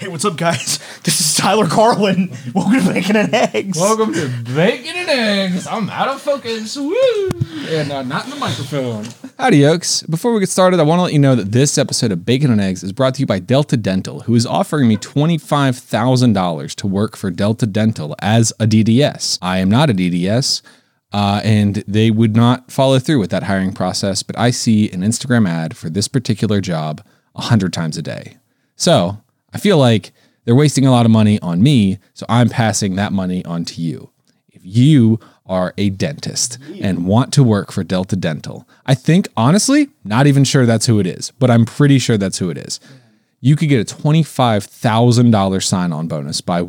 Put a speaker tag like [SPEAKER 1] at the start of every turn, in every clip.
[SPEAKER 1] Hey, what's up, guys? This is Tyler Carlin. Welcome to Bacon and Eggs.
[SPEAKER 2] Welcome to Bacon and Eggs. I'm out of focus. Woo! And uh, not in the microphone.
[SPEAKER 3] Howdy, Yokes. Before we get started, I want to let you know that this episode of Bacon and Eggs is brought to you by Delta Dental, who is offering me $25,000 to work for Delta Dental as a DDS. I am not a DDS, uh, and they would not follow through with that hiring process, but I see an Instagram ad for this particular job 100 times a day. So I feel like they're wasting a lot of money on me, so I'm passing that money on to you if you are a dentist and want to work for Delta Dental, I think honestly, not even sure that's who it is, but I'm pretty sure that's who it is. You could get a $25,000 sign on bonus by,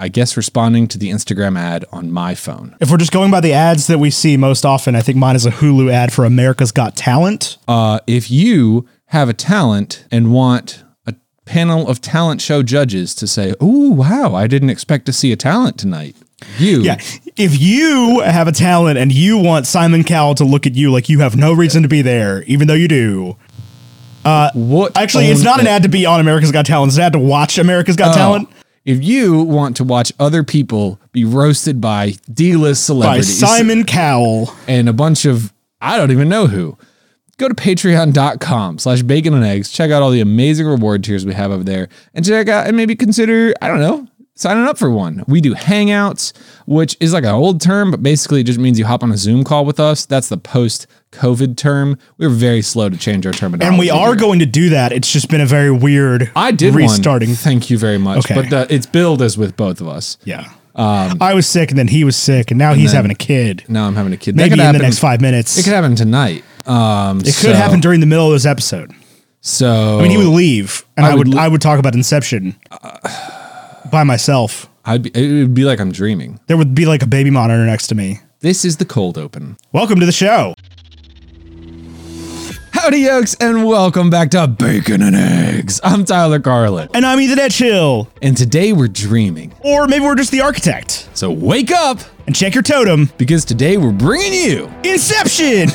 [SPEAKER 3] I guess, responding to the Instagram ad on my phone.
[SPEAKER 1] If we're just going by the ads that we see most often, I think mine is a Hulu ad for America's Got Talent.
[SPEAKER 3] Uh, if you have a talent and want a panel of talent show judges to say, oh, wow, I didn't expect to see a talent tonight, you.
[SPEAKER 1] Yeah. If you have a talent and you want Simon Cowell to look at you like you have no reason to be there, even though you do.
[SPEAKER 3] What
[SPEAKER 1] Actually, it's
[SPEAKER 3] on
[SPEAKER 1] not an
[SPEAKER 3] earth?
[SPEAKER 1] ad to be on America's Got Talent. It's an ad to watch America's
[SPEAKER 3] Oh.
[SPEAKER 1] Got Talent
[SPEAKER 3] If you want to watch other people be roasted by D-list
[SPEAKER 1] by
[SPEAKER 3] celebrities
[SPEAKER 1] Simon Cowell.
[SPEAKER 3] and a bunch of I don't even know who, go to patreon.com slash bacon and eggs, check out all the amazing reward tiers we have over there, and check out and maybe consider, I don't know, signing up for one. We do hangouts, which is like an old term, but basically it just means you hop on a Zoom call with us. That's the post COVID term. We were very slow to change our terminology.
[SPEAKER 1] And we are
[SPEAKER 3] here.
[SPEAKER 1] going to do that. It's just been a very weird
[SPEAKER 3] I did one.
[SPEAKER 1] restarting.
[SPEAKER 3] Thank you very much.
[SPEAKER 1] Okay.
[SPEAKER 3] But uh, it's billed as with both of us.
[SPEAKER 1] Yeah. I was sick and then he was sick and now he's having a kid.
[SPEAKER 3] Now I'm having a kid. That
[SPEAKER 1] Maybe
[SPEAKER 3] could
[SPEAKER 1] in
[SPEAKER 3] happen-
[SPEAKER 1] the next five minutes.
[SPEAKER 3] It could happen tonight. Um,
[SPEAKER 1] It could happen during the middle of this episode.
[SPEAKER 3] So
[SPEAKER 1] I mean, he would leave, and I, would,
[SPEAKER 3] would l-
[SPEAKER 1] I would talk about Inception by myself.
[SPEAKER 3] I'd be, it would be like I'm dreaming.
[SPEAKER 1] There would be like a baby monitor next to me.
[SPEAKER 3] This is the cold open.
[SPEAKER 1] Welcome to the show.
[SPEAKER 3] Howdy, yokes, and welcome back to Bacon and Eggs. I'm Tyler Garland,
[SPEAKER 1] And I'm either that chill,
[SPEAKER 3] and today we're dreaming.
[SPEAKER 1] or maybe we're just the architect.
[SPEAKER 3] So wake up,
[SPEAKER 1] And check your totem.
[SPEAKER 3] because today we're bringing you
[SPEAKER 1] Inception!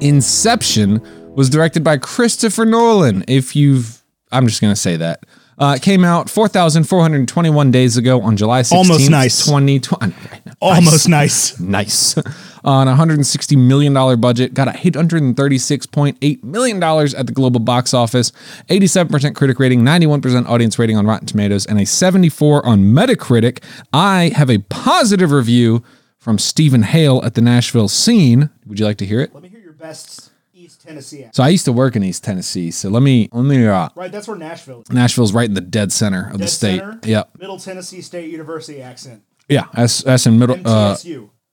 [SPEAKER 3] Inception was directed by Christopher Nolan. If you've, I'm just going to say that. Uh, it came out 4,421 days ago on July 16th,
[SPEAKER 1] Almost nice.
[SPEAKER 3] 2020.
[SPEAKER 1] Almost nice.
[SPEAKER 3] Nice. On a $160 million budget, got a $836.8 million at the global box office, 87% critic rating, 91% audience rating on Rotten Tomatoes, and a 74 on Metacritic. I have a positive review from Stephen Hale at the Nashville scene. Would you like to hear it?
[SPEAKER 1] Let me hear your best East Tennessee accent.
[SPEAKER 3] So I used to work in East Tennessee, so let me let me uh,
[SPEAKER 1] Right, that's where Nashville is.
[SPEAKER 3] Nashville's right in the dead center of the state. Yep.
[SPEAKER 1] Middle Tennessee State University accent.
[SPEAKER 3] Yeah, that's that's in middle uh,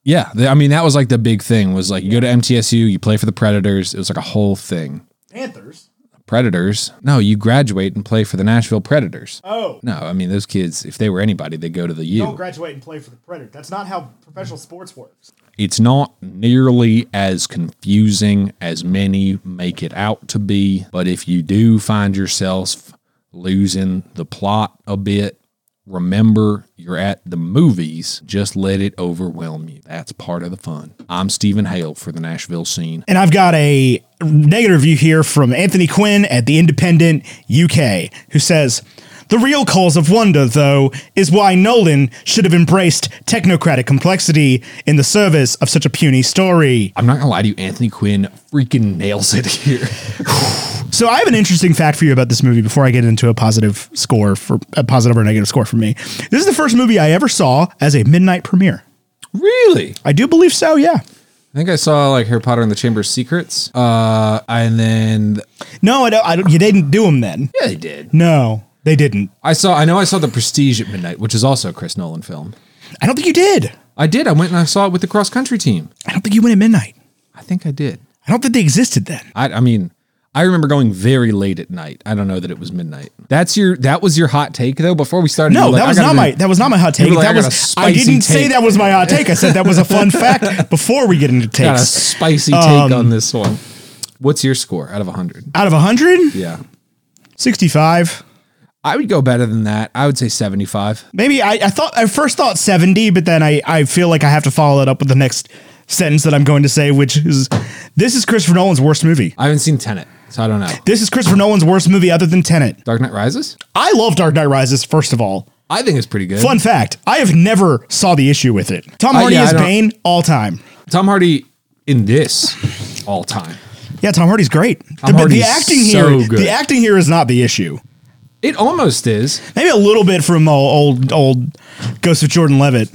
[SPEAKER 3] Yeah, the, I mean that was like the big thing was like you go to MTSU, you play for the Predators. It was like a whole thing.
[SPEAKER 1] Panthers.
[SPEAKER 3] Predators? No, you graduate and play for the Nashville Predators.
[SPEAKER 1] Oh.
[SPEAKER 3] No, I mean those kids, if they were anybody, they go to the U.
[SPEAKER 1] graduate and play for the Predator. That's not how professional sports works.
[SPEAKER 3] it's not nearly as confusing as many make it out to be, but if you do find yourself losing the plot a bit, remember you're at the movies, just let it overwhelm you. That's part of the fun. I'm Stephen Hale for the Nashville scene.
[SPEAKER 1] And I've got a negative review here from Anthony Quinn at The Independent UK, who says, The real cause of wonder, though, is why Nolan should have embraced technocratic complexity in the service of such a puny story.
[SPEAKER 3] I'm not gonna lie to you, Anthony Quinn freaking nails it here.
[SPEAKER 1] So I have an interesting fact for you about this movie before I get into a positive score for a positive or negative score for me. This is the first movie I ever saw as a midnight premiere.
[SPEAKER 3] really?
[SPEAKER 1] I do believe so, yeah.
[SPEAKER 3] I think I saw like Harry Potter and the Chamber of Secrets. Uh, and then
[SPEAKER 1] No, I don't, I don't you didn't do them then.
[SPEAKER 3] yeah, they did.
[SPEAKER 1] No, they didn't.
[SPEAKER 3] I saw. I know I saw The Prestige at midnight, which is also a Chris Nolan film.
[SPEAKER 1] I don't think you did.
[SPEAKER 3] I did. I went and I saw it with the cross country team.
[SPEAKER 1] I don't think you went at midnight.
[SPEAKER 3] I think I did.
[SPEAKER 1] I don't think they existed then.
[SPEAKER 3] I, I mean, I remember going very late at night. I don't know that it was midnight. That's your. That was your hot take though. Before we started, you
[SPEAKER 1] No,
[SPEAKER 3] were like,
[SPEAKER 1] that
[SPEAKER 3] I
[SPEAKER 1] was
[SPEAKER 3] gotta
[SPEAKER 1] not
[SPEAKER 3] do-
[SPEAKER 1] my that was not my hot take.
[SPEAKER 3] were like,
[SPEAKER 1] that
[SPEAKER 3] I got a
[SPEAKER 1] was I
[SPEAKER 3] spicy
[SPEAKER 1] didn't say
[SPEAKER 3] take.
[SPEAKER 1] that was my hot take. I said that was a fun fact before we get into
[SPEAKER 3] Got a
[SPEAKER 1] takes.
[SPEAKER 3] um, spicy take on this one. What's your score out of 100?
[SPEAKER 1] Out of 100?
[SPEAKER 3] Yeah.
[SPEAKER 1] 65.
[SPEAKER 3] I would go better than that. I would say 75.
[SPEAKER 1] Maybe I, I thought I first thought 70, but then I, I feel like I have to follow that up with the next sentence that I'm going to say, which is this is Christopher Nolan's worst movie.
[SPEAKER 3] I haven't seen Tenet, so I don't know.
[SPEAKER 1] This is Christopher Nolan's worst movie other than Tenet.
[SPEAKER 3] Dark Knight Rises?
[SPEAKER 1] I love Dark Knight Rises, first of all.
[SPEAKER 3] I think it's pretty good.
[SPEAKER 1] Fun fact, I have never saw the issue with it. Tom
[SPEAKER 3] Uh,
[SPEAKER 1] Hardy
[SPEAKER 3] yeah, I
[SPEAKER 1] is
[SPEAKER 3] don't-
[SPEAKER 1] Bane all time.
[SPEAKER 3] Tom Hardy in this all time.
[SPEAKER 1] Yeah, Tom Hardy's great.
[SPEAKER 3] Tom
[SPEAKER 1] the, but the
[SPEAKER 3] Hardy's
[SPEAKER 1] acting
[SPEAKER 3] so
[SPEAKER 1] here,
[SPEAKER 3] good.
[SPEAKER 1] the acting here is not the issue.
[SPEAKER 3] It almost is.
[SPEAKER 1] Maybe a little bit from uh, old old Ghost of Jordan Levitt.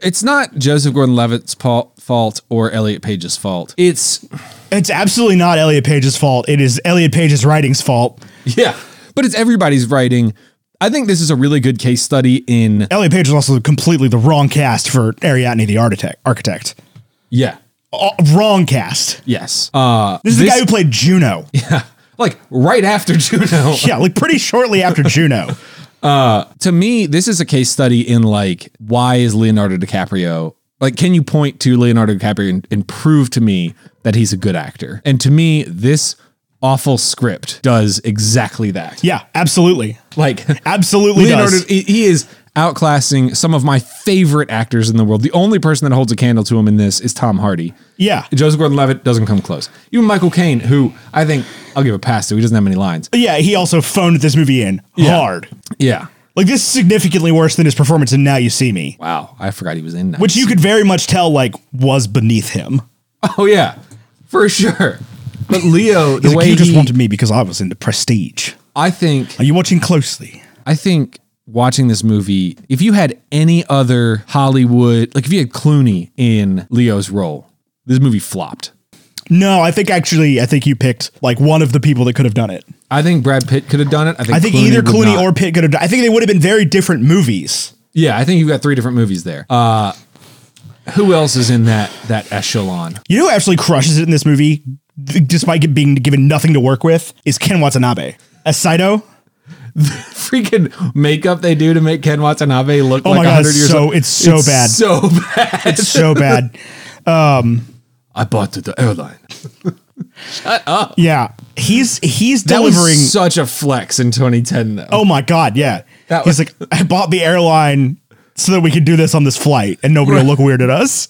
[SPEAKER 3] It's not Joseph Gordon-Levitt's pa- fault or Elliot Page's fault. It's
[SPEAKER 1] It's absolutely not Elliot Page's fault. It is Elliot Page's writing's fault.
[SPEAKER 3] yeah, but it's everybody's writing. I think this is a really good case study in
[SPEAKER 1] Elliot Page was also completely the wrong cast for Ariadne the architect. Architect,
[SPEAKER 3] yeah,
[SPEAKER 1] Uh, wrong cast.
[SPEAKER 3] yes. Uh
[SPEAKER 1] This is the
[SPEAKER 3] This-
[SPEAKER 1] guy who played Juno.
[SPEAKER 3] like right after Juno.
[SPEAKER 1] yeah, like pretty shortly after Juno.
[SPEAKER 3] to me, this is a case study in like why is Leonardo DiCaprio like can you point to Leonardo DiCaprio and, and prove to me that he's a good actor? And to me, this awful script does exactly that.
[SPEAKER 1] Yeah, absolutely,
[SPEAKER 3] Like
[SPEAKER 1] absolutely
[SPEAKER 3] Leonardo
[SPEAKER 1] does.
[SPEAKER 3] he, he is outclassing some of my favorite actors in the world. The only person that holds a candle to him in this is Tom Hardy.
[SPEAKER 1] Yeah,
[SPEAKER 3] Joseph Gordon-Levitt doesn't come close. Even Michael Caine, who I think I'll give a pass to, he doesn't have many lines.
[SPEAKER 1] yeah. He also phoned this movie in hard.
[SPEAKER 3] Yeah.
[SPEAKER 1] Like this is significantly worse than his performance in Now You See Me,
[SPEAKER 3] Wow, I forgot he was in that.
[SPEAKER 1] which you could very much tell like was beneath him.
[SPEAKER 3] Oh yeah, for sure. But Leo, the
[SPEAKER 1] He's like,
[SPEAKER 3] way
[SPEAKER 1] you just
[SPEAKER 3] he-
[SPEAKER 1] wanted me because I was into Prestige.
[SPEAKER 3] I think,
[SPEAKER 1] Are you watching closely?
[SPEAKER 3] I think watching this movie, if you had any other Hollywood, like if you had Clooney in Leo's role, this movie flopped.
[SPEAKER 1] No, I think actually, I think you picked like one of the people that could have done it.
[SPEAKER 3] I think Brad Pitt could have done it. I think,
[SPEAKER 1] I think either Clooney or Pitt could have done. I think they would have been very different movies.
[SPEAKER 3] yeah, I think you've got three different movies there. Uh, who else is in that that echelon?
[SPEAKER 1] You know who actually crushes it in this movie, d- despite it being given nothing to work with, is Ken Watanabe. As Saito,
[SPEAKER 3] Freaking makeup they do to make Ken Watanabe look
[SPEAKER 1] oh
[SPEAKER 3] like
[SPEAKER 1] my god,
[SPEAKER 3] hundred
[SPEAKER 1] it's
[SPEAKER 3] years
[SPEAKER 1] so
[SPEAKER 3] old.
[SPEAKER 1] it's so bad,
[SPEAKER 3] So bad.
[SPEAKER 1] it's so bad.
[SPEAKER 3] I bought the airline.
[SPEAKER 1] Yeah, he's he's
[SPEAKER 3] That
[SPEAKER 1] delivering.
[SPEAKER 3] was such a flex in 2010, though.
[SPEAKER 1] oh my god, yeah.
[SPEAKER 3] That
[SPEAKER 1] he's
[SPEAKER 3] was-
[SPEAKER 1] like, I bought the airline so that we could do this on this flight, and nobody will look weird at us.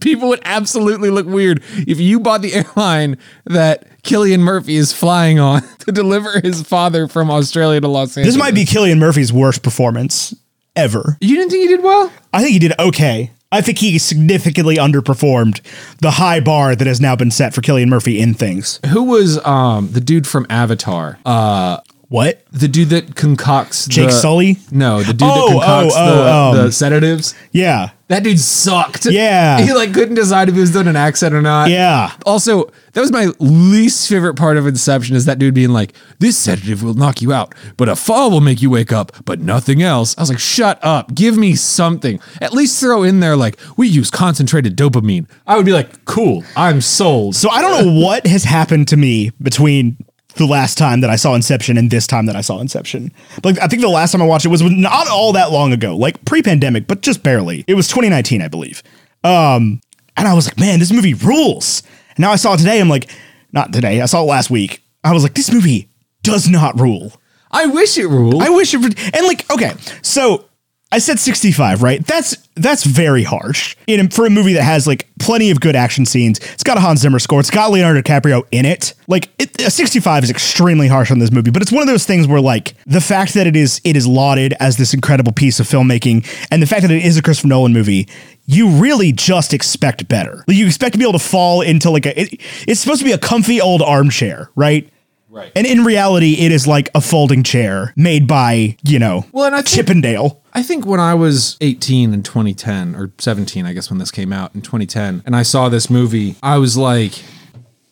[SPEAKER 3] People would absolutely look weird if you bought the airline that Killian Murphy is flying on to deliver his father from Australia to Los Angeles.
[SPEAKER 1] This might be Killian Murphy's worst performance ever.
[SPEAKER 3] You didn't think he did well?
[SPEAKER 1] I think he did okay. I think he significantly underperformed the high bar that has now been set for Killian Murphy in things.
[SPEAKER 3] Who was um the dude from Avatar? Uh,
[SPEAKER 1] What?
[SPEAKER 3] the dude that concocts
[SPEAKER 1] Jake
[SPEAKER 3] the,
[SPEAKER 1] Sully?
[SPEAKER 3] No, the dude
[SPEAKER 1] Oh,
[SPEAKER 3] that concocts
[SPEAKER 1] oh,
[SPEAKER 3] the,
[SPEAKER 1] oh,
[SPEAKER 3] the sedatives.
[SPEAKER 1] Yeah.
[SPEAKER 3] That dude sucked.
[SPEAKER 1] Yeah.
[SPEAKER 3] He like couldn't decide if he was doing an accent or not.
[SPEAKER 1] Yeah.
[SPEAKER 3] Also, that was my least favorite part of Inception is that dude being like, this sedative will knock you out, but a fall will make you wake up, but nothing else. I was like, shut up. Give me something. At least throw in there, like, we use concentrated dopamine. I would be like, cool, I'm sold.
[SPEAKER 1] So I don't know what has happened to me between the last time that I saw Inception and this time that I saw Inception. Like I think the last time I watched it was not all that long ago, like pre-pandemic, but just barely. It was 2019, I believe. Um, and I was like, man, this movie rules. And now I saw it today. I'm like, not today. I saw it last week. I was like, this movie does not rule.
[SPEAKER 3] I wish it ruled.
[SPEAKER 1] I wish it would. And like, okay, so I said 65, right? That's that's very harsh in for a movie that has like plenty of good action scenes. It's got a Hans Zimmer score. It's got Leonardo DiCaprio in it. Like, it, a 65 is extremely harsh on this movie. But it's one of those things where like the fact that it is it is lauded as this incredible piece of filmmaking, and the fact that it is a Christopher Nolan movie. You really just expect better. Like you expect to be able to fall into like a. it- it's supposed to be a comfy old armchair, right?
[SPEAKER 3] Right.
[SPEAKER 1] And in reality, it is like a folding chair made by, you know,
[SPEAKER 3] Well, and I think-
[SPEAKER 1] Chippendale.
[SPEAKER 3] I think when I was 18 in 2010, or 17, I guess, when this came out in 2010, and I saw this movie, I was like,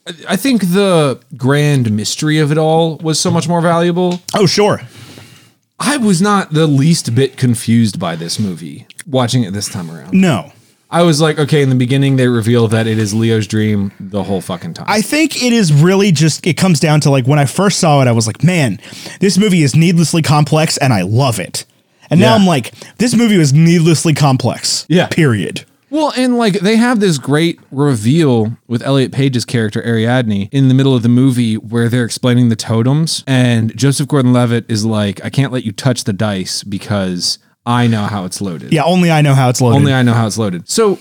[SPEAKER 3] I- I think the grand mystery of it all was so much more valuable.
[SPEAKER 1] Oh, sure.
[SPEAKER 3] I was not the least bit confused by this movie watching it this time around.
[SPEAKER 1] No.
[SPEAKER 3] I was like, okay, in the beginning, they reveal that it is Leo's dream the whole fucking time.
[SPEAKER 1] I think it is really just, it comes down to like when I first saw it, I was like, man, this movie is needlessly complex and I love it. And now
[SPEAKER 3] Yeah.
[SPEAKER 1] I'm like, this movie was needlessly complex.
[SPEAKER 3] Yeah.
[SPEAKER 1] Period.
[SPEAKER 3] Well, and like they have this great reveal with Elliot Page's character Ariadne in the middle of the movie where they're explaining the totems, and Joseph Gordon-Levitt is like, "I can't let you touch the dice because I know how it's loaded.
[SPEAKER 1] Yeah, only I know how it's loaded.
[SPEAKER 3] Only I know how it's loaded." So.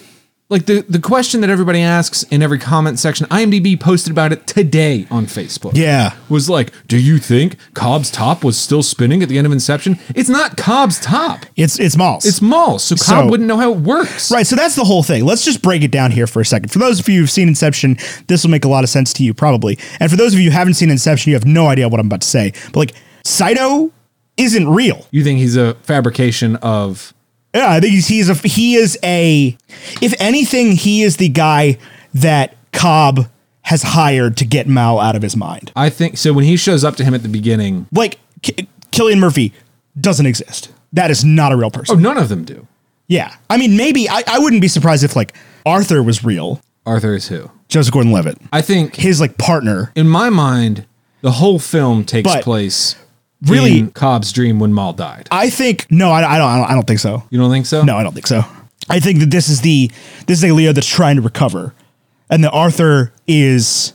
[SPEAKER 3] Like the, the question that everybody asks in every comment section, IMDb posted about it today on Facebook
[SPEAKER 1] yeah.
[SPEAKER 3] was like, "Do you think Cobb's top was still spinning at the end of Inception?" It's not Cobb's top;
[SPEAKER 1] It's it's malls.
[SPEAKER 3] it's Maul, so Cobb
[SPEAKER 1] So-
[SPEAKER 3] wouldn't know how it works.
[SPEAKER 1] Right, so that's the whole thing. Let's just break it down here for a second. For those of you who've seen Inception, this will make a lot of sense to you, probably. And for those of you who haven't seen Inception, you have no idea what I'm about to say. But like, Saito isn't real.
[SPEAKER 3] You think he's a fabrication of?
[SPEAKER 1] Yeah, I think he's, he's a he is a. If anything, he is the guy that Cobb has hired to get Mal out of his mind.
[SPEAKER 3] I think so. When he shows up to him at the beginning,
[SPEAKER 1] Like, K- Killian Murphy doesn't exist. That is not a real person.
[SPEAKER 3] oh, none of them do.
[SPEAKER 1] Yeah, I mean, maybe I, I wouldn't be surprised if like Arthur was real,
[SPEAKER 3] Arthur is who?
[SPEAKER 1] Joseph Gordon-Levitt,
[SPEAKER 3] I think
[SPEAKER 1] his like partner.
[SPEAKER 3] in my mind, the whole film takes
[SPEAKER 1] But
[SPEAKER 3] place
[SPEAKER 1] really-
[SPEAKER 3] in Cobb's dream when Maul died.
[SPEAKER 1] I think no, I, I don't, I don't, I don't think so.
[SPEAKER 3] You don't think so?
[SPEAKER 1] No, I don't think so. I think that this is the this is a Leo that's trying to recover, and that Arthur is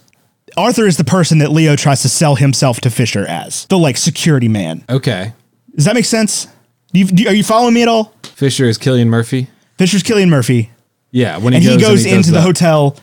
[SPEAKER 1] Arthur is the person that Leo tries to sell himself to Fisher as the like security man.
[SPEAKER 3] Okay.
[SPEAKER 1] Does that make sense? Do you, do, are you following me at all?
[SPEAKER 3] Fisher is Killian Murphy.
[SPEAKER 1] Fisher's Killian Murphy,
[SPEAKER 3] Yeah. When he
[SPEAKER 1] and
[SPEAKER 3] goes,
[SPEAKER 1] he goes
[SPEAKER 3] and he
[SPEAKER 1] into
[SPEAKER 3] does
[SPEAKER 1] the
[SPEAKER 3] that.
[SPEAKER 1] hotel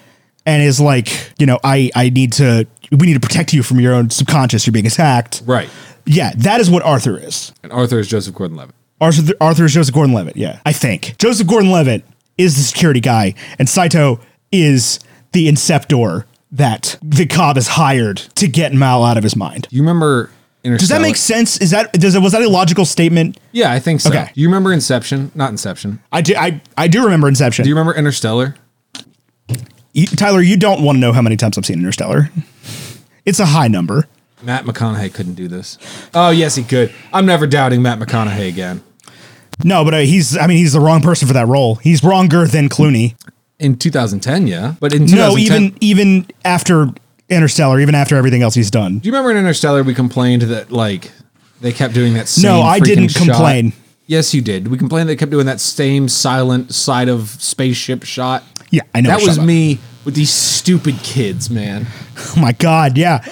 [SPEAKER 1] and is like, you know, I I need to we need to protect you from your own subconscious. You're being attacked.
[SPEAKER 3] Right.
[SPEAKER 1] Yeah, that is what Arthur is.
[SPEAKER 3] And Arthur is Joseph Gordon-Levitt.
[SPEAKER 1] Arthur, Arthur is Joseph Gordon Levitt. Yeah. I think. Joseph Gordon Levitt is the security guy, and Saito is the inceptor that the Cobb has hired to get Mal out of his mind.
[SPEAKER 3] You remember?
[SPEAKER 1] Does that make sense? Is that does it was that a logical statement?
[SPEAKER 3] Yeah, I think so.
[SPEAKER 1] Okay.
[SPEAKER 3] You remember Inception? Not Inception.
[SPEAKER 1] I do I, I do remember Inception.
[SPEAKER 3] Do you remember Interstellar?
[SPEAKER 1] You- Tyler, you don't want to know how many times I've seen Interstellar. It's a high number.
[SPEAKER 3] Matt McConaughey couldn't do this. Oh, yes, he could. I'm never doubting Matt McConaughey again.
[SPEAKER 1] No, but uh, he's I mean he's the wrong person for that role. He's wronger than Clooney.
[SPEAKER 3] In 2010, yeah. But in 2010,
[SPEAKER 1] No, even even after Interstellar, even after everything else he's done.
[SPEAKER 3] Do you remember in Interstellar we complained that like they kept doing that same
[SPEAKER 1] No, I
[SPEAKER 3] freaking
[SPEAKER 1] didn't
[SPEAKER 3] shot?
[SPEAKER 1] complain.
[SPEAKER 3] Yes, you did. We complained they kept doing that same silent side of spaceship shot.
[SPEAKER 1] Yeah, I know.
[SPEAKER 3] that
[SPEAKER 1] shut
[SPEAKER 3] was
[SPEAKER 1] up.
[SPEAKER 3] me with these stupid kids, man.
[SPEAKER 1] Oh my god, yeah.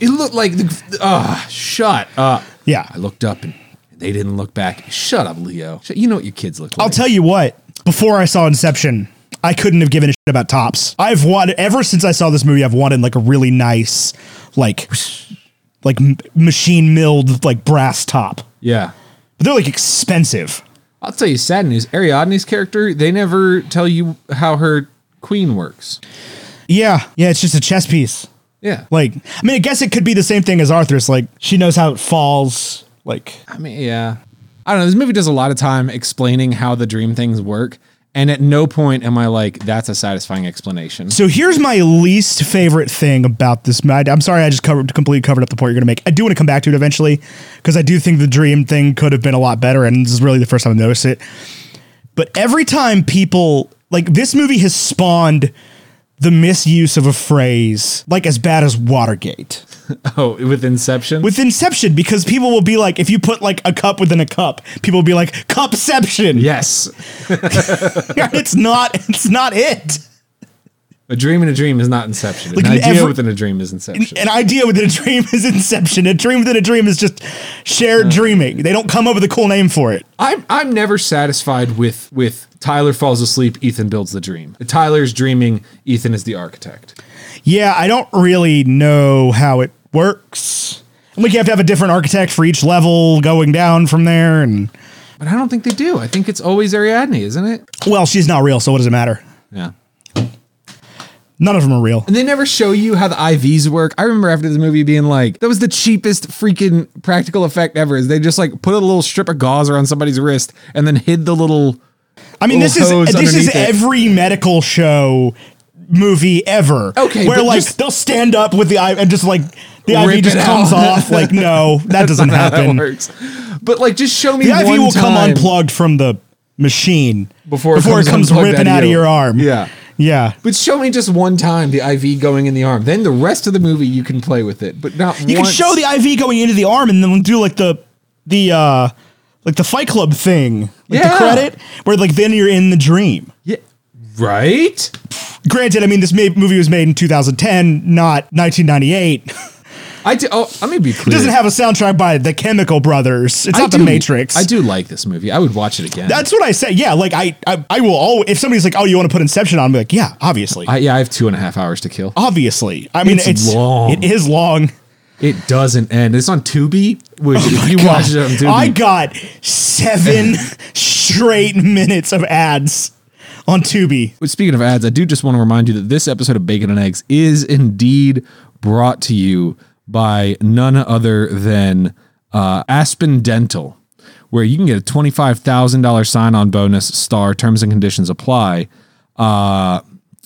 [SPEAKER 3] It looked like the ah, shut up.
[SPEAKER 1] Yeah.
[SPEAKER 3] I looked up and they didn't look back. Shut up, Leo. Shut- You know what your kids look like.
[SPEAKER 1] I'll tell you what, before I saw Inception, I couldn't have given a shit about tops. I've wanted ever since I saw this movie, I've wanted like a really nice, like, like m- machine milled like brass top.
[SPEAKER 3] yeah.
[SPEAKER 1] But they're like expensive.
[SPEAKER 3] I'll tell you sad news. Ariadne's character, they never tell you how her queen works.
[SPEAKER 1] Yeah, yeah. It's just a chess piece.
[SPEAKER 3] Yeah.
[SPEAKER 1] Like, I mean, I guess it could be the same thing as Arthur's. Like, she knows how it falls. Like,
[SPEAKER 3] I mean, yeah. I don't know. This movie does a lot of time explaining how the dream things work. And at no point am I like, that's a satisfying explanation.
[SPEAKER 1] so here's my least favorite thing about this. I, I'm sorry, I just covered completely covered up the point you're gonna make. I do want to come back to it eventually because I do think the dream thing could have been a lot better, and this is really the first time I've noticed it. But every time people like this movie has spawned the misuse of a phrase like as bad as Watergate
[SPEAKER 3] Oh, with Inception?
[SPEAKER 1] with Inception because people will be like, if you put like a cup within a cup, people will be like cupception.
[SPEAKER 3] yes.
[SPEAKER 1] it's not. It's not it.
[SPEAKER 3] A dream in a dream is not Inception.
[SPEAKER 1] Like,
[SPEAKER 3] An
[SPEAKER 1] in
[SPEAKER 3] idea
[SPEAKER 1] every-
[SPEAKER 3] within a dream is Inception.
[SPEAKER 1] an idea within a dream is inception. A dream within a dream is just shared dreaming. They don't come up with a cool name for it.
[SPEAKER 3] I'm, I'm never satisfied with, with Tyler falls asleep, Ethan builds the dream. Tyler's dreaming, Ethan is the architect.
[SPEAKER 1] Yeah, I don't really know how it works. Like you have to have a different architect for each level going down from there and
[SPEAKER 3] But I don't think they do. I think it's always Ariadne, isn't it?
[SPEAKER 1] well, she's not real, so what does it matter?
[SPEAKER 3] Yeah.
[SPEAKER 1] None of them are real.
[SPEAKER 3] And they never show you how the IVs work. I remember after this movie being like, that was the cheapest freaking practical effect ever. Is they just like put a little strip of gauze around somebody's wrist and then hid the little.
[SPEAKER 1] I mean, this is
[SPEAKER 3] Little hose
[SPEAKER 1] this is
[SPEAKER 3] underneath it.
[SPEAKER 1] every medical show movie ever.
[SPEAKER 3] Okay,
[SPEAKER 1] where
[SPEAKER 3] but
[SPEAKER 1] like
[SPEAKER 3] just-
[SPEAKER 1] they'll stand up with the IV and just like the
[SPEAKER 3] Rip
[SPEAKER 1] IV just
[SPEAKER 3] it
[SPEAKER 1] comes
[SPEAKER 3] out.
[SPEAKER 1] off. Like no, that doesn't
[SPEAKER 3] How that
[SPEAKER 1] happen.
[SPEAKER 3] works. But like, just show me
[SPEAKER 1] The IV
[SPEAKER 3] one
[SPEAKER 1] will come
[SPEAKER 3] time
[SPEAKER 1] unplugged from the machine
[SPEAKER 3] before
[SPEAKER 1] before it comes,
[SPEAKER 3] unplugged
[SPEAKER 1] ripping out of your arm.
[SPEAKER 3] Yeah.
[SPEAKER 1] yeah.
[SPEAKER 3] But show me just one time the IV going in the arm. Then the rest of the movie you can play with it, but not
[SPEAKER 1] You
[SPEAKER 3] once.
[SPEAKER 1] can show the IV going into the arm and then do like the the uh like the Fight Club thing, like
[SPEAKER 3] Yeah.
[SPEAKER 1] the credit where like then you're in the dream.
[SPEAKER 3] Yeah.
[SPEAKER 2] Right?
[SPEAKER 1] Granted, I mean, this ma- movie was made in 2010, not 1998. It
[SPEAKER 3] I do. Oh, let me be clear.
[SPEAKER 1] doesn't have a soundtrack by the Chemical Brothers. It's
[SPEAKER 3] I
[SPEAKER 1] not The
[SPEAKER 3] do-
[SPEAKER 1] Matrix.
[SPEAKER 3] I do like this movie. I would watch it again.
[SPEAKER 1] That's what I say. Yeah, like I, I, I will always. If somebody's like, "Oh, you want to put Inception on?" I'm like, "Yeah, obviously,
[SPEAKER 3] I, yeah, I have two and a half hours to kill.
[SPEAKER 1] obviously." I mean,
[SPEAKER 3] It's
[SPEAKER 1] it's,
[SPEAKER 3] long.
[SPEAKER 1] It is long.
[SPEAKER 3] It doesn't end. It's on Tubi. Which if you
[SPEAKER 1] Oh God,
[SPEAKER 3] watch it on Tubi,
[SPEAKER 1] I got seven straight minutes of ads on Tubi.
[SPEAKER 3] But speaking of ads, I do just want to remind you that this episode of Bacon and Eggs is indeed brought to you by none other than uh, Aspen Dental, where you can get a $25,000 sign on bonus star. Terms and conditions apply. Uh,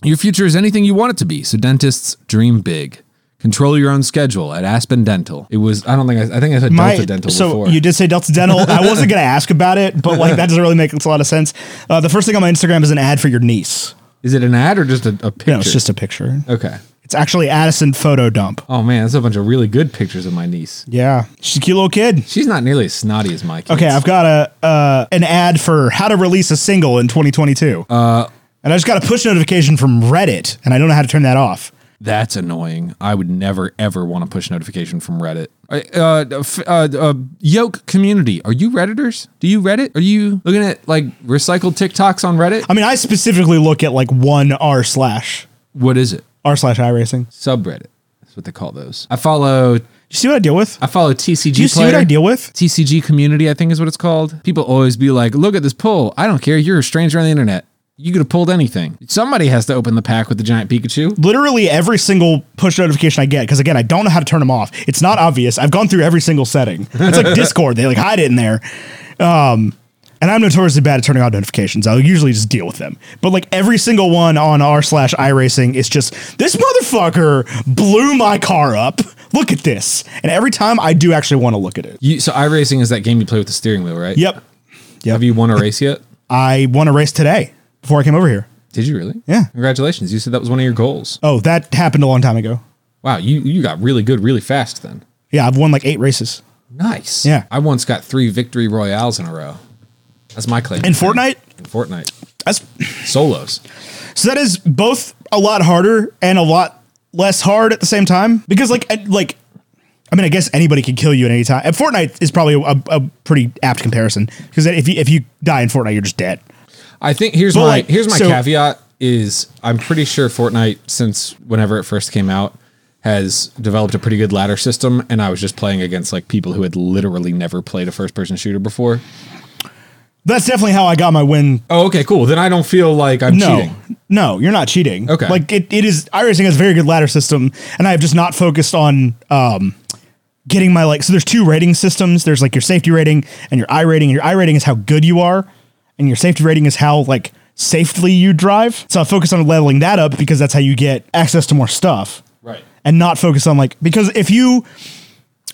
[SPEAKER 3] your future is anything you want it to be. So, dentists dream big. Control your own schedule at Aspen Dental. It was, I don't think I, I think I said
[SPEAKER 1] My,
[SPEAKER 3] Delta Dental
[SPEAKER 1] so
[SPEAKER 3] before.
[SPEAKER 1] you did say Delta Dental. I wasn't gonna ask about it, but like that doesn't really make a lot of sense. Uh, the first thing on my Instagram is an ad for your niece.
[SPEAKER 3] is it an ad or just a, a picture?
[SPEAKER 1] No, it's just a picture.
[SPEAKER 3] okay.
[SPEAKER 1] It's actually Addison photo dump.
[SPEAKER 3] Oh man, that's a bunch of really good pictures of my niece.
[SPEAKER 1] Yeah, she's a cute little kid.
[SPEAKER 3] She's not nearly as snotty as my kids.
[SPEAKER 1] Okay, I've got a uh, an ad for how to release a single in 2022. Uh, and I just got a push notification from Reddit, and I don't know how to turn that off.
[SPEAKER 3] That's annoying. I would never ever want to push notification from Reddit. I- Uh, f- uh, uh, Yoke community. Are you Redditors? Do you Reddit? Are you looking at like recycled TikToks on Reddit?
[SPEAKER 1] I mean, I specifically look at like one r slash
[SPEAKER 3] What is it?
[SPEAKER 1] r slash iRacing. Did
[SPEAKER 3] Subreddit. That's what they call those. I follow.
[SPEAKER 1] you see what I deal with?
[SPEAKER 3] I follow TCG.
[SPEAKER 1] Do you see what
[SPEAKER 3] Player.
[SPEAKER 1] I deal with?
[SPEAKER 3] TCG community, I think is what it's called. People always be like, look at this poll. I don't care. You're a stranger on the internet. You could have pulled anything. Somebody has to open the pack with the giant Pikachu.
[SPEAKER 1] Literally every single push notification I get, because again, I don't know how to turn them off. It's not obvious. I've gone through every single setting. It's like Discord; they like hide it in there. Um, and I'm notoriously bad at turning on notifications. I'll usually just deal with them. But like every single one on r slash iRacing is just this motherfucker blew my car up. Look at this. And every time I do actually want to look at it.
[SPEAKER 3] You, so iRacing is that game you play with the steering wheel, right?
[SPEAKER 1] Yep.
[SPEAKER 3] Have you won a race yet?
[SPEAKER 1] I won a race today before I came over here.
[SPEAKER 3] Did you really?
[SPEAKER 1] Yeah.
[SPEAKER 3] Congratulations. You said that was one of your goals.
[SPEAKER 1] Oh, that happened a long time ago.
[SPEAKER 3] Wow, you you got really good really fast then.
[SPEAKER 1] Yeah, I've won like eight races.
[SPEAKER 3] Nice.
[SPEAKER 1] Yeah.
[SPEAKER 3] I once got three victory royales in a row. That's my claim.
[SPEAKER 1] In Fortnite?
[SPEAKER 3] In Fortnite.
[SPEAKER 1] That's
[SPEAKER 3] Solos.
[SPEAKER 1] So that is both a lot harder and a lot less hard at the same time because like I- like I mean I guess anybody can kill you at any time. And Fortnite is probably a, a pretty apt comparison because if you, if you die in Fortnite you're just dead.
[SPEAKER 3] I think here's
[SPEAKER 1] But,
[SPEAKER 3] my
[SPEAKER 1] like,
[SPEAKER 3] here's my
[SPEAKER 1] so-
[SPEAKER 3] caveat is I'm pretty sure Fortnite since whenever it first came out has developed a pretty good ladder system and I was just playing against like people who had literally never played a first person shooter before.
[SPEAKER 1] That's definitely how I got my win.
[SPEAKER 3] Oh, okay, cool. Then I don't feel like I'm
[SPEAKER 1] No,
[SPEAKER 3] cheating.
[SPEAKER 1] no, you're not cheating.
[SPEAKER 3] Okay.
[SPEAKER 1] like it, it is. iRacing has a very good ladder system, and I have just not focused on um getting my like. So there's two rating systems. There's like your safety rating and your I rating. And your I rating is how good you are, and your safety rating is how like safely you drive. So I focus on leveling that up because that's how you get access to more stuff,
[SPEAKER 3] Right.
[SPEAKER 1] and not focus on like because if you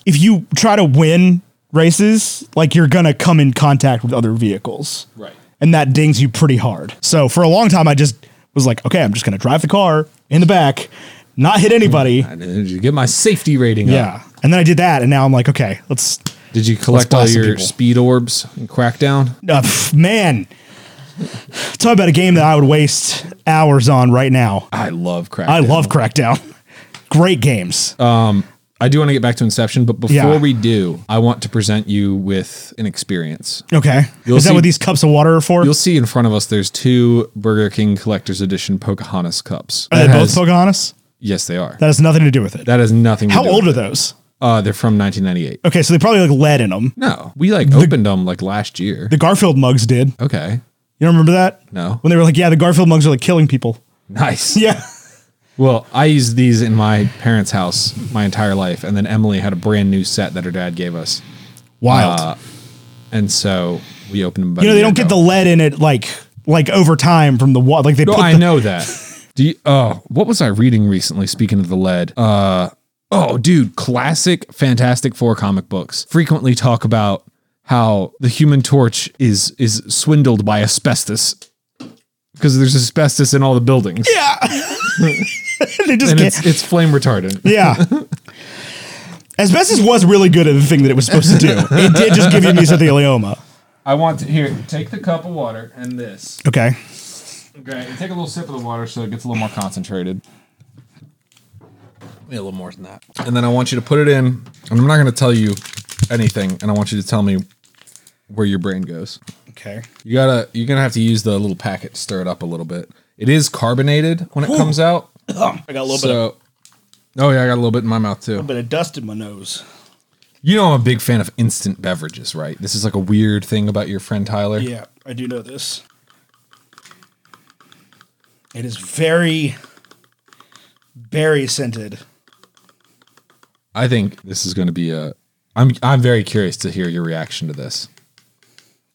[SPEAKER 1] if you try to win races, like you're gonna come in contact with other vehicles
[SPEAKER 3] Right.
[SPEAKER 1] and that dings you pretty hard. So for a long time, I just was like, okay, I'm just gonna drive the car in the back, not hit anybody.
[SPEAKER 3] Mm-hmm. I need to get my safety rating up.
[SPEAKER 1] Yeah, and then I did that, and now I'm like, okay, let's.
[SPEAKER 3] Did you collect all
[SPEAKER 1] blast some
[SPEAKER 3] your
[SPEAKER 1] people.
[SPEAKER 3] speed orbs in Crackdown?
[SPEAKER 1] Uh, pff, man, talk about a game that I would waste hours on right now.
[SPEAKER 3] I love Crackdown.
[SPEAKER 1] I love Crackdown. Great games.
[SPEAKER 3] Uh, I do want to get back to Inception, but before
[SPEAKER 1] Yeah.
[SPEAKER 3] we do, I want to present you with an experience.
[SPEAKER 1] okay,
[SPEAKER 3] you'll
[SPEAKER 1] is that
[SPEAKER 3] see-
[SPEAKER 1] what these cups of water are for?
[SPEAKER 3] You'll see in front of us. There's two Burger King Collector's Edition Pocahontas cups.
[SPEAKER 1] Are they
[SPEAKER 3] That
[SPEAKER 1] both
[SPEAKER 3] has-
[SPEAKER 1] Pocahontas?
[SPEAKER 3] Yes, they are.
[SPEAKER 1] That has nothing to do with it.
[SPEAKER 3] that has nothing.
[SPEAKER 1] How
[SPEAKER 3] to do
[SPEAKER 1] old
[SPEAKER 3] with
[SPEAKER 1] are those?
[SPEAKER 3] it. Uh, they're from 1998.
[SPEAKER 1] Okay, so they probably like lead in them.
[SPEAKER 3] No, we like opened them like last year.
[SPEAKER 1] The Garfield mugs did. You
[SPEAKER 3] Okay,
[SPEAKER 1] don't remember that?
[SPEAKER 3] No.
[SPEAKER 1] When they were like, yeah, the Garfield mugs are like killing people.
[SPEAKER 3] nice.
[SPEAKER 1] Yeah.
[SPEAKER 3] Well, I used these in my parents' house my entire life, and then Emily had a brand new set that her dad gave us,
[SPEAKER 1] Wild.
[SPEAKER 3] Uh, and so we opened them. about
[SPEAKER 1] you know,
[SPEAKER 3] a
[SPEAKER 1] they
[SPEAKER 3] year
[SPEAKER 1] don't get
[SPEAKER 3] ago.
[SPEAKER 1] the lead in it like like over time from the water. Like they
[SPEAKER 3] No,
[SPEAKER 1] put
[SPEAKER 3] I
[SPEAKER 1] the,
[SPEAKER 3] know that. Do you, oh, what was I reading recently? Speaking of the lead, uh, oh, dude, classic Fantastic Four comic books frequently talk about how the Human Torch is is swindled by asbestos because there's asbestos in all the buildings,
[SPEAKER 1] Yeah. they just
[SPEAKER 3] and
[SPEAKER 1] can't.
[SPEAKER 3] it's it's flame retardant.
[SPEAKER 1] Yeah. Asbestos was really good at the thing that it was supposed to do. It did just give you mesothelioma.
[SPEAKER 3] I want to here take the cup of water and this.
[SPEAKER 1] Okay.
[SPEAKER 3] Okay, and take a little sip of the water so it gets a little more concentrated. Yeah, a little more than that. And then I want you to put it in, and I'm not going to tell you anything, and I want you to tell me where your brain goes.
[SPEAKER 1] Okay.
[SPEAKER 3] You gotta, you're gonna have to use the little packet to stir it up a little bit. It is carbonated when it comes out,
[SPEAKER 1] I got a little bit, of,
[SPEAKER 3] so. Oh yeah, I got a little bit in my mouth too.
[SPEAKER 1] bit of dust in my nose.
[SPEAKER 3] You know I'm a big fan of instant beverages, right? This is like a weird thing about your friend Tyler.
[SPEAKER 1] Yeah, I do know this. It is very berry scented.
[SPEAKER 3] I think this is going to be a. I'm I'm very curious to hear your reaction to this.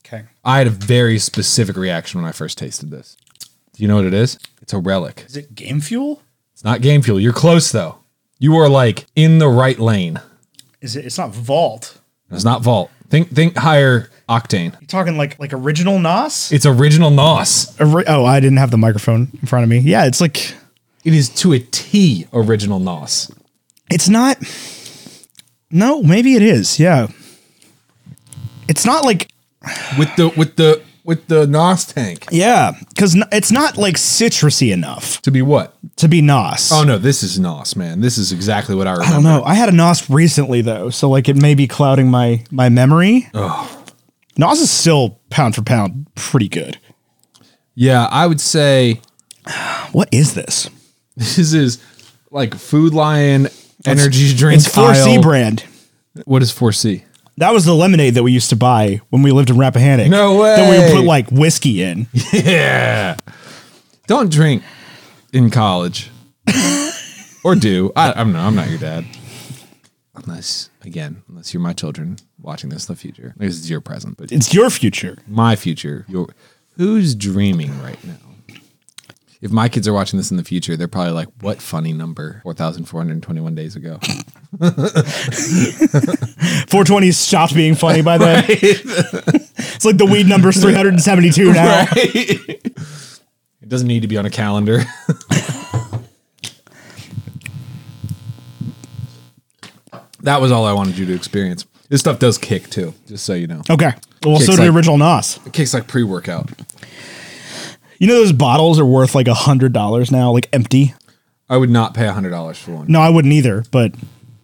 [SPEAKER 1] Okay.
[SPEAKER 3] I had a very specific reaction when I first tasted this. Do you know what it is? It's a relic.
[SPEAKER 1] Is it game fuel?
[SPEAKER 3] It's not game fuel. You're close though. You are like in the right lane.
[SPEAKER 1] Is it? It's not Vault.
[SPEAKER 3] It's not vault. Think think higher octane.
[SPEAKER 1] You talking like like original Nos?
[SPEAKER 3] It's original nos.
[SPEAKER 1] oh, I didn't have the microphone in front of me. Yeah, it's like
[SPEAKER 3] It is to a T original nos.
[SPEAKER 1] it's not. No, maybe it is. Yeah. It's not like
[SPEAKER 3] With the with the with the nos tank
[SPEAKER 1] yeah, because it's not like citrusy enough
[SPEAKER 3] to be what?
[SPEAKER 1] to be Nos.
[SPEAKER 3] Oh no, this is nos, man. This is exactly what I remember.
[SPEAKER 1] I don't know. I had a NOS recently though, so like it may be clouding my my memory. NOS is still pound for pound pretty good.
[SPEAKER 3] Yeah, I would say
[SPEAKER 1] What is this?
[SPEAKER 3] This is like Food Lion energy drink.
[SPEAKER 1] It's 4C
[SPEAKER 3] aisle.
[SPEAKER 1] brand.
[SPEAKER 3] What is 4C?
[SPEAKER 1] That was the lemonade that we used to buy when we lived in Rappahannock.
[SPEAKER 3] No
[SPEAKER 1] That we would
[SPEAKER 3] way.
[SPEAKER 1] put like whiskey in.
[SPEAKER 3] Yeah. Don't drink in college. or do. I, I'm not I'm not your dad. Unless again, unless you're my children watching this in the future. This is your present, but
[SPEAKER 1] It's your future.
[SPEAKER 3] my future. Your who's dreaming right now? If my kids are watching this in the future, they're probably like, "What funny number? Four thousand four hundred twenty-one days ago."
[SPEAKER 1] 420 stopped being funny by then. it's like the weed number's 372 now.
[SPEAKER 3] it doesn't need to be on a calendar. that was all I wanted you to experience. This stuff does kick too, just so you know.
[SPEAKER 1] Okay. Well,
[SPEAKER 3] Tastes
[SPEAKER 1] so did the
[SPEAKER 3] like-
[SPEAKER 1] original NOS.
[SPEAKER 3] It kicks like pre-workout.
[SPEAKER 1] You know those bottles are worth like a hundred dollars now, like empty.
[SPEAKER 3] I would not pay hundred dollars for one.
[SPEAKER 1] No, I wouldn't either, but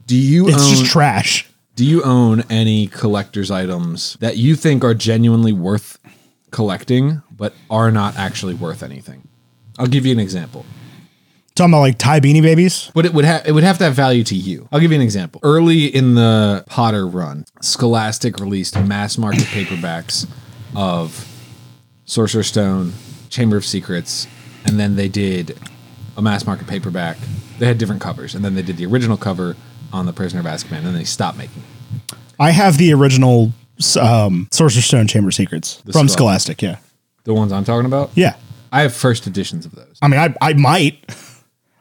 [SPEAKER 3] Do you
[SPEAKER 1] it's
[SPEAKER 3] own,
[SPEAKER 1] just trash.
[SPEAKER 3] do you own any collector's items that you think are genuinely worth collecting but are not actually worth anything? I'll give you an example.
[SPEAKER 1] Talking about like Thai beanie babies.
[SPEAKER 3] But it would have it would have to have value to you. I'll give you an example. Early in the Potter run, Scholastic released mass market paperbacks of Sorcerer's Stone, Chamber of Secrets, and then they did a mass market paperback. They had different covers, and then they did the original cover on The Prisoner of Azkaban, and then they stopped making. it.
[SPEAKER 1] I have the original um, Sorcerer's Stone Chamber Secrets from
[SPEAKER 3] skull.
[SPEAKER 1] Scholastic. Yeah,
[SPEAKER 3] The ones I'm talking about?
[SPEAKER 1] yeah.
[SPEAKER 3] I have first editions of those.
[SPEAKER 1] I mean, I I might.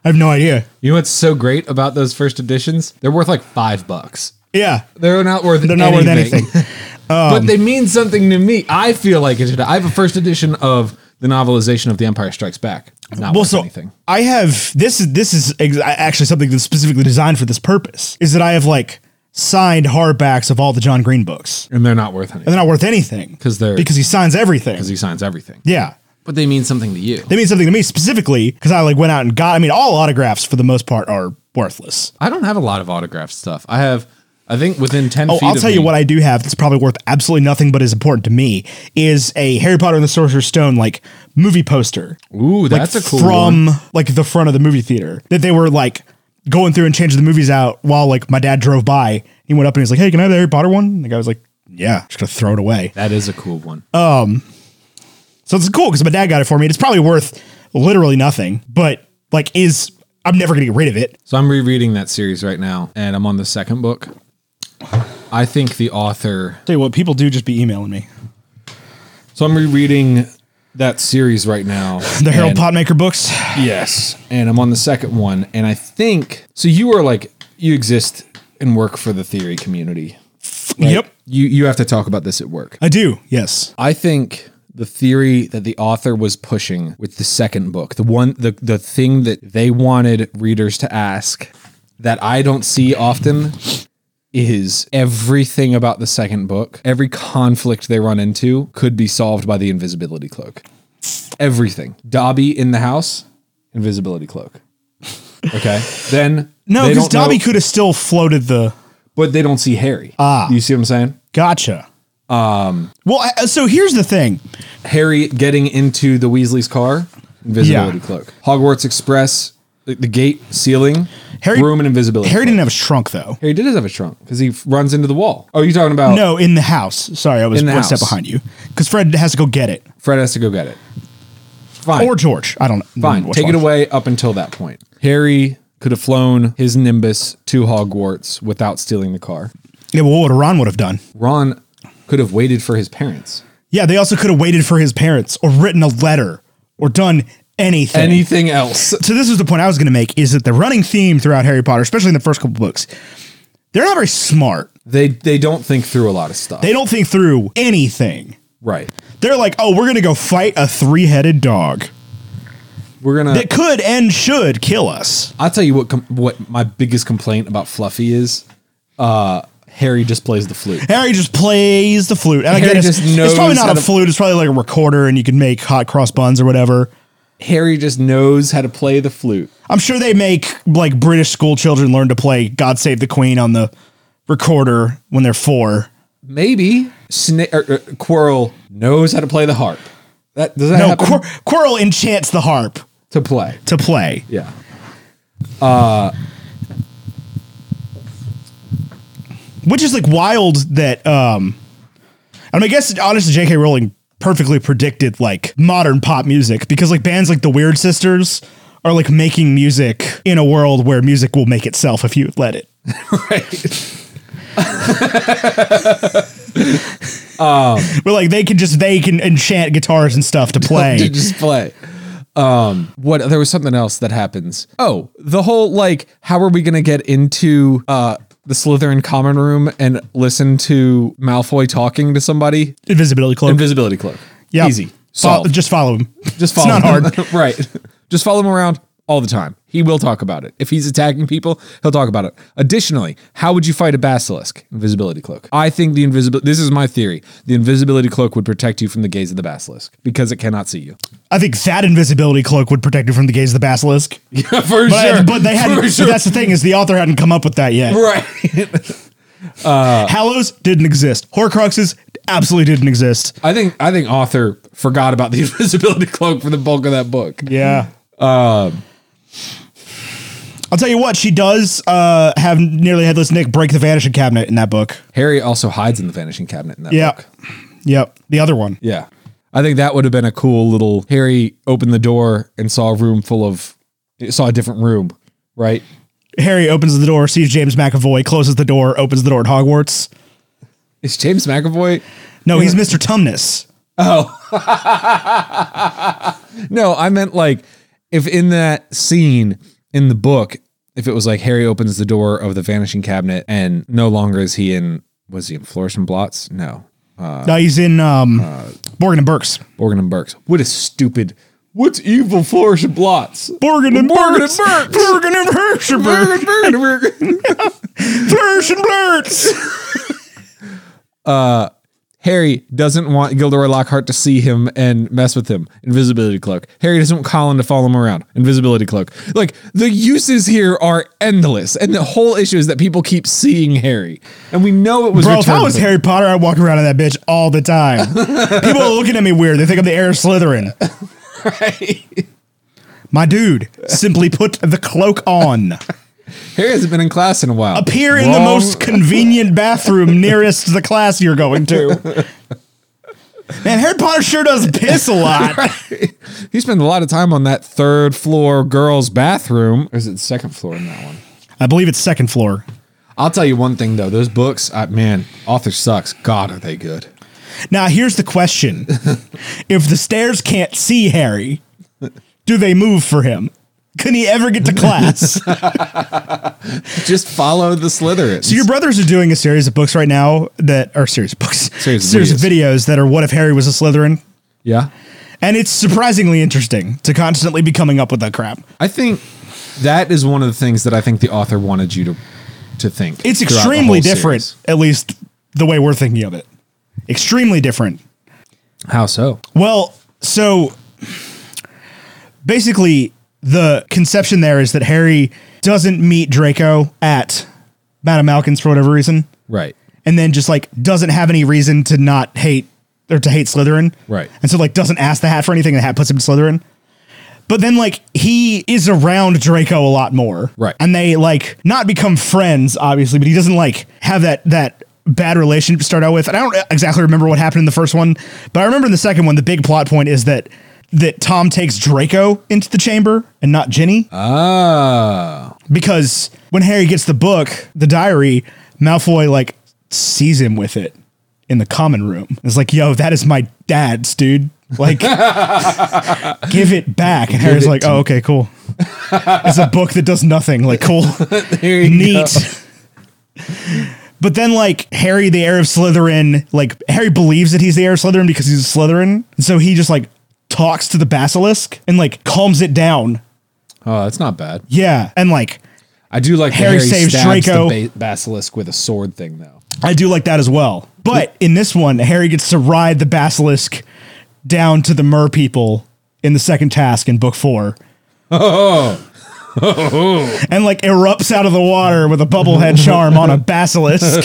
[SPEAKER 1] I have no idea.
[SPEAKER 3] You know what's so great about those first editions? They're worth like five bucks.
[SPEAKER 1] Yeah,
[SPEAKER 3] They're not worth
[SPEAKER 1] they're not worth anything. Um,
[SPEAKER 3] but they mean something to me. I feel like it should. I have a first edition of the novelization of The Empire Strikes Back. Not
[SPEAKER 1] well,
[SPEAKER 3] worth
[SPEAKER 1] so
[SPEAKER 3] anything.
[SPEAKER 1] I have this is this is ex- actually something that's specifically designed for this purpose. Is that I have like signed hardbacks of all the John Green books,
[SPEAKER 3] And they're not worth
[SPEAKER 1] and
[SPEAKER 3] anything
[SPEAKER 1] they're not worth anything
[SPEAKER 3] 'Cause they're-
[SPEAKER 1] because he signs everything.
[SPEAKER 3] because he signs everything.
[SPEAKER 1] yeah.
[SPEAKER 3] But they mean something to you.
[SPEAKER 1] They mean something to me specifically because I like went out and got. I mean, all autographs for the most part are worthless.
[SPEAKER 3] I don't have a lot of autographed stuff. I have, I think, within 10
[SPEAKER 1] Oh,
[SPEAKER 3] feet
[SPEAKER 1] I'll
[SPEAKER 3] of
[SPEAKER 1] tell you
[SPEAKER 3] me-
[SPEAKER 1] what I do have that's probably worth absolutely nothing but is important to me is a Harry Potter and the Sorcerer's Stone like movie poster.
[SPEAKER 3] Ooh, that's a cool one.
[SPEAKER 1] from like the front of the movie theater that they were like going through and changing the movies out while like my dad drove by. He went up and he's like, "Hey, can I have the Harry Potter one?" And the guy was like, "Yeah, just gonna throw it away."
[SPEAKER 3] That is a cool one.
[SPEAKER 1] Uh, So it's cool because my dad got it for me. It's probably worth literally nothing, but like is I'm never gonna get rid of it.
[SPEAKER 3] So I'm rereading that series right now, and I'm on the second book. I think the author
[SPEAKER 1] Tell you what, people do just be emailing me
[SPEAKER 3] So I'm rereading that series right now.
[SPEAKER 1] the Harold
[SPEAKER 3] and-
[SPEAKER 1] Potmaker books.
[SPEAKER 3] Yes. And I'm on the second one. And I think so you are like you exist and work for the theory community. right?
[SPEAKER 1] Yep,
[SPEAKER 3] You you have to talk about this at work.
[SPEAKER 1] I do. Yes,
[SPEAKER 3] I think the theory that the author was pushing with the second book, the one the the thing that they wanted readers to ask that I don't see often is everything about the second book, every conflict they run into could be solved by the invisibility cloak. everything. Dobby in the house, invisibility cloak. Okay. Then
[SPEAKER 1] No,
[SPEAKER 3] they
[SPEAKER 1] because
[SPEAKER 3] don't know-
[SPEAKER 1] Dobby could have still floated the.
[SPEAKER 3] but they don't see Harry.
[SPEAKER 1] Ah.
[SPEAKER 3] you see what I'm saying?
[SPEAKER 1] Gotcha. Um.
[SPEAKER 3] Um,
[SPEAKER 1] Well, I- so here's the thing.
[SPEAKER 3] Harry getting into the Weasley's car, invisibility
[SPEAKER 1] Yeah.
[SPEAKER 3] cloak. Hogwarts Express, the, the gate, ceiling,
[SPEAKER 1] Harry-
[SPEAKER 3] room, and invisibility.
[SPEAKER 1] Harry
[SPEAKER 3] cloak.
[SPEAKER 1] didn't have a trunk though.
[SPEAKER 3] Harry did have a trunk because he f- runs into the wall. Oh, you're talking about
[SPEAKER 1] No, in the house. Sorry, I was
[SPEAKER 3] In the
[SPEAKER 1] one step
[SPEAKER 3] house.
[SPEAKER 1] behind you because Fred has to go get it,
[SPEAKER 3] Fred has to go get it. Fine.
[SPEAKER 1] or George. I don't know.
[SPEAKER 3] Fine,
[SPEAKER 1] which
[SPEAKER 3] take
[SPEAKER 1] one.
[SPEAKER 3] it away up until that point. Harry could have flown his Nimbus to Hogwarts without stealing the car.
[SPEAKER 1] Yeah, well, what Ron would have done.
[SPEAKER 3] Ron could have waited for his parents.
[SPEAKER 1] Yeah, they also could have waited for his parents, or written a letter, or done anything.
[SPEAKER 3] Anything else?
[SPEAKER 1] so this is the point I was going to make: is that the running theme throughout Harry Potter, especially in the first couple books, they're not very smart.
[SPEAKER 3] They they don't think through a lot of stuff.
[SPEAKER 1] They don't think through anything.
[SPEAKER 3] right.
[SPEAKER 1] They're like, "Oh, we're going to go fight a three-headed dog
[SPEAKER 3] We're gonna.
[SPEAKER 1] that could and should kill us."
[SPEAKER 3] I'll tell you what. Com- what my biggest complaint about Fluffy is, uh, Harry just plays the flute.
[SPEAKER 1] Harry just plays the flute, and I
[SPEAKER 3] Harry
[SPEAKER 1] guess
[SPEAKER 3] just
[SPEAKER 1] it's,
[SPEAKER 3] knows
[SPEAKER 1] it's probably not
[SPEAKER 3] how
[SPEAKER 1] a
[SPEAKER 3] to-
[SPEAKER 1] flute. It's probably like a recorder, and you can make hot cross buns or whatever.
[SPEAKER 3] Harry just knows how to play the flute.
[SPEAKER 1] I'm sure they make like British school children learn to play "God Save the Queen" on the recorder when they're four.
[SPEAKER 3] Maybe Sna- or, or, Quirrell knows how to play the harp. That does that
[SPEAKER 1] No,
[SPEAKER 3] happen
[SPEAKER 1] Quir- Quirrell enchants the harp
[SPEAKER 3] to play?
[SPEAKER 1] to play.
[SPEAKER 3] Yeah. Uh,
[SPEAKER 1] which is like wild that um I mean I guess honestly J.K. Rowling perfectly predicted like modern pop music because like bands like the Weird Sisters are like making music in a world where music will make itself if you let it.
[SPEAKER 3] right.
[SPEAKER 1] But like they can just they can enchant guitars and stuff to
[SPEAKER 3] to
[SPEAKER 1] play.
[SPEAKER 3] just play. Um, what there was something else that happens. Oh, the whole like, how are we gonna get into uh the Slytherin common room and listen to Malfoy talking to somebody?
[SPEAKER 1] Invisibility cloak.
[SPEAKER 3] Invisibility cloak.
[SPEAKER 1] yeah.
[SPEAKER 3] easy.
[SPEAKER 1] Fo-
[SPEAKER 3] Solved.
[SPEAKER 1] just follow him.
[SPEAKER 3] Just follow
[SPEAKER 1] It's not
[SPEAKER 3] him.
[SPEAKER 1] hard.
[SPEAKER 3] right. Just follow him around all the time. He will talk about it. If he's attacking people, he'll talk about it. Additionally, how would you fight a basilisk? Invisibility cloak. I think the invisibility this is my theory. The invisibility cloak would protect you from the gaze of the basilisk because it cannot see you.
[SPEAKER 1] I think that invisibility cloak would protect you from the gaze of the basilisk.
[SPEAKER 3] Yeah, for
[SPEAKER 1] But,
[SPEAKER 3] sure.
[SPEAKER 1] but they hadn't
[SPEAKER 3] For
[SPEAKER 1] but
[SPEAKER 3] sure.
[SPEAKER 1] that's the thing is the author hadn't come up with that yet.
[SPEAKER 3] right.
[SPEAKER 1] Hallows didn't exist. Horcruxes absolutely didn't exist.
[SPEAKER 3] I think I think author forgot about the invisibility cloak for the bulk of that book.
[SPEAKER 1] Yeah. Um, I'll tell you what, she does uh, have nearly headless Nick break the vanishing cabinet in that book.
[SPEAKER 3] Harry also hides in the vanishing cabinet in that
[SPEAKER 1] Yeah.
[SPEAKER 3] book.
[SPEAKER 1] Yep. The other one.
[SPEAKER 3] Yeah. I think that would have been a cool little Harry opened the door and saw a room full of saw a different room, right?
[SPEAKER 1] Harry opens the door, sees James McAvoy, closes the door, opens the door at Hogwarts.
[SPEAKER 3] Is James McAvoy?
[SPEAKER 1] No, he's Mr. Tumnus.
[SPEAKER 3] No, I meant like if in that scene in the book, if it was like Harry opens the door of the vanishing cabinet and no longer is he in was he in Flourishing Blots? No.
[SPEAKER 1] no, he's in um, Borgin and Burks.
[SPEAKER 3] Borgin and Burks. What a stupid. What's evil flourish and blots?
[SPEAKER 1] Borgin and
[SPEAKER 3] Borgin and
[SPEAKER 1] Burks.
[SPEAKER 3] Burks.
[SPEAKER 1] Borgin and Hershenberg. Hershenbergs.
[SPEAKER 3] Harry doesn't want Gilderoy Lockhart to see him and mess with him. Invisibility cloak. Harry doesn't want Colin to follow him around. Invisibility cloak. Like the uses here are endless, and the whole issue is that people keep seeing Harry, and we know it was.
[SPEAKER 1] Bro, if I
[SPEAKER 3] returned
[SPEAKER 1] was
[SPEAKER 3] to-
[SPEAKER 1] Harry Potter, I'd walk around in that bitch all the time. People are looking at me weird. They think I'm the heir of Slytherin. My dude, simply put the cloak on.
[SPEAKER 3] Harry hasn't been in class in a while.
[SPEAKER 1] Appear in the
[SPEAKER 3] Wrong.
[SPEAKER 1] most convenient bathroom nearest the class you're going to. Man, Harry Potter sure does piss a lot.
[SPEAKER 3] He spent a lot of time on that third floor girls' bathroom. Or is it the second floor in that one?
[SPEAKER 1] I believe it's second floor.
[SPEAKER 3] I'll tell you one thing though. Those books, uh, man, author sucks. God, are they good?
[SPEAKER 1] Now, here's the question If the stairs can't see Harry, do they move for him? Can he ever get to class?
[SPEAKER 3] Just follow the Slytherins.
[SPEAKER 1] So your brothers are doing a series of books right now that are series of books,
[SPEAKER 3] Series
[SPEAKER 1] series,
[SPEAKER 3] of
[SPEAKER 1] of videos that are what if Harry was a Slytherin,
[SPEAKER 3] yeah.
[SPEAKER 1] and it's surprisingly interesting to constantly be coming up with that crap.
[SPEAKER 3] I think that is one of the things that I think the author wanted you to to think.
[SPEAKER 1] It's
[SPEAKER 3] throughout the
[SPEAKER 1] extremely
[SPEAKER 3] whole
[SPEAKER 1] different,
[SPEAKER 3] series.
[SPEAKER 1] at least the way we're thinking of it. Extremely different.
[SPEAKER 3] How so?
[SPEAKER 1] Well, so basically the conception there is that Harry doesn't meet Draco at Madame Malkin's for whatever reason,
[SPEAKER 3] Right.
[SPEAKER 1] and then just like doesn't have any reason to not hate or to hate Slytherin.
[SPEAKER 3] Right.
[SPEAKER 1] And so like doesn't ask the hat for anything, and the hat puts him in Slytherin. But then like he is around Draco a lot more.
[SPEAKER 3] Right.
[SPEAKER 1] And they like not become friends, obviously, but he doesn't like have that that bad relationship to start out with. And I don't exactly remember what happened in the first one, but I remember in the second one, the big plot point is that that Tom takes Draco into the chamber and not Ginny
[SPEAKER 3] Ah.
[SPEAKER 1] because when Harry gets the book, the diary, Malfoy like sees him with it in the common room. It's like, yo, that is my dad's, dude. Like, give it back. And Harry's
[SPEAKER 3] it
[SPEAKER 1] like,
[SPEAKER 3] to
[SPEAKER 1] oh, okay, cool. it's a book that does nothing. Like, cool.
[SPEAKER 3] There you go.
[SPEAKER 1] Neat. But then, like Harry, the heir of Slytherin, like Harry believes that he's the heir of Slytherin because he's a Slytherin, and so he just like talks to the basilisk and like calms it down.
[SPEAKER 3] Oh, that's not bad.
[SPEAKER 1] Yeah, and like
[SPEAKER 3] I do like
[SPEAKER 1] Harry
[SPEAKER 3] Harry, Harry
[SPEAKER 1] saves
[SPEAKER 3] stabs
[SPEAKER 1] Draco.
[SPEAKER 3] the ba- basilisk with a sword thing though.
[SPEAKER 1] I do like that as well. But in this one, Harry gets to ride the basilisk down to the mer people in the second task in book four. Oh. And like erupts out of the water with a bubblehead charm on a basilisk.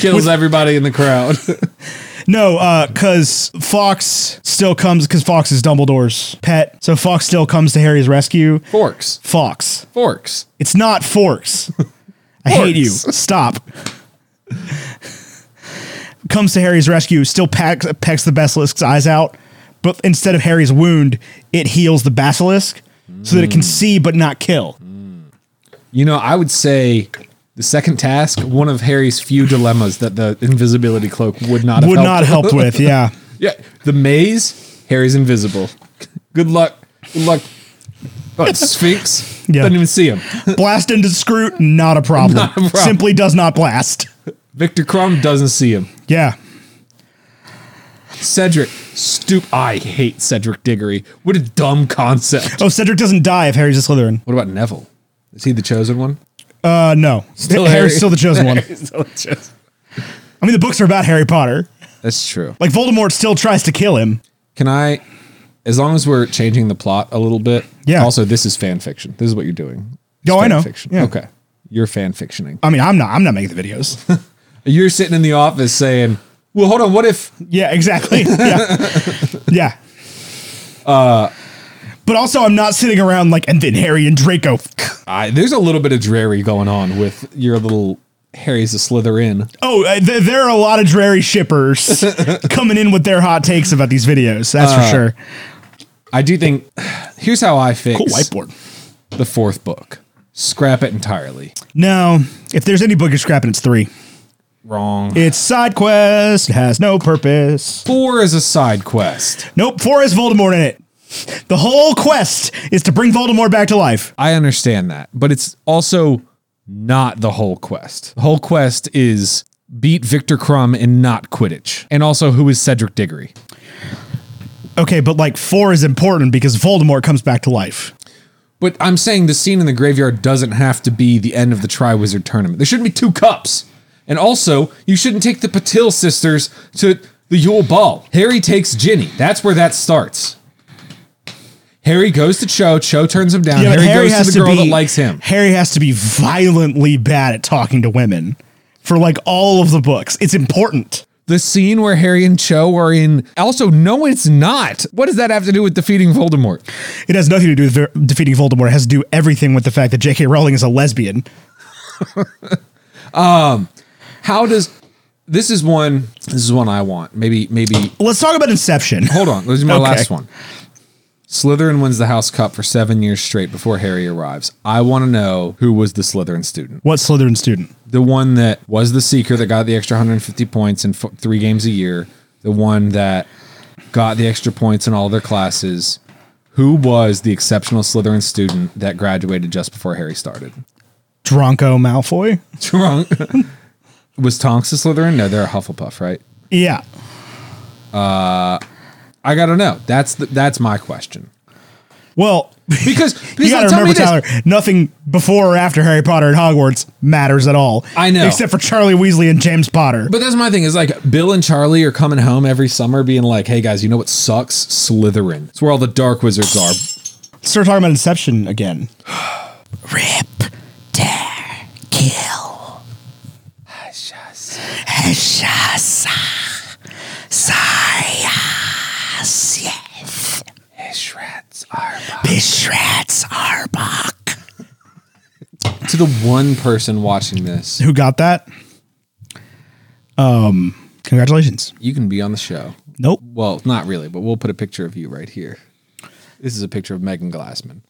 [SPEAKER 3] Kills everybody in the crowd.
[SPEAKER 1] No, uh, cause Fox still comes because Fox is Dumbledore's pet. So Fox still comes to Harry's rescue.
[SPEAKER 3] Forks.
[SPEAKER 1] Fox.
[SPEAKER 3] Forks.
[SPEAKER 1] It's not forks. I hate you.
[SPEAKER 3] Forks.
[SPEAKER 1] Stop. Comes to Harry's rescue, still packs, pecks the basilisk's eyes out, but instead of Harry's wound, it heals the basilisk so that it
[SPEAKER 3] Mm.
[SPEAKER 1] can see but not kill.
[SPEAKER 3] You know, I would say the second task, one of Harry's few dilemmas that the invisibility cloak would not have
[SPEAKER 1] Would
[SPEAKER 3] helped.
[SPEAKER 1] not have helped with, yeah.
[SPEAKER 3] Yeah, the maze. Harry's invisible. Good luck. Good luck. Oh, it's Sphinx
[SPEAKER 1] Yeah.
[SPEAKER 3] doesn't even see him.
[SPEAKER 1] Blast into Scroot, not a problem.
[SPEAKER 3] Not a problem.
[SPEAKER 1] Simply does not blast.
[SPEAKER 3] Victor Crumb doesn't see him.
[SPEAKER 1] Yeah.
[SPEAKER 3] Cedric, stoop. I hate Cedric Diggory. What a dumb concept.
[SPEAKER 1] Oh, Cedric doesn't die if Harry's a Slytherin.
[SPEAKER 3] What about Neville? Is he the chosen one?
[SPEAKER 1] Uh, no.
[SPEAKER 3] Still
[SPEAKER 1] Harry's
[SPEAKER 3] Harry.
[SPEAKER 1] still the chosen one.
[SPEAKER 3] He's still the chosen.
[SPEAKER 1] I mean, the books are about Harry Potter.
[SPEAKER 3] That's true.
[SPEAKER 1] Like, Voldemort still tries to kill him.
[SPEAKER 3] Can I, as long as we're changing the plot a little bit?
[SPEAKER 1] Yeah.
[SPEAKER 3] Also, this is fan fiction. This is what you're doing. It's
[SPEAKER 1] Oh, I
[SPEAKER 3] fan
[SPEAKER 1] know.
[SPEAKER 3] Fiction.
[SPEAKER 1] Yeah.
[SPEAKER 3] Okay. You're fan fictioning.
[SPEAKER 1] I mean, I'm not. I'm not making the videos.
[SPEAKER 3] You're sitting in the office saying, well, hold on. What if
[SPEAKER 1] Yeah, exactly. Yeah. yeah. but also, I'm not sitting around like, and then Harry and Draco.
[SPEAKER 3] I, there's a little bit of dreary going on with your little Harry's a Slytherin.
[SPEAKER 1] Oh, uh, th- there are a lot of dreary shippers coming in with their hot takes about these videos. That's for sure.
[SPEAKER 3] I do think here's how I fix
[SPEAKER 1] Cool whiteboard.
[SPEAKER 3] the fourth book: scrap it entirely.
[SPEAKER 1] No, if there's any book you're scrapping, it's three.
[SPEAKER 3] Wrong.
[SPEAKER 1] It's side quest. It has no purpose.
[SPEAKER 3] Four is a side quest.
[SPEAKER 1] Nope. Four has Voldemort in it. The whole quest is to bring Voldemort back to life.
[SPEAKER 3] I understand that, but it's also not the whole quest. The whole quest is beat Victor Crumb and not Quidditch, and also who is Cedric Diggory.
[SPEAKER 1] Okay, but like four is important because Voldemort comes back to life.
[SPEAKER 3] But I'm saying the scene in the graveyard doesn't have to be the end of the Triwizard tournament. There shouldn't be two cups. And also, you shouldn't take the Patil sisters to the Yule Ball. Harry takes Ginny. That's where that starts. Harry goes to Cho. Cho turns him down.
[SPEAKER 1] Yeah, but
[SPEAKER 3] Harry,
[SPEAKER 1] Harry
[SPEAKER 3] goes
[SPEAKER 1] has
[SPEAKER 3] to the girl
[SPEAKER 1] be,
[SPEAKER 3] that likes him.
[SPEAKER 1] Harry has to be violently bad at talking to women for like all of the books. It's important.
[SPEAKER 3] The scene where Harry and Cho are in. Also, no, it's not. What does that have to do with defeating Voldemort?
[SPEAKER 1] It has nothing to do with ver- defeating Voldemort. It has to do everything with the fact that J.K. Rowling is a lesbian.
[SPEAKER 3] How does. This is one. This is one I want. Maybe, maybe
[SPEAKER 1] Let's talk about Inception.
[SPEAKER 3] Hold on. This is my
[SPEAKER 1] Okay.
[SPEAKER 3] last one. Slytherin wins the House Cup for seven years straight before Harry arrives. I want to know who was the Slytherin student.
[SPEAKER 1] What Slytherin student?
[SPEAKER 3] The one that was the seeker that got the extra 150 points in f- three games a year. The one that got the extra points in all their classes. Who was the exceptional Slytherin student that graduated just before Harry started?
[SPEAKER 1] Dronko Malfoy?
[SPEAKER 3] Wrong. was Tonks a Slytherin? No, they're a Hufflepuff, right?
[SPEAKER 1] Yeah.
[SPEAKER 3] I gotta know. That's the, that's my question.
[SPEAKER 1] Well,
[SPEAKER 3] Because,
[SPEAKER 1] you
[SPEAKER 3] because
[SPEAKER 1] got to
[SPEAKER 3] tell me
[SPEAKER 1] remember,
[SPEAKER 3] this.
[SPEAKER 1] Tyler, nothing before or after Harry Potter and Hogwarts matters at all.
[SPEAKER 3] I know.
[SPEAKER 1] Except for Charlie Weasley and James Potter.
[SPEAKER 3] But that's my thing is like Bill and Charlie are coming home every summer being like, hey guys, you know what sucks? Slytherin. It's where all the dark wizards are.
[SPEAKER 1] Start talking about Inception again. Rip, tear, kill. Hashasa. Sayas. Bishrats Arbok.
[SPEAKER 3] To the one person watching this,
[SPEAKER 1] Who got that? Um, congratulations.
[SPEAKER 3] you can be on the show.
[SPEAKER 1] Nope.
[SPEAKER 3] Well, not really, but we'll put a picture of you right here. This is a picture of Megan Glassman.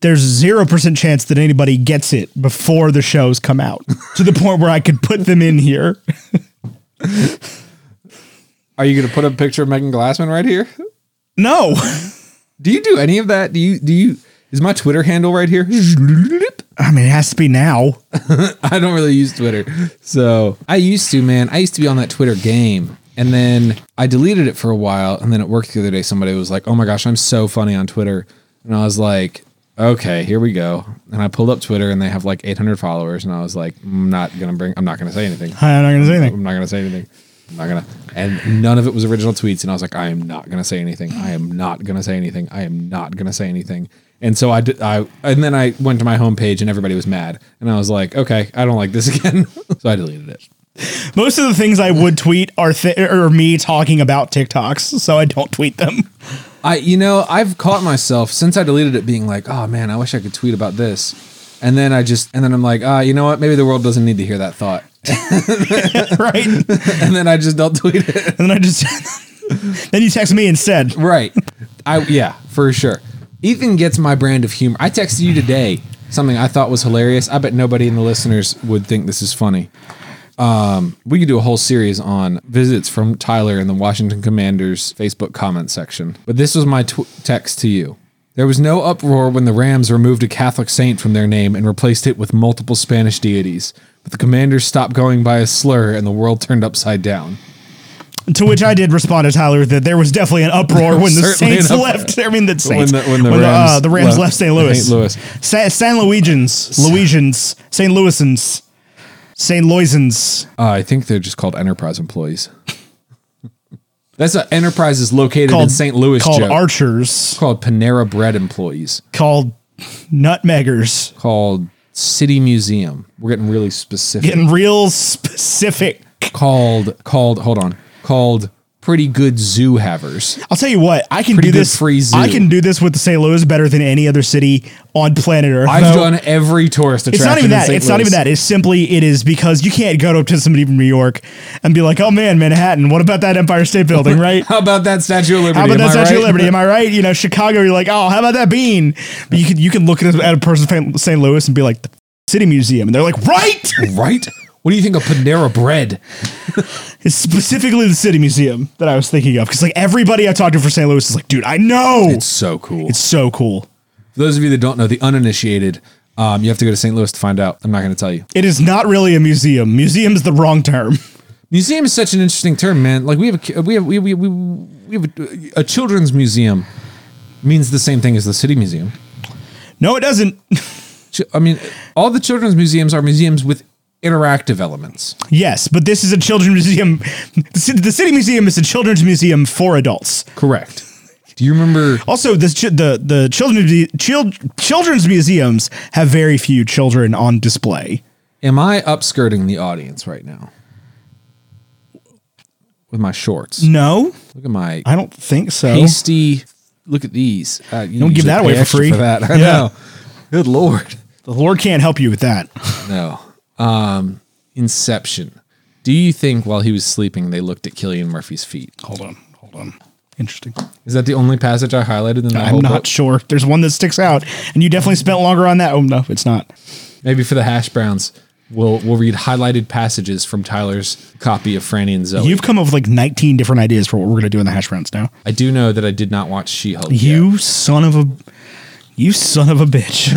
[SPEAKER 1] There's zero percent chance that anybody gets it before the shows come out. to the point where I could put them in here.
[SPEAKER 3] Are you going to put a picture of Megan Glassman right here?
[SPEAKER 1] No.
[SPEAKER 3] Do you do any of that? Do you, do you, is my Twitter handle right here?
[SPEAKER 1] I mean, it has to be now.
[SPEAKER 3] I don't really use Twitter. So I used to, man. I used to be on that Twitter game. And then I deleted it for a while. And then at work the other day, somebody was like, oh my gosh, I'm so funny on Twitter. And I was like, okay, here we go. And I pulled up Twitter and they have like 800 followers. And I was like, I'm not going to bring, I'm not going to say anything.
[SPEAKER 1] I'm not going to say anything.
[SPEAKER 3] I'm not going to say anything. I'm not going to. And none of it was original tweets. And I was like, I am not going to say anything. I am not going to say anything. I am not going to say anything. And so I did, I, and then I went to my homepage and everybody was mad. And I was like, okay, I don't like this again. so I deleted it.
[SPEAKER 1] Most of the things I would tweet are th- or me talking about TikToks, so I don't tweet them.
[SPEAKER 3] I, you know, I've caught myself since I deleted it being like, oh man, I wish I could tweet about this. And then I just, and then I'm like, ah, you know what? Maybe the world doesn't need to hear that thought.
[SPEAKER 1] right? And
[SPEAKER 3] And then I just don't tweet it.
[SPEAKER 1] then I just then you text me instead.
[SPEAKER 3] Right. I yeah, for sure. Ethan gets my brand of humor. I texted you today something I thought was hilarious. I bet nobody in the listeners would think this is funny. Um, we could do a whole series on visits from Tyler in the Washington Commanders Facebook comment section. But this was my tw- text to you. There was no uproar when the Rams removed a Catholic saint from their name and replaced it with multiple Spanish deities. But the Commanders stopped going by a slur and the world turned upside down.
[SPEAKER 1] To which I did respond to Tyler that there was definitely an uproar when the
[SPEAKER 3] Certainly
[SPEAKER 1] Saints
[SPEAKER 3] an uproar.
[SPEAKER 1] left. I mean, the Saints
[SPEAKER 3] the- when the Rams
[SPEAKER 1] the Rams
[SPEAKER 3] left
[SPEAKER 1] left, St. Louis.
[SPEAKER 3] St. Louis.
[SPEAKER 1] Sa- San Luigians, Luigians, St. Louisans, St. Loisans.
[SPEAKER 3] Uh, I think they're just called enterprise employees. That's a enterprise is located in St. Louis.
[SPEAKER 1] called
[SPEAKER 3] Joe.
[SPEAKER 1] archers,
[SPEAKER 3] called Panera Bread employees.
[SPEAKER 1] called nutmeggers.
[SPEAKER 3] Called City Museum. We're getting really specific.
[SPEAKER 1] Getting real specific.
[SPEAKER 3] Called called. Hold on. Called pretty good zoo havers.
[SPEAKER 1] I'll tell you what, I can
[SPEAKER 3] Pretty
[SPEAKER 1] do
[SPEAKER 3] good
[SPEAKER 1] this.
[SPEAKER 3] free zoo.
[SPEAKER 1] I can do this with the St. Louis better than any other city on planet Earth.
[SPEAKER 3] I've
[SPEAKER 1] though.
[SPEAKER 3] done every tourist attraction.
[SPEAKER 1] It's not even
[SPEAKER 3] in
[SPEAKER 1] that.
[SPEAKER 3] St.
[SPEAKER 1] It's not
[SPEAKER 3] Louis.
[SPEAKER 1] even that. It's simply it is because you can't go up to somebody from New York and be like, "Oh man, Manhattan. What about that Empire State Building? Right?
[SPEAKER 3] How about that Statue of Liberty?
[SPEAKER 1] How about
[SPEAKER 3] Am
[SPEAKER 1] that
[SPEAKER 3] I
[SPEAKER 1] Statue of
[SPEAKER 3] right?
[SPEAKER 1] Liberty? Am I right? You know, Chicago. You're like, oh, how about that bean? But you can you can look at, at a person from St. Louis and be like, the City Museum, and they're like, right?
[SPEAKER 3] Right. What do you think of Panera Bread?
[SPEAKER 1] It's specifically the City Museum that I was thinking of because like everybody I talked to for St. Louis is like, dude, I know.
[SPEAKER 3] It's
[SPEAKER 1] It's,
[SPEAKER 3] so cool.
[SPEAKER 1] so cool.
[SPEAKER 3] For those of you that don't know, the uninitiated, um, you have to go to St. Louis to find out. I'm not going to tell you.
[SPEAKER 1] It is not really a museum. Museum is the wrong term.
[SPEAKER 3] Museum is such an interesting term, man. Like we have a ki- we have we we we, we have a, a children's museum means the same thing as the city museum.
[SPEAKER 1] No, it doesn't.
[SPEAKER 3] Ch- I mean, all the children's museums are museums with interactive elements.
[SPEAKER 1] Yes, but this is a children's museum. The ci- the city museum is a children's museum for adults.
[SPEAKER 3] Correct. Do you remember?
[SPEAKER 1] Also, this chi- the the children's muse- chil- children's museums have very few children on display.
[SPEAKER 3] Am I upskirting the audience right now with my shorts?
[SPEAKER 1] No,
[SPEAKER 3] Look at my
[SPEAKER 1] I don't think so.
[SPEAKER 3] hasty. Look at these. Uh, you
[SPEAKER 1] Don't give
[SPEAKER 3] usually
[SPEAKER 1] that away
[SPEAKER 3] pay
[SPEAKER 1] for
[SPEAKER 3] extra
[SPEAKER 1] free.
[SPEAKER 3] that. I
[SPEAKER 1] Yeah.
[SPEAKER 3] know. Good lord.
[SPEAKER 1] The Lord can't help you with that.
[SPEAKER 3] No. Um, Inception. Do you think while he was sleeping they looked at Killian Murphy's feet?
[SPEAKER 1] Hold on, hold on. Interesting.
[SPEAKER 3] Is that the only passage I highlighted in the
[SPEAKER 1] I'm
[SPEAKER 3] whole
[SPEAKER 1] not
[SPEAKER 3] book?
[SPEAKER 1] sure. There's one that sticks out, and you definitely spent longer on that. Oh no, it's not.
[SPEAKER 3] Maybe for the hash browns, we'll we'll read highlighted passages from Tyler's copy of Franny and Zoe.
[SPEAKER 1] You've come up with like 19 different ideas for what we're gonna do in the hash rounds now.
[SPEAKER 3] I do know that I did not watch She-Hulk. yet.
[SPEAKER 1] You son of a, you son of a bitch.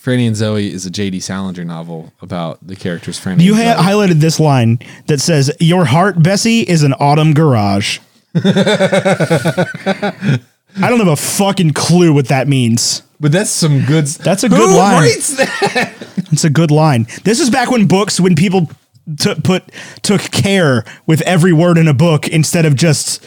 [SPEAKER 3] Franny and Zoe is a J.D. Salinger novel about the characters Franny.
[SPEAKER 1] You
[SPEAKER 3] and
[SPEAKER 1] had
[SPEAKER 3] Zoe.
[SPEAKER 1] highlighted this line that says, "Your heart, Bessie, is an autumn garage." I don't have a fucking clue what that means.
[SPEAKER 3] But that's some good. s-
[SPEAKER 1] That's a
[SPEAKER 3] Who
[SPEAKER 1] good line.
[SPEAKER 3] writes that?
[SPEAKER 1] It's a good line. This is back when books, when people took put took care with every word in a book instead of just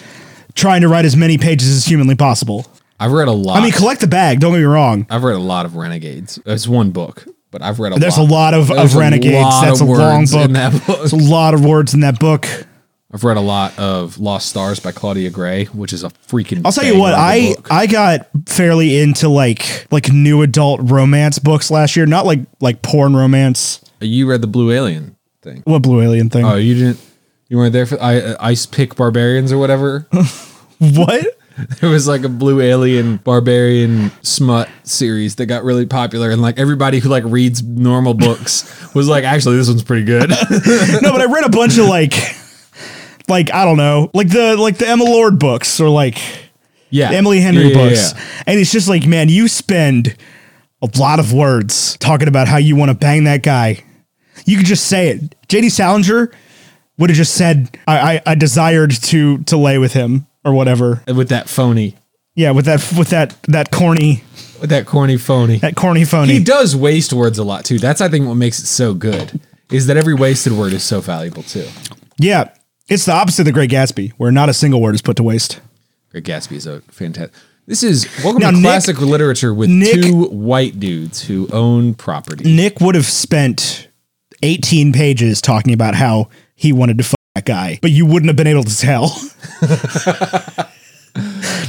[SPEAKER 1] trying to write as many pages as humanly possible.
[SPEAKER 3] I've read a lot.
[SPEAKER 1] I mean, collect the bag. Don't get me wrong.
[SPEAKER 3] I've read a lot of Renegades. It's one book, but I've read a.
[SPEAKER 1] There's
[SPEAKER 3] lot.
[SPEAKER 1] a lot of,
[SPEAKER 3] There's
[SPEAKER 1] of
[SPEAKER 3] a
[SPEAKER 1] renegades.
[SPEAKER 3] lot
[SPEAKER 1] That's
[SPEAKER 3] of
[SPEAKER 1] a long
[SPEAKER 3] words
[SPEAKER 1] book.
[SPEAKER 3] in that book.
[SPEAKER 1] There's a lot of words in that book.
[SPEAKER 3] I've read a lot of Lost Stars by Claudia Gray, which is a freaking.
[SPEAKER 1] I'll tell you what, I I got fairly into like like new adult romance books last year. Not like like porn romance.
[SPEAKER 3] Uh, you read the Blue Alien thing.
[SPEAKER 1] What blue alien thing?
[SPEAKER 3] Oh, you didn't. You weren't there for I, uh, Ice Pick Barbarians or whatever.
[SPEAKER 1] what?
[SPEAKER 3] there was like a Blue Alien Barbarian smut series that got really popular, and like everybody who like reads normal books was like, actually, this one's pretty good.
[SPEAKER 1] no, but I read a bunch of like like I don't know, like the like the Emma Lord books or like
[SPEAKER 3] yeah,
[SPEAKER 1] Emily Henry
[SPEAKER 3] Yeah, yeah,
[SPEAKER 1] books.
[SPEAKER 3] yeah.
[SPEAKER 1] And it's just like, man, you spend a lot of words talking about how you want to bang that guy. You could just say it. JD Salinger would have just said, I, I, I desired to to lay with him or whatever.
[SPEAKER 3] With that phony,
[SPEAKER 1] Yeah, with that with that that corny
[SPEAKER 3] with that corny phony.
[SPEAKER 1] that corny phony.
[SPEAKER 3] He does waste words a lot too. That's I think what makes it so good is that every wasted word is so valuable too.
[SPEAKER 1] yeah. It's the opposite of the Great Gatsby, where not a single word is put to waste.
[SPEAKER 3] Great Gatsby is a fantastic. This is welcome
[SPEAKER 1] Now,
[SPEAKER 3] to
[SPEAKER 1] Nick-
[SPEAKER 3] classic literature with
[SPEAKER 1] Nick-
[SPEAKER 3] two white dudes who own property.
[SPEAKER 1] Nick would have spent 18 pages talking about how he wanted to fuck that guy, but you wouldn't have been able to tell.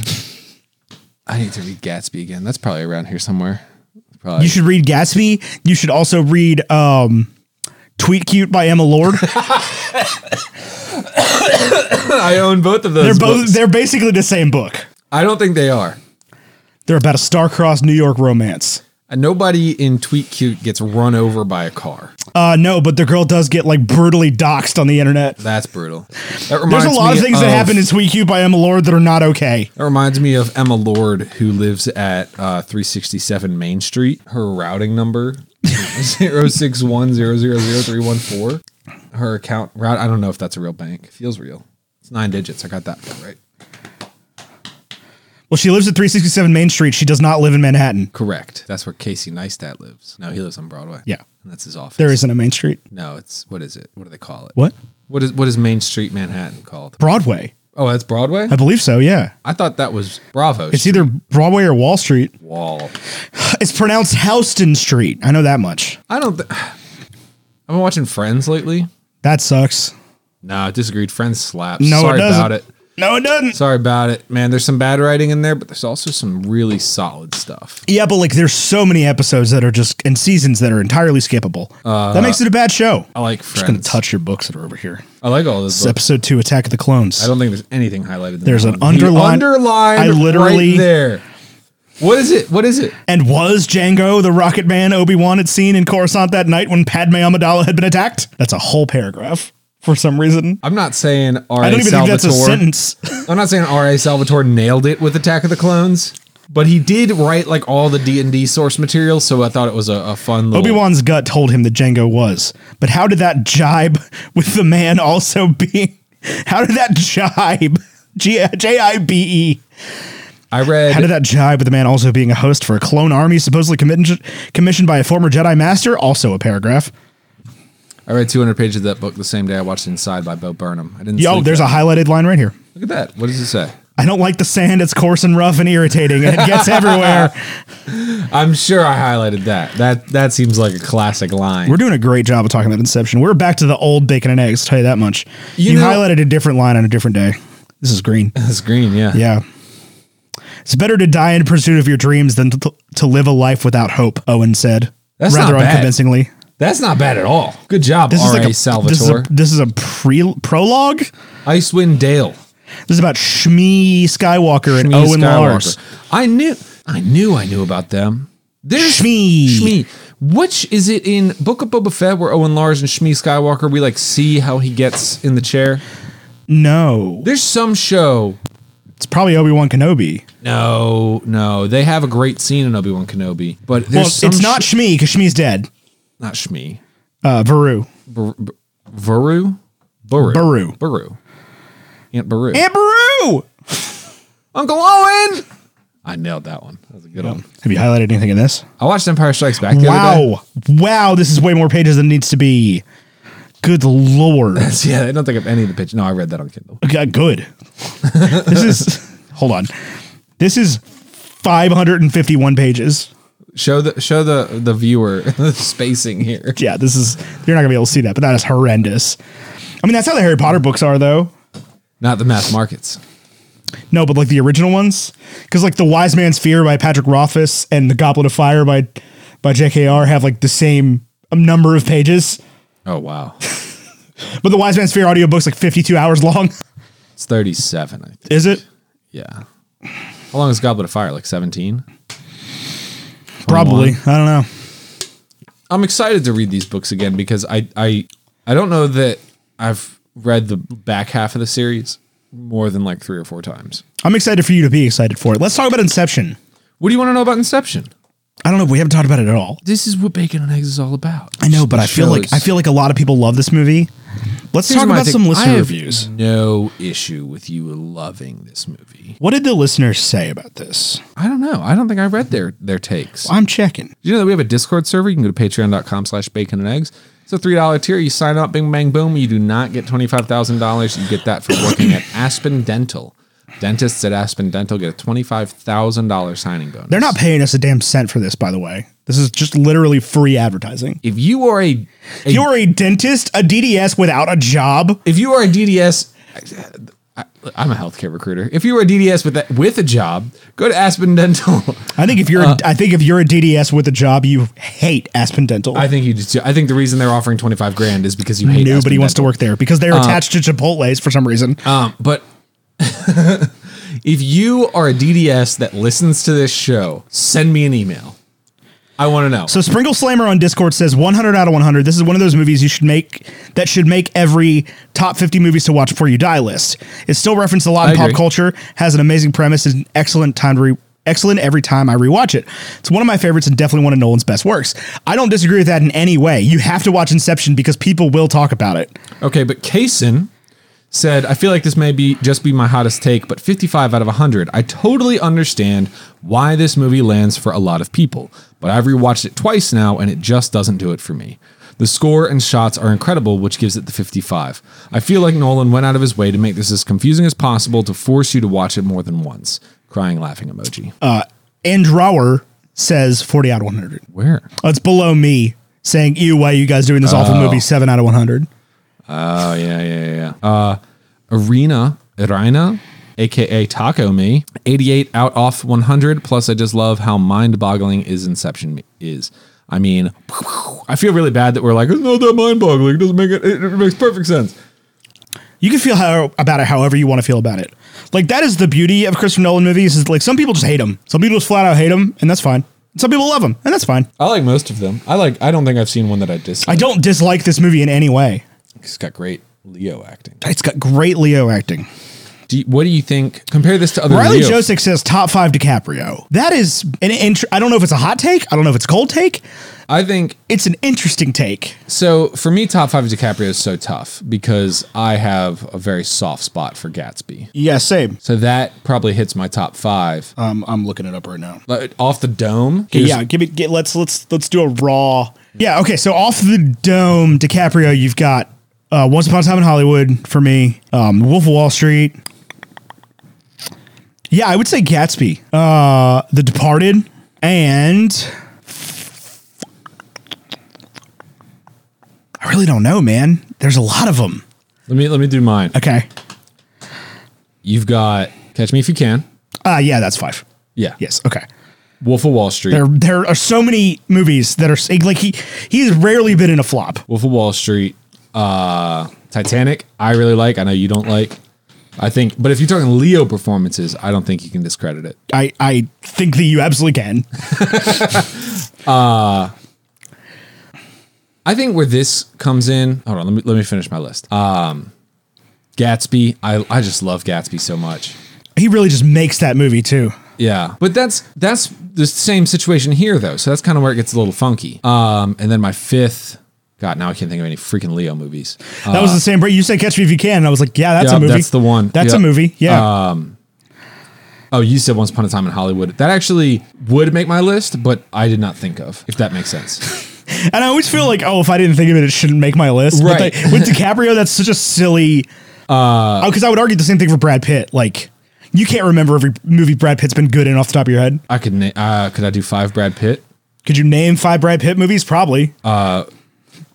[SPEAKER 3] I need to read Gatsby again. That's probably around here somewhere. Probably.
[SPEAKER 1] You should read Gatsby. You should also read um, Tweet Cute by Emma Lord.
[SPEAKER 3] I own both of those.
[SPEAKER 1] They're both
[SPEAKER 3] books.
[SPEAKER 1] they're basically the same book.
[SPEAKER 3] I don't think they are.
[SPEAKER 1] They're about a star-crossed New York romance.
[SPEAKER 3] Uh, Nobody in Tweet Cute gets run over by a car.
[SPEAKER 1] Uh, no, but the girl does get like brutally doxxed on the internet.
[SPEAKER 3] That's brutal. That reminds
[SPEAKER 1] There's a lot
[SPEAKER 3] me
[SPEAKER 1] of things that happen in Tweet Cute by Emma Lord that are not okay.
[SPEAKER 3] That reminds me of Emma Lord, who lives at uh, 367 Main Street. Her routing number 061000314. Her account route. I don't know if that's a real bank. It feels real. It's nine digits. I got that part right.
[SPEAKER 1] Well, she lives at 367 Main Street. She does not live in Manhattan.
[SPEAKER 3] Correct. That's where Casey Neistat lives. No, he lives on Broadway.
[SPEAKER 1] Yeah.
[SPEAKER 3] and that's his office.
[SPEAKER 1] There isn't a Main Street.
[SPEAKER 3] no. It's what is it? What do they call it?
[SPEAKER 1] What?
[SPEAKER 3] What is what is Main Street Manhattan called?
[SPEAKER 1] Broadway.
[SPEAKER 3] Oh, that's Broadway.
[SPEAKER 1] I believe so, yeah.
[SPEAKER 3] I thought that was Bravo.
[SPEAKER 1] It's
[SPEAKER 3] Street
[SPEAKER 1] either Broadway or Wall Street.
[SPEAKER 3] Wall.
[SPEAKER 1] It's pronounced Houston Street. I know that much.
[SPEAKER 3] I don't. Th- I've been watching Friends lately.
[SPEAKER 1] That sucks.
[SPEAKER 3] No, I disagreed. Friends slaps.
[SPEAKER 1] No, it
[SPEAKER 3] Sorry
[SPEAKER 1] doesn't.
[SPEAKER 3] about it.
[SPEAKER 1] No, it doesn't.
[SPEAKER 3] Sorry about it, man. There's some bad writing in there, but there's also some really solid stuff.
[SPEAKER 1] Yeah, but like there's so many episodes that are just and seasons that are entirely skippable. that makes it a bad show.
[SPEAKER 3] I like
[SPEAKER 1] just Uh, gonna
[SPEAKER 3] Friends.
[SPEAKER 1] touch your books that are over here.
[SPEAKER 3] I like all this.
[SPEAKER 1] It's episode two, Attack of the Clones.
[SPEAKER 3] I don't think there's anything highlighted. In
[SPEAKER 1] There's
[SPEAKER 3] that
[SPEAKER 1] an
[SPEAKER 3] one. The
[SPEAKER 1] underline-
[SPEAKER 3] underlined.
[SPEAKER 1] I literally-
[SPEAKER 3] right there. What is it? What is it?
[SPEAKER 1] and was Django the Rocket Man Obi Wan had seen in Coruscant that night when Padme Amidala had been attacked? That's a whole paragraph for some reason.
[SPEAKER 3] I'm not saying R.A.
[SPEAKER 1] I don't even
[SPEAKER 3] Salvatore.
[SPEAKER 1] think that's a sentence.
[SPEAKER 3] I'm not saying R.A. Salvatore nailed it with Attack of the Clones, but he did write like all the D and D source material, so I thought it was a, a fun little.
[SPEAKER 1] Obi Wan's gut told him that Django was, but how did that jibe with the man also being? How did that jibe? G J I B E.
[SPEAKER 3] I read.
[SPEAKER 1] How did that jibe with the man also being a host for a clone army supposedly commissioned, commissioned by a former Jedi Master? Also a paragraph.
[SPEAKER 3] I read 200 pages of that book the same day I watched Inside by Bo Burnham. I didn't.
[SPEAKER 1] Yo,
[SPEAKER 3] sleep
[SPEAKER 1] there's a
[SPEAKER 3] that.
[SPEAKER 1] highlighted line right here.
[SPEAKER 3] look at that. What does it say?
[SPEAKER 1] I don't like the sand. It's coarse and rough and irritating, and it gets everywhere.
[SPEAKER 3] I'm sure I highlighted that. That that seems like a classic line.
[SPEAKER 1] We're doing a great job of talking about Inception. We're back to the old bacon and eggs. Tell you that much. You,
[SPEAKER 3] You know-
[SPEAKER 1] highlighted a different line on a different day. This is green.
[SPEAKER 3] That's green, yeah.
[SPEAKER 1] Yeah. It's better to die in pursuit of your dreams than to, to live a life without hope, Owen said.
[SPEAKER 3] That's
[SPEAKER 1] rather
[SPEAKER 3] not bad.
[SPEAKER 1] unconvincingly.
[SPEAKER 3] That's not bad at all. Good job,
[SPEAKER 1] This
[SPEAKER 3] R.A.
[SPEAKER 1] is like a
[SPEAKER 3] Salvatore.
[SPEAKER 1] This is a, this is a pre prologue.
[SPEAKER 3] Icewind Dale.
[SPEAKER 1] This is about Shmi Skywalker and
[SPEAKER 3] Shmi
[SPEAKER 1] Owen
[SPEAKER 3] Skywalker.
[SPEAKER 1] Lars.
[SPEAKER 3] I knew I knew I knew about them. There's
[SPEAKER 1] Shmi.
[SPEAKER 3] Shmi. Which is it in Book of Boba Fett where Owen Lars and Shmi Skywalker we like see how he gets in the chair?
[SPEAKER 1] No,
[SPEAKER 3] There's some show.
[SPEAKER 1] it's probably Obi Wan Kenobi.
[SPEAKER 3] No, no. They have a great scene in Obi-Wan Kenobi, but there's
[SPEAKER 1] Well,
[SPEAKER 3] some
[SPEAKER 1] it's not
[SPEAKER 3] sh-
[SPEAKER 1] Shmi because Shmi's dead.
[SPEAKER 3] not Shmi.
[SPEAKER 1] Uh, Veru.
[SPEAKER 3] Veru? Buru.
[SPEAKER 1] Beru.
[SPEAKER 3] Buru. Aunt Baru.
[SPEAKER 1] Aunt Beru!
[SPEAKER 3] Uncle Owen! I nailed that one. That was a good one.
[SPEAKER 1] Have you highlighted anything in this?
[SPEAKER 3] I watched Empire Strikes Back the other day.
[SPEAKER 1] Wow. Wow, this is way more pages than needs to be. Good lord.
[SPEAKER 3] Yeah, I don't think of any of the pitch. No, I read that on Kindle.
[SPEAKER 1] Okay, good. this is hold on. This is 551 pages.
[SPEAKER 3] Show the show the the viewer the spacing here.
[SPEAKER 1] Yeah, this is you're not gonna be able to see that, but that is horrendous. I mean, that's how the Harry Potter books are, though.
[SPEAKER 3] Not the math markets.
[SPEAKER 1] No, but like the original ones, because like the Wise Man's Fear by Patrick Rothfuss and the Goblet of Fire by by J.K.R. have like the same number of pages,
[SPEAKER 3] Oh wow,
[SPEAKER 1] but the Wise Man's Fear audiobook's like 52 hours long.
[SPEAKER 3] it's thirty seven. I think.
[SPEAKER 1] Is it?
[SPEAKER 3] Yeah. How long is Goblet of Fire? Like seventeen.
[SPEAKER 1] Probably. I don't know.
[SPEAKER 3] I'm excited to read these books again because I I I don't know that I've read the back half of the series more than like three or four times.
[SPEAKER 1] I'm excited for you to be excited for it. Let's talk about Inception.
[SPEAKER 3] What do you want to know about Inception?
[SPEAKER 1] I don't know. We haven't talked about it at all.
[SPEAKER 3] This is what Bacon and Eggs is all about.
[SPEAKER 1] I know, but I feel like I feel like a lot of people love this movie. Let's talk about some listener reviews.
[SPEAKER 3] No issue with you loving this movie.
[SPEAKER 1] What did the listeners say about this?
[SPEAKER 3] I don't know. I don't think I read their their takes.
[SPEAKER 1] I'm checking.
[SPEAKER 3] Do you know that we have a Discord server? You can go to patreon.com slash bacon and eggs. It's a $3 tier. You sign up, bing, bang, boom. You do not get $25,000. You get that for working at Aspen Dental. Dentists at Aspen Dental get a $25,000 signing bonus.
[SPEAKER 1] They're not paying us a damn cent for this, by the way. This is just literally free advertising.
[SPEAKER 3] If you are a, a-
[SPEAKER 1] You're a dentist, a DDS without a job.
[SPEAKER 3] if you are a DDS, I, am a healthcare recruiter. If you are a DDS with a, with a job, go to Aspen Dental.
[SPEAKER 1] I think if you're,
[SPEAKER 3] Uh,
[SPEAKER 1] a, I think if you're a DDS with a job, you hate Aspen Dental.
[SPEAKER 3] I think you just, I think the reason they're offering 25 grand is because you hate
[SPEAKER 1] Nobody
[SPEAKER 3] Aspen
[SPEAKER 1] wants
[SPEAKER 3] Dental. Uh,
[SPEAKER 1] to work there because they're attached to Chipotle's for some reason.
[SPEAKER 3] Um, but if you are a DDS that listens to this show, send me an email. I want to know.
[SPEAKER 1] So Sprinkle Slammer on Discord says 100 out of 100. This is one of those movies you should make that should make every top 50 movies to watch before you die list. It's still referenced a lot
[SPEAKER 3] I
[SPEAKER 1] in pop
[SPEAKER 3] agree.
[SPEAKER 1] culture, has an amazing premise, and an excellent time to re- excellent every time I rewatch it. It's one of my favorites and definitely one of Nolan's best works. I don't disagree with that in any way. You have to watch Inception because people will talk about it.
[SPEAKER 3] okay, but Kaysen said, I feel like this may be just be my hottest take, but 55 out of 100. I totally understand why this movie lands for a lot of people, but I've rewatched it twice now and it just doesn't do it for me. The score and shots are incredible, which gives it the 55. I feel like Nolan went out of his way to make this as confusing as possible to force you to watch it more than once. Crying laughing emoji.
[SPEAKER 1] Andrower says 40 out of 100.
[SPEAKER 3] Where?
[SPEAKER 1] It's below me saying, "Ew, why are you guys doing this awful movie 7 out of 100?"
[SPEAKER 3] Oh yeah, yeah, yeah. Uh, Arena, Arena, aka Taco Me, eighty-eight out off one hundred. Plus, I just love how mind-boggling is Inception me- is. I mean, I feel really bad that we're like, it's not that mind-boggling. It doesn't make it. It, it makes perfect sense.
[SPEAKER 1] you can feel how about it however you want to feel about it. Like that is the beauty of Christopher Nolan movies is like some people just hate them. Some people just flat out hate them, and that's fine. Some people love them, and that's fine.
[SPEAKER 3] I like most of them. I like. I don't think I've seen one that I dislike.
[SPEAKER 1] I don't dislike this movie in any way.
[SPEAKER 3] It's got great Leo acting.
[SPEAKER 1] It's got great Leo acting.
[SPEAKER 3] Do you, what do you think? Compare this to other
[SPEAKER 1] Riley
[SPEAKER 3] Leo.
[SPEAKER 1] Josek says top five DiCaprio. That is an int- I don't know if it's a hot take. I don't know if it's a cold take.
[SPEAKER 3] I think
[SPEAKER 1] It's an interesting take.
[SPEAKER 3] So for me, top five of DiCaprio is so tough because I have a very soft spot for Gatsby.
[SPEAKER 1] Yeah, same.
[SPEAKER 3] So that probably hits my top five.
[SPEAKER 1] Um, I'm looking it up right now.
[SPEAKER 3] Like, off the dome, here's-
[SPEAKER 1] yeah, give it. Get, let's let's let's do a raw. Yeah. Okay. So off the dome, DiCaprio, you've got uh, Once Upon a Time in Hollywood for me. Um, Wolf of Wall Street. Yeah, I would say Gatsby, uh, The Departed, and I really don't know, man. There's a lot of them.
[SPEAKER 3] Let me let me do mine.
[SPEAKER 1] Okay.
[SPEAKER 3] You've got Catch Me If You Can.
[SPEAKER 1] Uh, yeah, that's five.
[SPEAKER 3] Yeah.
[SPEAKER 1] Yes. Okay.
[SPEAKER 3] Wolf of Wall Street.
[SPEAKER 1] There, there are so many movies that are like he he's rarely been in a flop.
[SPEAKER 3] Wolf of Wall Street. Uh, Titanic. I really like. I know you don't like. I think, but if you're talking Leo performances, I don't think you can discredit it.
[SPEAKER 1] I, I think that you absolutely can.
[SPEAKER 3] I think where this comes in. Hold on. Let me let me finish my list. Um, Gatsby. I I just love Gatsby so much.
[SPEAKER 1] He really just makes that movie too.
[SPEAKER 3] Yeah, but that's that's the same situation here though. So that's kind of where it gets a little funky. Um, and then my fifth, God, now I can't think of any freaking Leo movies. Uh,
[SPEAKER 1] That was the same break. You said Catch Me If You Can. And I was like, yeah, that's
[SPEAKER 3] yeah,
[SPEAKER 1] a movie.
[SPEAKER 3] that's the one.
[SPEAKER 1] That's
[SPEAKER 3] Yeah.
[SPEAKER 1] a movie. Yeah.
[SPEAKER 3] Oh, you said Once Upon a Time in Hollywood. That actually would make my list, but I did not think of, if that makes sense.
[SPEAKER 1] And I always feel like, oh, if I didn't think of it, it shouldn't make my list.
[SPEAKER 3] Right.
[SPEAKER 1] But they, with DiCaprio, that's such a silly. Uh, because I would argue the same thing for Brad Pitt. Like, you can't remember every movie Brad Pitt's been good in off the top of your head.
[SPEAKER 3] I could na- uh, could I do five Brad Pitt?
[SPEAKER 1] Could you name five Brad Pitt movies? Probably. Uh,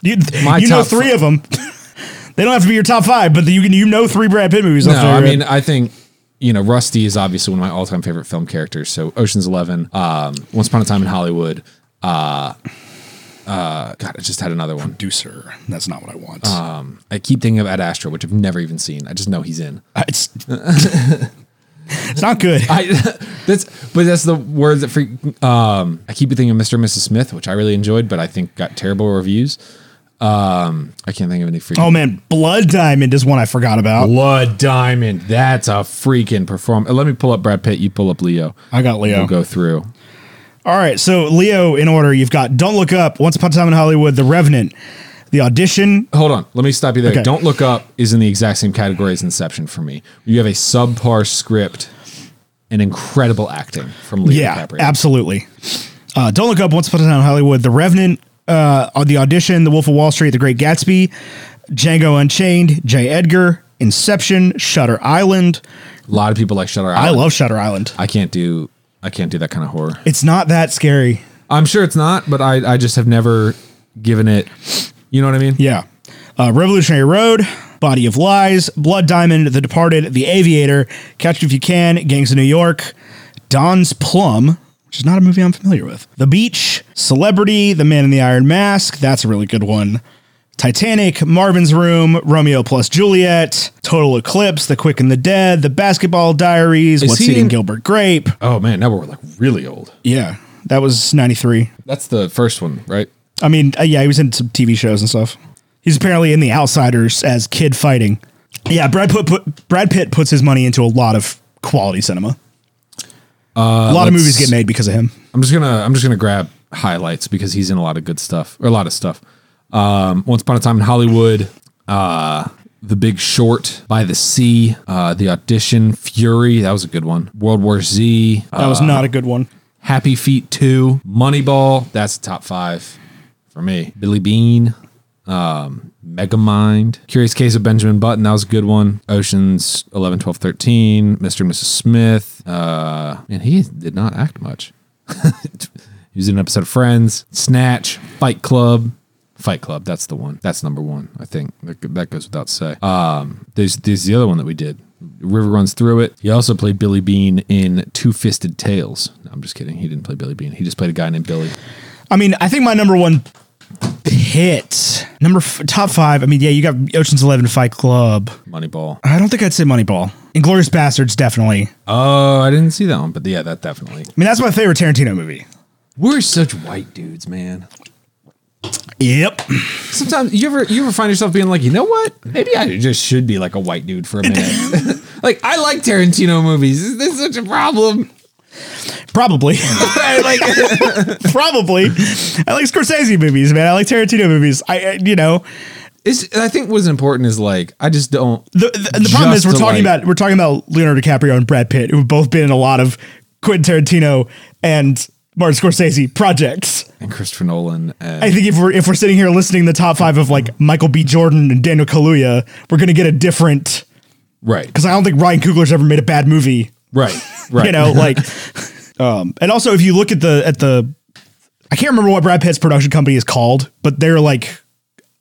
[SPEAKER 1] you
[SPEAKER 3] my
[SPEAKER 1] you know
[SPEAKER 3] top
[SPEAKER 1] three
[SPEAKER 3] fi-
[SPEAKER 1] of them. they don't have to be your top five, but you can you know three Brad Pitt movies.
[SPEAKER 3] No,
[SPEAKER 1] off the top
[SPEAKER 3] I
[SPEAKER 1] of your
[SPEAKER 3] mean
[SPEAKER 1] head.
[SPEAKER 3] I think you know Rusty is obviously one of my all time favorite film characters. So Ocean's Eleven, um, Once Upon a Time in Hollywood. Uh, uh, God, I just had another one.
[SPEAKER 1] producer. That's not what I
[SPEAKER 3] Uh,
[SPEAKER 1] want.
[SPEAKER 3] I keep thinking of Ad Astra, which I've never even seen. I just know he's in.
[SPEAKER 1] Uh, it's, it's not good.
[SPEAKER 3] I that's but that's the word that freak. Um, I keep thinking of Mr. and Mrs. Smith, which I really enjoyed, but I think got terrible reviews. Um, I can't think of any freaking
[SPEAKER 1] oh man, Blood Diamond is one I forgot about.
[SPEAKER 3] Blood Diamond. That's a freaking perform. Let me pull up Brad Pitt. You pull up Leo.
[SPEAKER 1] I got Leo.
[SPEAKER 3] We'll go through.
[SPEAKER 1] All right, so Leo, in order, you've got Don't Look Up, Once Upon a Time in Hollywood, The Revenant, The Audition.
[SPEAKER 3] Hold on. Let me stop you there.
[SPEAKER 1] Okay.
[SPEAKER 3] Don't look up is in the exact same category as Inception for me. You have a subpar script and incredible acting from Leo
[SPEAKER 1] Yeah,
[SPEAKER 3] DiCaprio.
[SPEAKER 1] absolutely. Uh, Don't Look Up, Once Upon a Time in Hollywood, The Revenant, uh, uh, The Audition, The Wolf of Wall Street, The Great Gatsby, Django Unchained, J. Edgar, Inception, Shutter Island.
[SPEAKER 3] a lot of people like Shutter
[SPEAKER 1] I
[SPEAKER 3] Island.
[SPEAKER 1] love Shutter Island.
[SPEAKER 3] I can't do. I can't do that kind of horror.
[SPEAKER 1] It's not that scary.
[SPEAKER 3] I'm sure it's not, but I, I just have never given it. You know what I mean?
[SPEAKER 1] Yeah. Uh, Revolutionary Road, Body of Lies, Blood Diamond, The Departed, The Aviator, Catch Me If You Can, Gangs of New York, Don's Plum, which is not a movie I'm familiar with, The Beach, Celebrity, The Man in the Iron Mask, that's a really good one, Titanic, Marvin's Room, Romeo plus Juliet, Total Eclipse, The Quick and the Dead, The Basketball Diaries, What's
[SPEAKER 3] he
[SPEAKER 1] Eating
[SPEAKER 3] in-
[SPEAKER 1] Gilbert Grape.
[SPEAKER 3] Oh man, now we're like really old.
[SPEAKER 1] Yeah, that was 93.
[SPEAKER 3] That's the first one, right?
[SPEAKER 1] I mean, uh, yeah, he was in some TV shows and stuff. He's apparently in The Outsiders as kid fighting. Yeah, Brad Pitt, put, Brad Pitt puts his money into a lot of quality cinema. a lot of
[SPEAKER 3] Uh, let's-
[SPEAKER 1] movies get made because of him.
[SPEAKER 3] I'm just gonna I'm just gonna grab highlights because he's in a lot of good stuff or a lot of stuff. Um, Once upon a time in Hollywood, uh, The Big Short, By the Sea, uh, The Audition, Fury. That was a good one. World War Z, uh,
[SPEAKER 1] That was not a good one.
[SPEAKER 3] Happy Feet Two, Moneyball. That's top five for me. Billy Bean, um, Megamind, Curious Case of Benjamin Button. That was a good one. Oceans 11, 12, 13, Mr. and Mrs. Smith. Uh, and he did not act much. he was in an episode of Friends, Snatch, Fight Club. Fight Club, that's the one. That's number one, I think. That, that goes without say. Um, there's, there's the other one that we did. River runs through it. He also played Billy Bean in Two Fisted Tales. No, I'm just kidding. He didn't play Billy Bean. He just played a guy named Billy.
[SPEAKER 1] I mean, I think my number one hit, number f- top five. I mean, yeah, you got Ocean's Eleven, Fight Club.
[SPEAKER 3] Moneyball.
[SPEAKER 1] I don't think I'd say Moneyball. Inglorious Bastards, definitely. I
[SPEAKER 3] Oh, I didn't see that one, but yeah, that definitely.
[SPEAKER 1] mean, that's my favorite Tarantino movie.
[SPEAKER 3] We're such white dudes, man.
[SPEAKER 1] Yep.
[SPEAKER 3] Sometimes you ever you ever find yourself being like, you know what? Maybe I just should be like a white dude for a minute. like I like Tarantino movies. Is this such a problem?
[SPEAKER 1] Probably.
[SPEAKER 3] like
[SPEAKER 1] Probably. I like Scorsese movies, man. I like Tarantino movies. I, I you know,
[SPEAKER 3] it's, I think what's important is like I just don't.
[SPEAKER 1] the, the, the problem
[SPEAKER 3] Just
[SPEAKER 1] is we're
[SPEAKER 3] to,
[SPEAKER 1] talking
[SPEAKER 3] like-
[SPEAKER 1] about we're talking about Leonardo DiCaprio and Brad Pitt, who've both been in a lot of Quentin Tarantino and Martin Scorsese projects.
[SPEAKER 3] And Christopher Nolan. And,
[SPEAKER 1] I think if we're if we're sitting here listening to the top five of like Michael B. Jordan and Daniel Kaluuya, we're gonna get a different
[SPEAKER 3] right.
[SPEAKER 1] because I don't think Ryan Coogler's ever made a bad movie.
[SPEAKER 3] Right. Right.
[SPEAKER 1] You know, like, um, and also if you look at the at the, I can't remember what Brad Pitt's production company is called, but they're like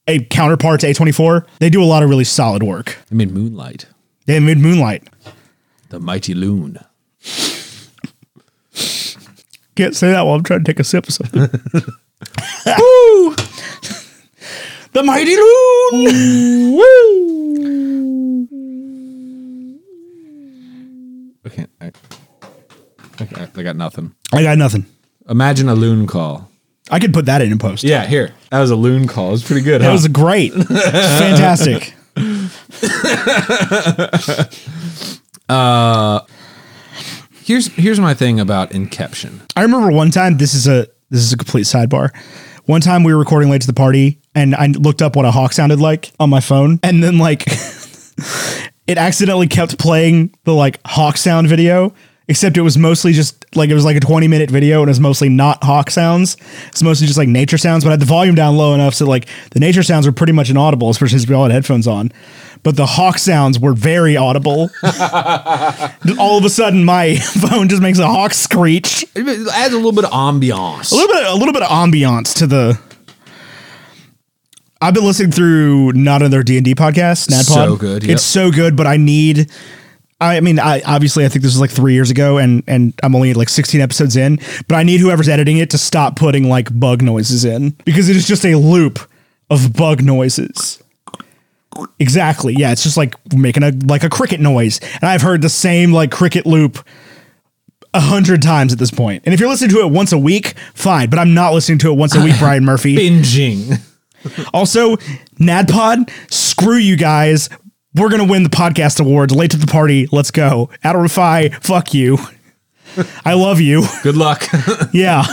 [SPEAKER 1] a counterpart to A twenty four. They do a lot of really solid work.
[SPEAKER 3] I mean, Moonlight,
[SPEAKER 1] They made Moonlight.
[SPEAKER 3] the mighty loon.
[SPEAKER 1] Can't say that while I'm trying to take a sip of something. Woo! the mighty loon. Woo!
[SPEAKER 3] I can't. I, I, I got nothing.
[SPEAKER 1] I got nothing.
[SPEAKER 3] Imagine a loon call.
[SPEAKER 1] I could put that in in post.
[SPEAKER 3] Yeah, here. That was a loon call. It was pretty good.
[SPEAKER 1] That
[SPEAKER 3] huh?
[SPEAKER 1] was great. Fantastic.
[SPEAKER 3] here's here's my thing about Inception.
[SPEAKER 1] I remember one time. This is a this is a complete sidebar. One time we were recording late to the party, and I looked up what a hawk sounded like on my phone, and then like it accidentally kept playing the like hawk sound video, except it was mostly just like it was like a 20 minute video and it was mostly not hawk sounds. It's mostly just like nature sounds, but I had the volume down low enough so like the nature sounds were pretty much inaudible, especially since we all had headphones on. But the hawk sounds were very audible. all of a sudden, my phone just makes a hawk screech.
[SPEAKER 3] It adds a little bit of ambiance.
[SPEAKER 1] A little bit, a little bit of ambiance to the. I've been listening through not another D and D podcast, NadPod.
[SPEAKER 3] So good, yep.
[SPEAKER 1] It's so good, but I need. I mean, I obviously I think this was like three years ago, and and I'm only like 16 episodes in, but I need whoever's editing it to stop putting like bug noises in because it is just a loop of bug noises. Exactly. Yeah, it's just like making a like a cricket noise, and I've heard the same like cricket loop a hundred times at this point. And if you're listening to it once a week, fine. But I'm not listening to it once a week, Brian Murphy.
[SPEAKER 3] Binging.
[SPEAKER 1] Also, NADPOD, screw you guys. We're gonna win the podcast awards. Late to the party. Let's go. Adel Rafai, fuck you. I love you.
[SPEAKER 3] Good luck.
[SPEAKER 1] Yeah.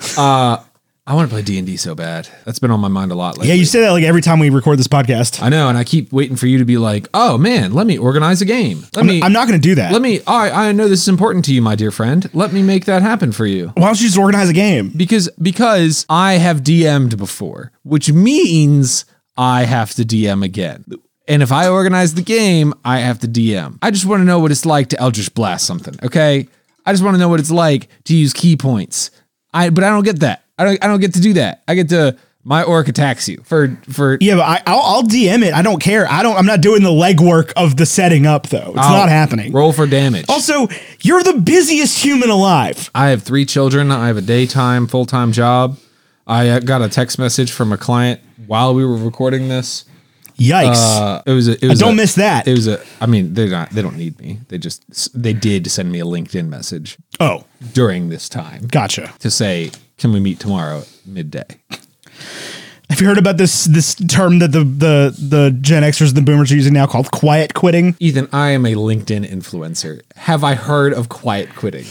[SPEAKER 3] I want to play D and D so bad. That's been on my mind a lot lately.
[SPEAKER 1] Yeah, you say that like every time we record this podcast.
[SPEAKER 3] I know, and I keep waiting for you to be like, "Oh man, let me organize a game. Let me.
[SPEAKER 1] I'm not gonna do that.
[SPEAKER 3] Let me. I I know this is important to you, my dear friend. Let me make that happen for you."
[SPEAKER 1] Why don't you just organize a game?
[SPEAKER 3] because because I have DM'd before, which means I have to DM again. And if I organize the game, I have to DM. I just want to know what it's like to Eldritch Blast something. Okay, I just want to know what it's like to use key points. I but I don't get that. I don't I don't get to do that. I get to my orc attacks you for for
[SPEAKER 1] Yeah, but I, I'll, I'll DM it. I don't care. I don't. I'm not doing the legwork of the setting up though. It's
[SPEAKER 3] Oh.
[SPEAKER 1] not happening.
[SPEAKER 3] roll for damage.
[SPEAKER 1] Also, you're the busiest human alive.
[SPEAKER 3] I have three children. I have a daytime full time job. I uh, got a text message from a client while we were recording this.
[SPEAKER 1] Yikes.
[SPEAKER 3] Uh, it was. A, it was
[SPEAKER 1] don't
[SPEAKER 3] a-
[SPEAKER 1] miss that.
[SPEAKER 3] It was a. I mean, they're not. They don't need me. They just. They did send me a LinkedIn message
[SPEAKER 1] oh,
[SPEAKER 3] during this time
[SPEAKER 1] gotcha.
[SPEAKER 3] to say, "Can we meet tomorrow at midday?"
[SPEAKER 1] Have you heard about this this term that the the the Gen Xers and the Boomers are using now called quiet quitting?
[SPEAKER 3] Ethan, I am a LinkedIn influencer. Have I heard of quiet quitting?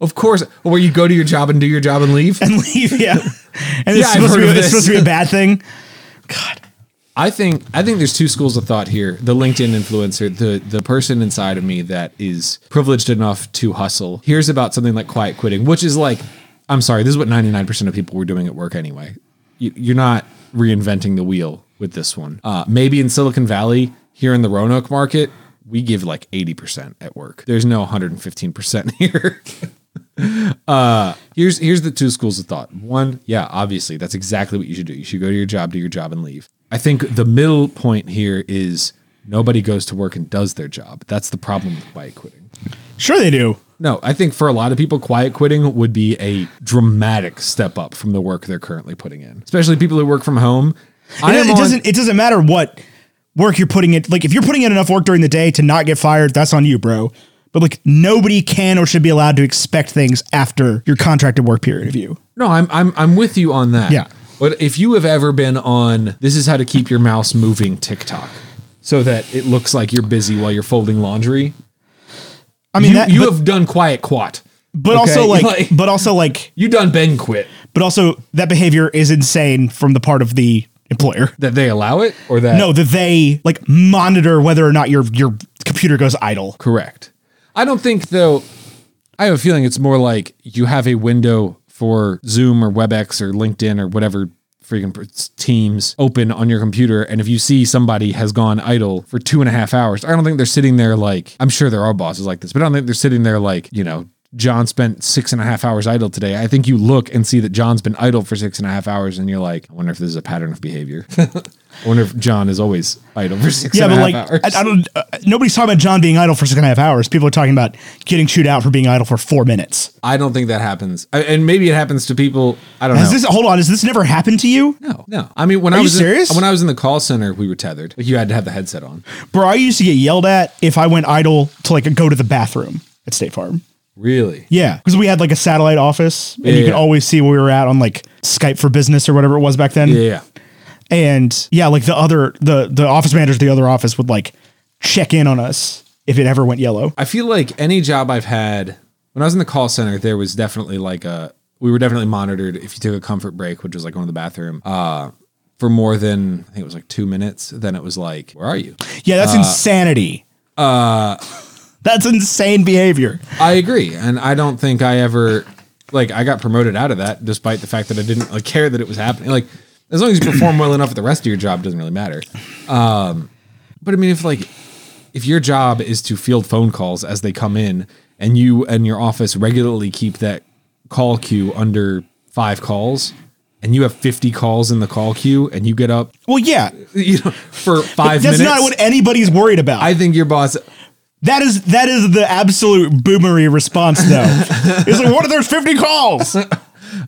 [SPEAKER 3] Of course, where you go to your job and do your job and leave.
[SPEAKER 1] And leave, yeah. And
[SPEAKER 3] Yeah,
[SPEAKER 1] it's,
[SPEAKER 3] I've
[SPEAKER 1] supposed to
[SPEAKER 3] heard
[SPEAKER 1] be, it's
[SPEAKER 3] of this.
[SPEAKER 1] supposed to be a bad thing. God.
[SPEAKER 3] I think I think there's two schools of thought here. The LinkedIn influencer, the the person inside of me that is privileged enough to hustle, hears about something like quiet quitting, which is like, I'm sorry, this is what 99% of people were doing at work anyway. You, you're not reinventing the wheel with this one. Uh, maybe in Silicon Valley, here in the Roanoke market, we give like 80% at work. There's no 115% here. Here's here's the two schools of thought. One, yeah, obviously that's exactly what you should do. You should go to your job, do your job, and leave. I think the middle point here is nobody goes to work and does their job. That's the problem with quiet quitting.
[SPEAKER 1] Sure they do.
[SPEAKER 3] No, I think for a lot of people, quiet quitting would be a dramatic step up from the work they're currently putting in, especially people who work from home. I
[SPEAKER 1] It,
[SPEAKER 3] am
[SPEAKER 1] it
[SPEAKER 3] on-
[SPEAKER 1] doesn't it doesn't matter what work you're putting in. Like if you're putting in enough work during the day to not get fired, that's on you, bro. But like nobody can or should be allowed to expect things after your contracted work period of you.
[SPEAKER 3] No, I'm I'm I'm with you on that.
[SPEAKER 1] Yeah.
[SPEAKER 3] But if you have ever been on this is how to keep your mouse moving TikTok so that it looks like you're busy while you're folding laundry.
[SPEAKER 1] I mean
[SPEAKER 3] you,
[SPEAKER 1] that
[SPEAKER 3] you
[SPEAKER 1] but,
[SPEAKER 3] have done quiet quat.
[SPEAKER 1] but also like, but also like
[SPEAKER 3] you done Ben quit
[SPEAKER 1] but also that behavior is insane from the part of the employer.
[SPEAKER 3] that they allow it or that
[SPEAKER 1] No, that they like monitor whether or not your your computer goes idle.
[SPEAKER 3] correct. I don't think though. I have a feeling it's more like you have a window for Zoom or WebEx or LinkedIn or whatever freaking pr- Teams open on your computer, and if you see somebody has gone idle for two and a half hours, I don't think they're sitting there like I'm sure there are bosses like this, but I don't think they're sitting there like you know. John spent six and a half hours idle today. I think you look and see that John's been idle for six and a half hours, and you're like, I wonder if this is a pattern of behavior. I wonder if John is always idle for six
[SPEAKER 1] Yeah,
[SPEAKER 3] and a
[SPEAKER 1] but like
[SPEAKER 3] half hours.
[SPEAKER 1] I, I don't. Uh, nobody's talking about John being idle for six and a half hours. People are talking about getting chewed out for being idle for four minutes.
[SPEAKER 3] I don't think that happens. I, and maybe it happens to people. I don't
[SPEAKER 1] Has
[SPEAKER 3] know.
[SPEAKER 1] this? Hold on. Has this never happened to you,
[SPEAKER 3] no, no. I mean, when I
[SPEAKER 1] you
[SPEAKER 3] was in-
[SPEAKER 1] serious?
[SPEAKER 3] when I was in the call center, we were tethered. Like you had to have the headset on.
[SPEAKER 1] bro? I used to get yelled at if I went idle to like go to the bathroom at State Farm.
[SPEAKER 3] Really?
[SPEAKER 1] Yeah, because we had like a satellite office, and
[SPEAKER 3] Yeah,
[SPEAKER 1] you could
[SPEAKER 3] yeah.
[SPEAKER 1] always see where we were at on like Skype for Business or whatever it was back then.
[SPEAKER 3] Yeah. yeah.
[SPEAKER 1] And yeah, like the other the the office managers, of the other office would like check in on us if it ever went yellow.
[SPEAKER 3] I feel like any job I've had when I was in the call center, there was definitely like a we were definitely monitored if you took a comfort break, which was like going to the bathroom. Uh, for more than I think Uh, it was like two minutes, then it was like, "Where are you?" uh,
[SPEAKER 1] Yeah, that's insanity. That's insane behavior.
[SPEAKER 3] I agree, and I don't think I ever like I got promoted out of that, despite the fact that I didn't like care that it was happening. Like as long as you perform well enough at the rest of your job, it doesn't really matter. Um, but I mean, if like if your job is to field phone calls as they come in, and you and your office regularly keep that call queue under five calls. And you have 50 calls in the call queue, and you get up,
[SPEAKER 1] Well, yeah,
[SPEAKER 3] you know, for five
[SPEAKER 1] that's
[SPEAKER 3] minutes.
[SPEAKER 1] not what anybody's worried about.
[SPEAKER 3] I think your boss
[SPEAKER 1] that is that is the absolute boomery response, though. it's like, what if there's 50 calls?
[SPEAKER 3] Um,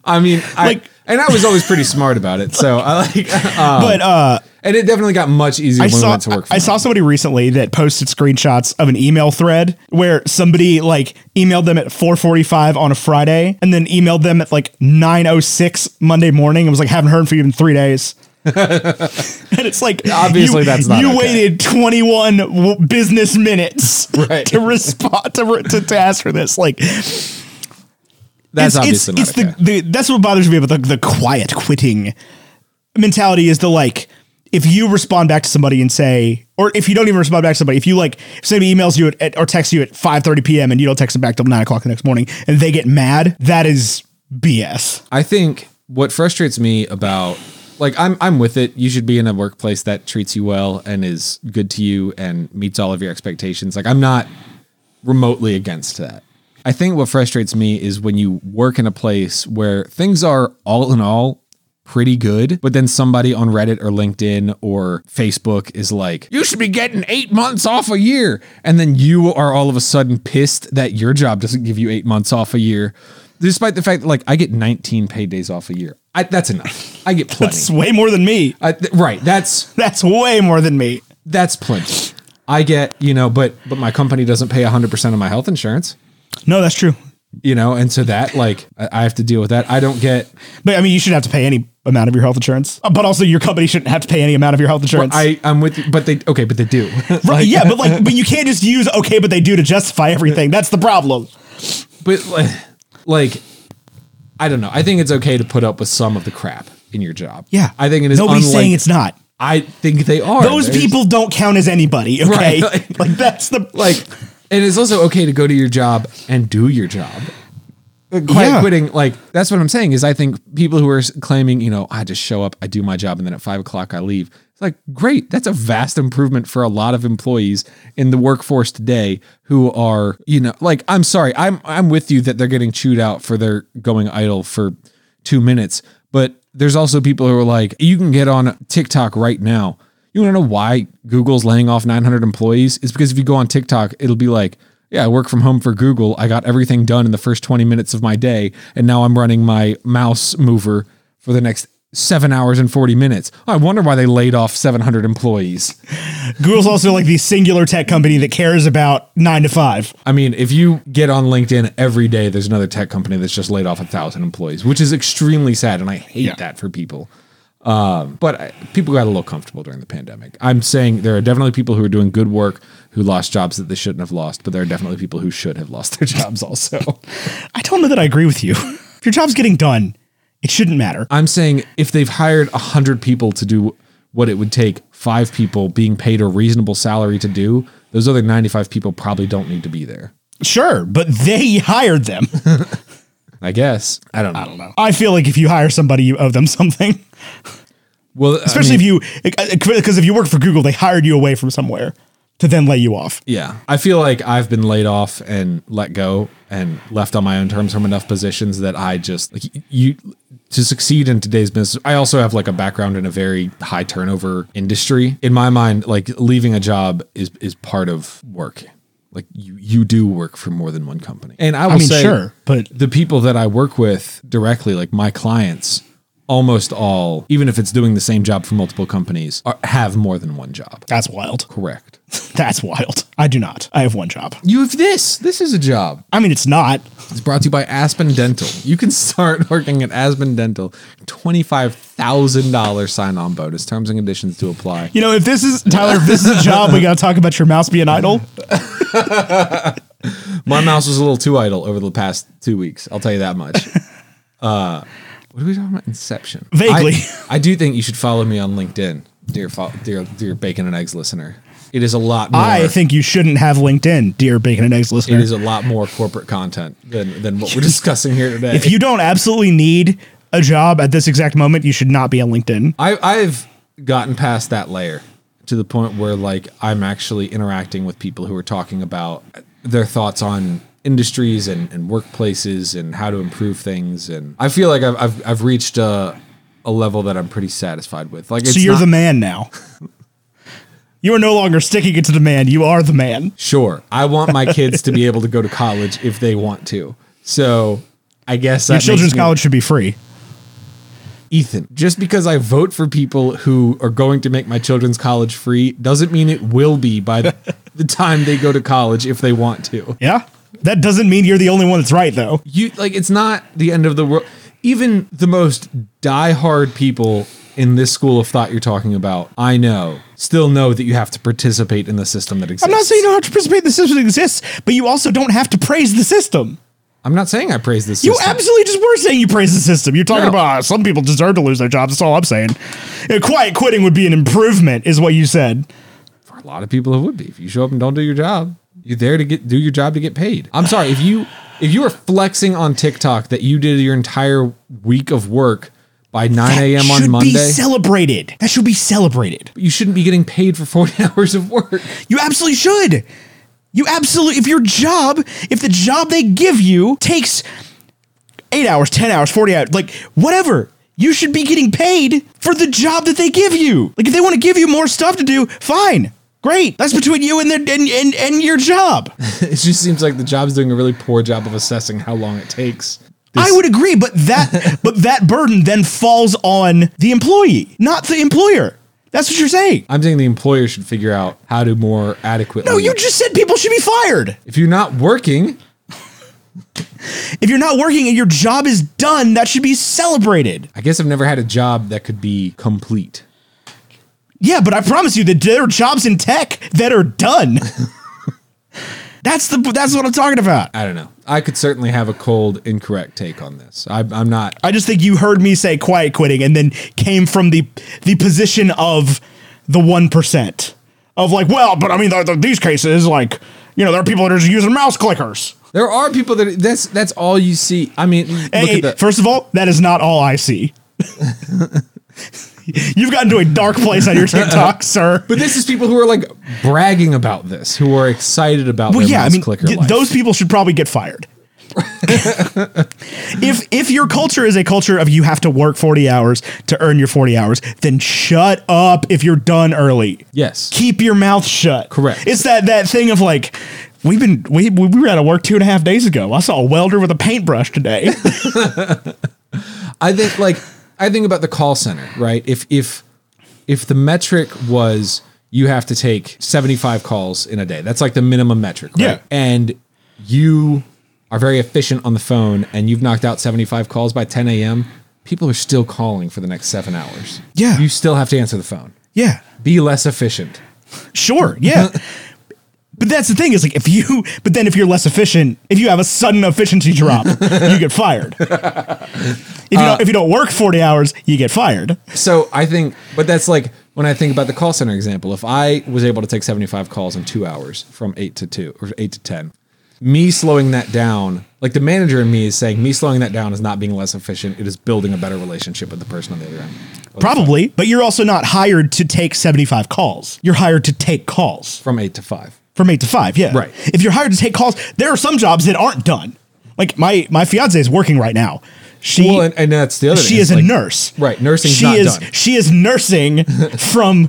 [SPEAKER 3] I mean, I,
[SPEAKER 1] Like-
[SPEAKER 3] and I was always pretty smart about it. So I like, uh,
[SPEAKER 1] but uh,
[SPEAKER 3] and it definitely got much easier
[SPEAKER 1] I
[SPEAKER 3] when we
[SPEAKER 1] saw
[SPEAKER 3] went to work.
[SPEAKER 1] I
[SPEAKER 3] from
[SPEAKER 1] saw somebody recently that posted screenshots of an email thread where somebody like emailed them at 4:45 on a Friday and then emailed them at like 9:06 Monday morning and was like, "Haven't heard from you in three days." and it's like
[SPEAKER 3] Obviously
[SPEAKER 1] you,
[SPEAKER 3] that's not
[SPEAKER 1] you
[SPEAKER 3] okay.
[SPEAKER 1] waited 21 w- business minutes
[SPEAKER 3] Right.
[SPEAKER 1] to respond to, re- to to ask for this like
[SPEAKER 3] that's
[SPEAKER 1] it's,
[SPEAKER 3] obviously
[SPEAKER 1] it's,
[SPEAKER 3] not
[SPEAKER 1] it's the, the that's what bothers me about the, the quiet quitting mentality is the like if you respond back to somebody and say or if you don't even respond back to somebody if you like if somebody emails you at, at- or texts you at 5.30 p.m and you don't text them back till 9 o'clock the next morning and they get mad that is bs
[SPEAKER 3] I think what frustrates me about like I'm I'm with it. You should be in a workplace that treats you well and is good to you and meets all of your expectations. Like I'm not remotely against that. I think what frustrates me is when you work in a place where things are all in all pretty good, but then somebody on Reddit or LinkedIn or Facebook is like, "You should be getting 8 months off a year." And then you are all of a sudden pissed that your job doesn't give you 8 months off a year. Despite the fact that like I get 19 paid days off a year. I, that's enough. I get
[SPEAKER 1] it's
[SPEAKER 3] plenty.
[SPEAKER 1] way more than me
[SPEAKER 3] I, th- right, that's
[SPEAKER 1] that's way more than me
[SPEAKER 3] that's plenty. I get, you know, but but my company doesn't pay 100% of my health insurance
[SPEAKER 1] no that's true
[SPEAKER 3] you know and so that like i I have to deal with that i don't get
[SPEAKER 1] but i mean you shouldn't have to pay any amount of your health insurance Uh, but also your company shouldn't have to pay any amount of your health insurance
[SPEAKER 3] i i'm with you but they okay but they do
[SPEAKER 1] Right, yeah but like but you can't just use okay but they do to justify everything that's the problem
[SPEAKER 3] but like, like i don't know i think it's okay to put up with some of the crap in your job
[SPEAKER 1] Yeah.
[SPEAKER 3] i think it is
[SPEAKER 1] Nobody's
[SPEAKER 3] unlike-
[SPEAKER 1] saying it's not.
[SPEAKER 3] i think they are
[SPEAKER 1] Those
[SPEAKER 3] There's-
[SPEAKER 1] people don't count as anybody, okay?
[SPEAKER 3] Right.
[SPEAKER 1] like that's the
[SPEAKER 3] like and it's also okay to go to your job and do your job quiet
[SPEAKER 1] Yeah.
[SPEAKER 3] quitting like that's what i'm saying is i think people who are s- claiming you know i just show up i do my job and then at five o'clock i leave it's like great that's a vast improvement for a lot of employees in the workforce today who are you know like i'm sorry i'm i'm with you that they're getting chewed out for their going idle for two minutes but there's also people who are like you can get on tiktok right now you want to know why google's laying off 900 employees it's because if you go on tiktok it'll be like yeah, I work from home for Google. I got everything done in the first 20 minutes of my day, and now I'm running my mouse mover for the next seven hours and 40 minutes. I wonder why they laid off 700 employees.
[SPEAKER 1] Google's also like the singular tech company that cares about nine to five.
[SPEAKER 3] I mean, if you get on LinkedIn every day, there's another tech company that's just laid off a thousand employees, which is extremely sad, and I hate that for people. Um, but I, people got a little comfortable during the pandemic. I'm saying there are definitely people who are doing good work who lost jobs that they shouldn't have lost, but there are definitely people who should have lost their jobs also.
[SPEAKER 1] I don't know that I agree with you. if your job's getting done, it shouldn't matter.
[SPEAKER 3] I'm saying if they've hired 100 people to do what it would take five people being paid a reasonable salary to do, those other 95 people probably don't need to be there.
[SPEAKER 1] Sure, but they hired them.
[SPEAKER 3] I guess. I don't know. I don't know.
[SPEAKER 1] I feel like if you hire somebody, you owe them something.
[SPEAKER 3] Well,
[SPEAKER 1] Especially if you, because if you work for Google, they hired you away from somewhere to then lay you off.
[SPEAKER 3] yeah, I feel like I've been laid off and let go and left on my own terms from enough positions that I just like you to succeed in today's business. I also have like a background in a very high turnover industry. In my mind, like leaving a job is is part of work. Like you you do work for more than one company. And I will
[SPEAKER 1] I mean,
[SPEAKER 3] say
[SPEAKER 1] sure, but
[SPEAKER 3] the people that I work with directly, like my clients, almost all, even if it's doing the same job for multiple companies, are, have more than one job.
[SPEAKER 1] that's wild.
[SPEAKER 3] Correct.
[SPEAKER 1] That's wild. I do not. I have one job.
[SPEAKER 3] You have this. This is a job.
[SPEAKER 1] I mean, it's not.
[SPEAKER 3] It's brought to you by Aspen Dental. You can start working at Aspen Dental. $25,000 sign on bonus. Terms and conditions to apply.
[SPEAKER 1] You know, if this is Tyler, if this is a job, we gotta talk about your mouse being idle.
[SPEAKER 3] My mouse was a little too idle over the past two weeks. I'll tell you that much. Uh, what are we talking about? Inception.
[SPEAKER 1] Vaguely.
[SPEAKER 3] I, I do think you should follow me on LinkedIn, dear, fo- dear, dear bacon and eggs listener. It is a lot more.
[SPEAKER 1] I think you shouldn't have LinkedIn, dear Bacon and Eggs listener.
[SPEAKER 3] it is a lot more corporate content than than what we're discussing here today.
[SPEAKER 1] if you don't absolutely need a job at this exact moment, you should not be on LinkedIn.
[SPEAKER 3] I, I've gotten past that layer to the point where like I'm actually interacting with people who are talking about their thoughts on industries and, and workplaces and how to improve things. And I feel like I've, I've, I've reached a, a level that I'm pretty satisfied with. Like, it's
[SPEAKER 1] so you're
[SPEAKER 3] not-
[SPEAKER 1] the man now. you are no longer sticking it to the man. You are the man.
[SPEAKER 3] sure. I want my kids to be able to go to college if they want to. So I guess
[SPEAKER 1] Your
[SPEAKER 3] that makes
[SPEAKER 1] children's
[SPEAKER 3] me-
[SPEAKER 1] college should be free.
[SPEAKER 3] Ethan, just because I vote for people who are going to make my children's college free doesn't mean it will be by the, the time they go to college if they want to.
[SPEAKER 1] Yeah. That doesn't mean you're the only one that's right, though.
[SPEAKER 3] You like it's not the end of the world. Even the most diehard people in this school of thought you're talking about, I know, still know that you have to participate in the system that exists.
[SPEAKER 1] I'm not saying you don't have to participate in the system that exists, but you also don't have to praise the system.
[SPEAKER 3] I'm not saying I praise this
[SPEAKER 1] You
[SPEAKER 3] system.
[SPEAKER 1] absolutely just were saying you praise the system. You're talking
[SPEAKER 3] No.
[SPEAKER 1] about "Ah, some people deserve to lose their jobs. That's all I'm saying. Uh, quiet quitting would be an improvement, is what you said.
[SPEAKER 3] for a lot of people it would be if you show up and don't do your job you're there to get do your job to get paid i'm sorry if you if you were flexing on tiktok that you did your entire week of work by 9 a.m
[SPEAKER 1] Should
[SPEAKER 3] on
[SPEAKER 1] be
[SPEAKER 3] monday
[SPEAKER 1] celebrated. That should be celebrated.
[SPEAKER 3] you shouldn't be getting paid for 40 hours of work
[SPEAKER 1] You absolutely should. You absolutely, if your job, if the job they give you takes eight hours, 10 hours, 40 hours, like whatever, you should be getting paid for the job that they give you. Like if they want to give you more stuff to do, fine. Great. That's between you and, their, and, and, and your job.
[SPEAKER 3] it just seems like the job's doing a really poor job of assessing how long it takes
[SPEAKER 1] I would agree, but that but that burden then falls on the employee, not the employer. That's what you're saying.
[SPEAKER 3] i'm saying the employer should figure out how to more adequately
[SPEAKER 1] No, you just said people should be fired.
[SPEAKER 3] if you're not working
[SPEAKER 1] If you're not working and your job is done, that should be celebrated.
[SPEAKER 3] i guess i've never had a job that could be complete
[SPEAKER 1] Yeah, but I promise you that there are jobs in tech that are done. that's the that's what I'm talking about.
[SPEAKER 3] I don't know. I could certainly have a cold, incorrect take on this. I, I'm not.
[SPEAKER 1] I just think you heard me say quiet quitting and then came from the the position of the one percent of like, well, but I mean, there, there, these cases, like, you know, there are people that are just using mouse clickers.
[SPEAKER 3] There are people that that's that's all you see. I mean,
[SPEAKER 1] Hey,
[SPEAKER 3] look at the,
[SPEAKER 1] first of all, that is not all I see. You've gotten to a dark place on your TikTok, sir.
[SPEAKER 3] but this is people who are like bragging about this, who are excited about.
[SPEAKER 1] Well,
[SPEAKER 3] their
[SPEAKER 1] yeah, I
[SPEAKER 3] mouse
[SPEAKER 1] mean,
[SPEAKER 3] clicker
[SPEAKER 1] th-
[SPEAKER 3] life.
[SPEAKER 1] those people should probably get fired. if if your culture is a culture of you have to work 40 hours to earn your 40 hours, then shut up if you're done early.
[SPEAKER 3] Yes.
[SPEAKER 1] Keep your mouth shut.
[SPEAKER 3] Correct.
[SPEAKER 1] It's that that thing of like we've been we we we were out of work two and a half days ago. I saw a welder with a paintbrush today.
[SPEAKER 3] I think like I think about the call center, right? If if if the metric was you have to take 75 calls in a day. That's like the minimum metric, right?
[SPEAKER 1] Yeah.
[SPEAKER 3] And you are very efficient on the phone and you've knocked out 75 calls by 10 a.m. People are still calling for the next seven hours.
[SPEAKER 1] Yeah.
[SPEAKER 3] You still have to answer the phone.
[SPEAKER 1] yeah.
[SPEAKER 3] Be less efficient.
[SPEAKER 1] Sure, yeah. but that's the thing is like if you but then if you're less efficient, if you have a sudden efficiency drop, you get fired. If you don't if you don't work 40 hours, you get fired.
[SPEAKER 3] So I think, but that's like when I think about the call center example. If I was able to take 75 calls in two hours from eight to two or eight to 10, me slowing that down, like the manager in me is saying, me slowing that down is not being less efficient. It is building a better relationship with the person on the other end.
[SPEAKER 1] Probably, but you're also not hired to take 75 calls. You're hired to take calls
[SPEAKER 3] From eight to five.
[SPEAKER 1] from 8 to 5, yeah.
[SPEAKER 3] Right.
[SPEAKER 1] If you're hired to take calls, there are some jobs that aren't done. Like my my fiance is working right now. She
[SPEAKER 3] Well, and, and that's the other
[SPEAKER 1] she
[SPEAKER 3] thing.
[SPEAKER 1] is a
[SPEAKER 3] It's like-
[SPEAKER 1] nurse.
[SPEAKER 3] Right, nursing's
[SPEAKER 1] She
[SPEAKER 3] not
[SPEAKER 1] is
[SPEAKER 3] done.
[SPEAKER 1] she is nursing from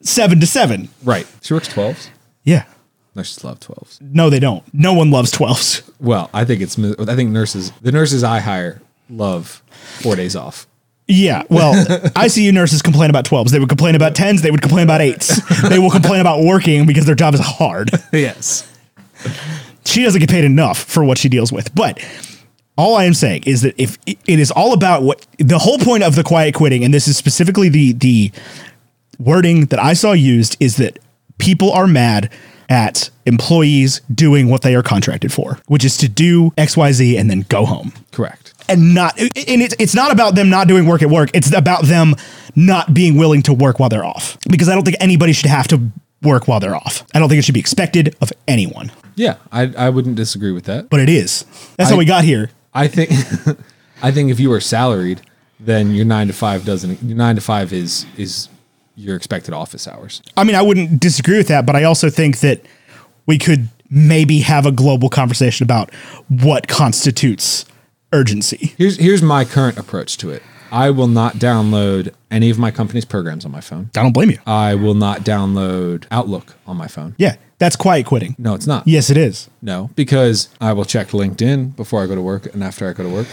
[SPEAKER 1] 7 to 7.
[SPEAKER 3] Right. She works 12s.
[SPEAKER 1] Yeah.
[SPEAKER 3] Nurses love 12s.
[SPEAKER 1] No, they don't. No one loves 12s.
[SPEAKER 3] Well, I think it's, mi- I think nurses, the nurses I hire love four days off.
[SPEAKER 1] Yeah, well, ICU nurses complain about 12s. They would complain about 10s. They would complain about 8s. They will complain about working because their job is hard.
[SPEAKER 3] yes.
[SPEAKER 1] She doesn't get paid enough for what she deals with. But all I am saying is that if it is all about what the whole point of the quiet quitting, and this is specifically the the wording that I saw used, is that people are mad at employees doing what they are contracted for, which is to do XYZ and then go home.
[SPEAKER 3] Correct.
[SPEAKER 1] and not and it's it's not about them not doing work at work. It's about them not being willing to work while they're off. Because I don't think anybody should have to work while they're off. I don't think it should be expected of anyone,
[SPEAKER 3] Yeah, I, I wouldn't disagree with that.
[SPEAKER 1] but it is. That's
[SPEAKER 3] I-
[SPEAKER 1] how we got here.
[SPEAKER 3] I think I think if you are salaried, then your nine to five doesn't your nine to five is is your expected office hours.
[SPEAKER 1] I mean, I wouldn't disagree with that, but I also think that we could maybe have a global conversation about what constitutes urgency.
[SPEAKER 3] Here's here's my current approach to it. I will not download any of my company's programs on my phone.
[SPEAKER 1] I don't blame you.
[SPEAKER 3] I will not download Outlook on my phone.
[SPEAKER 1] Yeah, that's quiet quitting.
[SPEAKER 3] No, it's not.
[SPEAKER 1] Yes, it is.
[SPEAKER 3] No, because I will check LinkedIn before I go to work and after I go to work.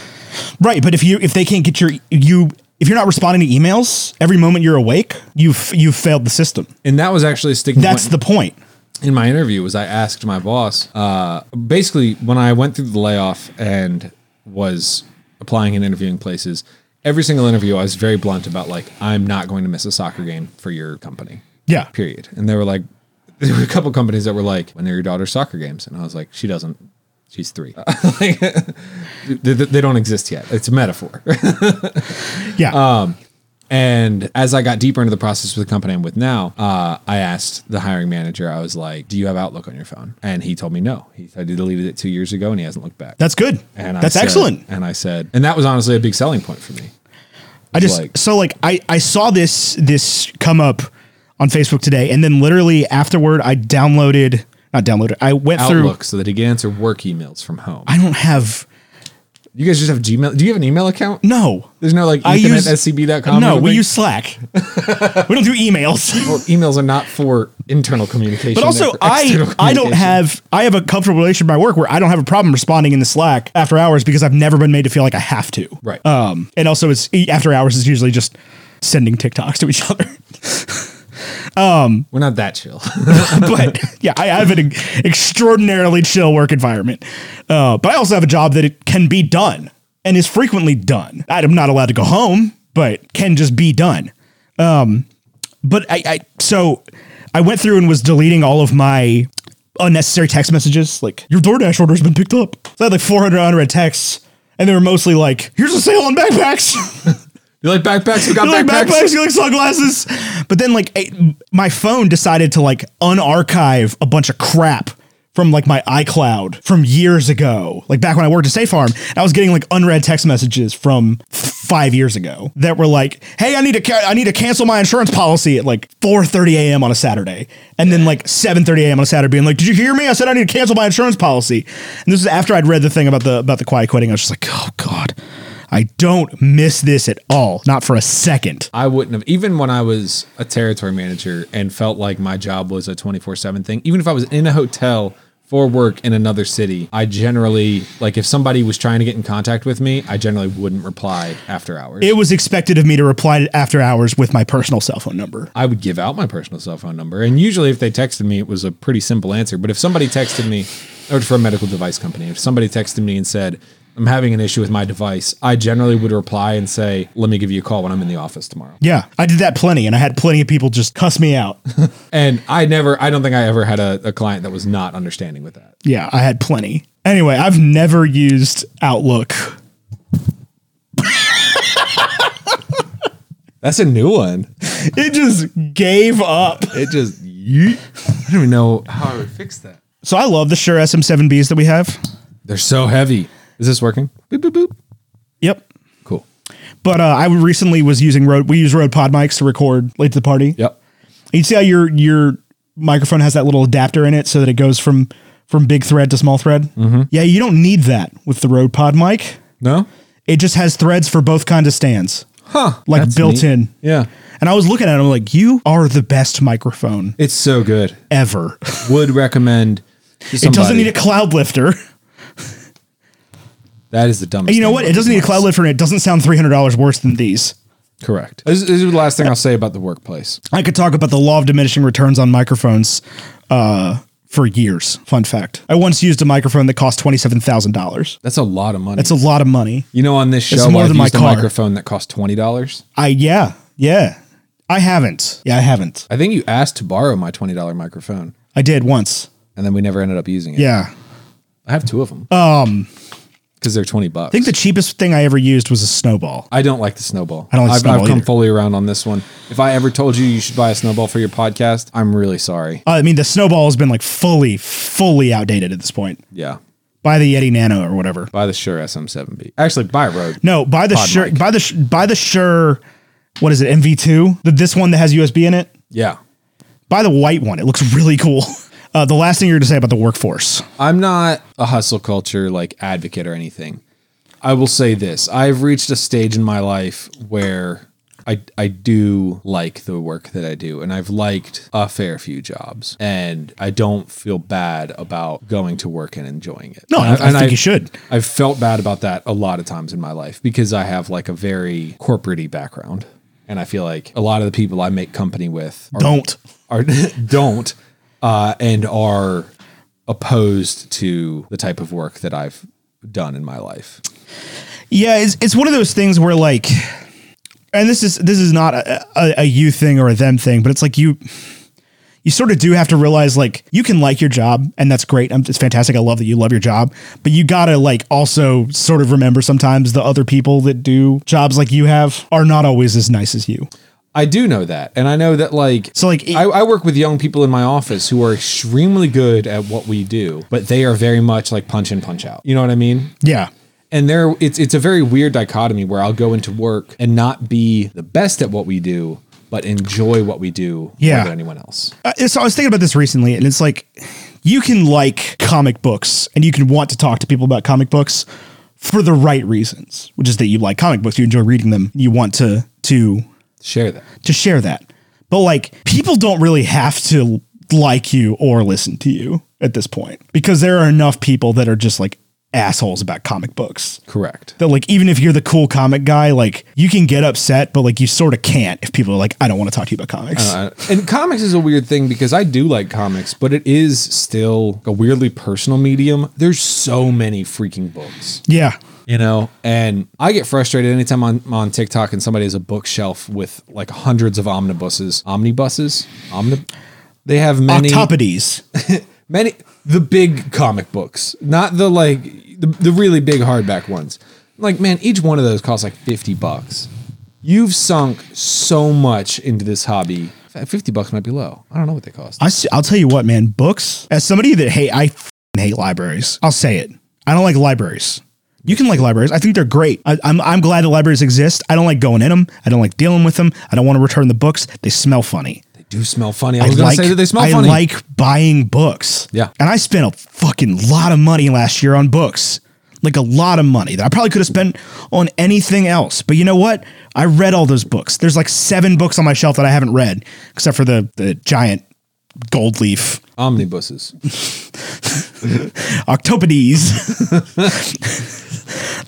[SPEAKER 1] Right, but if you if they can't get your you if you're not responding to emails every moment you're awake, you've you've failed the system.
[SPEAKER 3] And that was actually a sticking
[SPEAKER 1] That's
[SPEAKER 3] point.
[SPEAKER 1] the point.
[SPEAKER 3] in my interview was I asked my boss, uh, basically when I went through the layoff and was applying and interviewing places, every single interview I was very blunt about like I'm not going to miss a soccer game for your company.
[SPEAKER 1] Yeah.
[SPEAKER 3] Period. And they were like, there were a couple companies that were like, when are your daughter's soccer games? And I was like, she doesn't. She's three. like, they, they don't exist yet. It's a metaphor.
[SPEAKER 1] Yeah.
[SPEAKER 3] Um, And as I got deeper into the process with the company I'm with now, uh, I asked the hiring manager, I was like, Do you have Outlook on your phone? And he told me no. He said, I deleted it two years ago and he hasn't looked back.
[SPEAKER 1] that's good.
[SPEAKER 3] and I
[SPEAKER 1] That's
[SPEAKER 3] said-
[SPEAKER 1] excellent.
[SPEAKER 3] And I said, And that was honestly a big selling point for me.
[SPEAKER 1] I just
[SPEAKER 3] like-
[SPEAKER 1] so like I I saw this this come up on Facebook today and then literally afterward I downloaded not downloaded. I went through
[SPEAKER 3] Outlook so that he could answer work emails from home.
[SPEAKER 1] I don't have
[SPEAKER 3] you guys just have Gmail. Do you have an email account?
[SPEAKER 1] no.
[SPEAKER 3] There's no like
[SPEAKER 1] I use-
[SPEAKER 3] ethernet.scb.com.
[SPEAKER 1] no,
[SPEAKER 3] or
[SPEAKER 1] we
[SPEAKER 3] anything?
[SPEAKER 1] use Slack. we don't do emails.
[SPEAKER 3] Well, emails are not for internal communication.
[SPEAKER 1] But
[SPEAKER 3] they're
[SPEAKER 1] also,
[SPEAKER 3] for external
[SPEAKER 1] I I don't
[SPEAKER 3] communication.
[SPEAKER 1] have I have a comfortable relationship with my work where I don't have a problem responding in the Slack after hours because I've never been made to feel like I have to.
[SPEAKER 3] Right.
[SPEAKER 1] Um. And also, it's after hours is usually just sending TikToks to each other.
[SPEAKER 3] We're not that chill.
[SPEAKER 1] but yeah, I have an extraordinarily chill work environment. Uh, but I also have a job that it can be done and is frequently done. I'm not allowed to go home, but can just be done. Um, but I, I so I went through and was deleting all of my unnecessary text messages. Like your DoorDash order's been picked up. So I had like 400 unread texts, and they were mostly like, "Here's a sale on backpacks."
[SPEAKER 3] you like backpacks? We got
[SPEAKER 1] You like
[SPEAKER 3] backpacks.
[SPEAKER 1] backpacks, you like sunglasses. But then like I, my phone decided to like unarchive a bunch of crap from like my iCloud from years ago. Like back when I worked at State Farm, I was getting like unread text messages from 5 years ago that were like, "Hey, I need to ca- I need to cancel my insurance policy at like 4:30 a.m. on a Saturday." And then like 7:30 a.m. on a Saturday being like, "Did you hear me? I said I need to cancel my insurance policy." And this is after I'd read the thing about the about the quiet quitting. I was just like, "Oh god." I don't miss this at all, not for a second.
[SPEAKER 3] I wouldn't have even when I was a territory manager and felt like my job was a 24/7 thing. Even if I was in a hotel for work in another city, I generally like if somebody was trying to get in contact with me, I generally wouldn't reply after hours.
[SPEAKER 1] It was expected of me to reply after hours with my personal cell phone number.
[SPEAKER 3] I would give out my personal cell phone number. And usually, if they texted me, it was a pretty simple answer. But if somebody texted me, or for a medical device company, if somebody texted me and said, I'm having an issue with my device, I generally would reply and say, Let me give you a call when I'm in the office tomorrow.
[SPEAKER 1] Yeah, I did that plenty, and I had plenty of people just cuss me out.
[SPEAKER 3] And I never, I don't think I ever had a, a client that was not understanding with that.
[SPEAKER 1] yeah, I had plenty. Anyway, I've never used Outlook.
[SPEAKER 3] That's a new one.
[SPEAKER 1] It just gave up.
[SPEAKER 3] It just, yeet. I don't even know. How,
[SPEAKER 4] I would fix that.
[SPEAKER 1] So I love the Shure SM7Bs that we have.
[SPEAKER 3] they're so heavy. Is this working? Boop, boop, boop.
[SPEAKER 1] Yep.
[SPEAKER 3] Cool.
[SPEAKER 1] But uh, I recently was using Rode. We use Rode Pod mics to record late to the party.
[SPEAKER 3] Yep.
[SPEAKER 1] You see how your your microphone has that little adapter in it so that it goes from from big thread to small thread. Yeah, you don't need that with the Rode Pod mic.
[SPEAKER 3] No?
[SPEAKER 1] It just has threads for both kinds of stands,
[SPEAKER 3] Huh.
[SPEAKER 1] like
[SPEAKER 3] That's
[SPEAKER 1] built
[SPEAKER 3] neat.
[SPEAKER 1] in.
[SPEAKER 3] Yeah.
[SPEAKER 1] And I was looking at it, I'm like, you are the best microphone
[SPEAKER 3] It's so good.
[SPEAKER 1] ever.
[SPEAKER 3] Would recommend. to
[SPEAKER 1] It doesn't
[SPEAKER 3] somebody.
[SPEAKER 1] need a cloud lifter.
[SPEAKER 3] That is the dumbest.
[SPEAKER 1] You know
[SPEAKER 3] thing
[SPEAKER 1] what?
[SPEAKER 3] about
[SPEAKER 1] It doesn't need a cloud lifter, and it doesn't sound three hundred dollars worse than these.
[SPEAKER 3] the- Correct. This, this is the last thing I'll say about the workplace.
[SPEAKER 1] I could talk about the law of diminishing returns on microphones uh, for years. Fun fact: I once used a microphone that cost twenty seven thousand dollars.
[SPEAKER 3] That's a lot of money.
[SPEAKER 1] It's a lot of money.
[SPEAKER 3] you know, on this show,
[SPEAKER 1] more
[SPEAKER 3] I've
[SPEAKER 1] than my
[SPEAKER 3] used a
[SPEAKER 1] car.
[SPEAKER 3] microphone that cost twenty dollars.
[SPEAKER 1] I yeah yeah. I haven't. Yeah, I haven't.
[SPEAKER 3] I think you asked to borrow my twenty dollar microphone,
[SPEAKER 1] I did once.
[SPEAKER 3] and then we never ended up using it.
[SPEAKER 1] Yeah.
[SPEAKER 3] I have two of them. because they're 20 bucks.
[SPEAKER 1] I Um, think the cheapest thing I ever used was a snowball.
[SPEAKER 3] I don't like the snowball.
[SPEAKER 1] I don't like
[SPEAKER 3] I've,
[SPEAKER 1] snowball
[SPEAKER 3] I've come
[SPEAKER 1] either.
[SPEAKER 3] fully around on this one. If I ever told you you should buy a snowball for your podcast, I'm really sorry.
[SPEAKER 1] Uh, I mean, the snowball has been like fully, fully outdated at this point.
[SPEAKER 3] Yeah.
[SPEAKER 1] Buy the Yeti Nano or whatever.
[SPEAKER 3] Buy the Shure SM7B. Actually, buy Rode.
[SPEAKER 1] No, buy the
[SPEAKER 3] Pod
[SPEAKER 1] Sure,
[SPEAKER 3] mic.
[SPEAKER 1] buy the Sh- buy the Sure. What is it? MV2. The, this one that has USB in it.
[SPEAKER 3] Yeah.
[SPEAKER 1] Buy the white one. It looks really cool. Uh, the last thing you're going to say about the workforce.
[SPEAKER 3] I'm not a hustle culture like advocate or anything. I will say this. I've reached a stage in my life where I I do like the work that I do and I've liked a fair few jobs and I don't feel bad about going to work and enjoying it.
[SPEAKER 1] No, I, I
[SPEAKER 3] Uh, And
[SPEAKER 1] think you should.
[SPEAKER 3] I've felt bad about that a lot of times in my life because I have like a very corporate background. And I feel like a lot of the people I make company with are,
[SPEAKER 1] Don't.
[SPEAKER 3] are don't uh, and are opposed to the type of work that I've done in my life.
[SPEAKER 1] Yeah, it's it's one of those things where like, and this is this is not a, a, a you thing or a them thing, but it's like you. You sort of do have to realize, like, you can like your job, and that's great. Um, It's fantastic. I love that you love your job, but you gotta like also sort of remember sometimes the other people that do jobs like you have are not always as nice as you.
[SPEAKER 3] I do know that. And I know that like
[SPEAKER 1] So, like, it-
[SPEAKER 3] I, I work with young people in my office who are extremely good at what we do, but they are very much like punch in, punch out. You know what I mean?
[SPEAKER 1] Yeah,
[SPEAKER 3] and there it's it's a very weird dichotomy where I'll go into work and not be the best at what we do, but enjoy what we do
[SPEAKER 1] Yeah.
[SPEAKER 3] more than anyone else.
[SPEAKER 1] Uh, so I was thinking about this recently, and it's like you can like comic books and you can want to talk to people about comic books for the right reasons, which is that you like comic books, you enjoy reading them, you want to to
[SPEAKER 3] Share that.
[SPEAKER 1] to share that. But like people don't really have to like you or listen to you at this point because there are enough people that are just like assholes about comic books.
[SPEAKER 3] Correct.
[SPEAKER 1] That like even if you're the cool comic guy, like you can get upset, but like you sort of can't if people are like, I don't want to talk to you about comics.
[SPEAKER 3] Uh, and comics is a weird thing because I do like comics, but it is still a weirdly personal medium. There's so many freaking books.
[SPEAKER 1] yeah.
[SPEAKER 3] you know and i get frustrated anytime i'm I'm on tiktok and somebody has a bookshelf with like hundreds of omnibuses omnibuses omni they have many
[SPEAKER 1] Octopodes.
[SPEAKER 3] many the big comic books not the like the, the really big hardback ones like man each one of those costs like 50 bucks you've sunk so much into this hobby 50 bucks might be low i don't know what they cost
[SPEAKER 1] I will tell you what, man. Books. As somebody that hate, I f***ing hate libraries. I'll say it. I don't like libraries. You can like libraries. I think they're great. I, I'm I'm glad that libraries exist. I don't like going in them. I don't like dealing with them. I don't want to return the books. They smell funny.
[SPEAKER 3] they do smell funny i was gonna say that they smell
[SPEAKER 1] I
[SPEAKER 3] funny
[SPEAKER 1] like buying books.
[SPEAKER 3] Yeah.
[SPEAKER 1] And I spent a fucking lot of money last year on books. Like a lot of money that I probably could have spent on anything else. But you know what? I read all those books. There's like seven books on my shelf that I haven't read, except for the the giant gold leaf
[SPEAKER 3] omnibuses
[SPEAKER 1] Octopodes.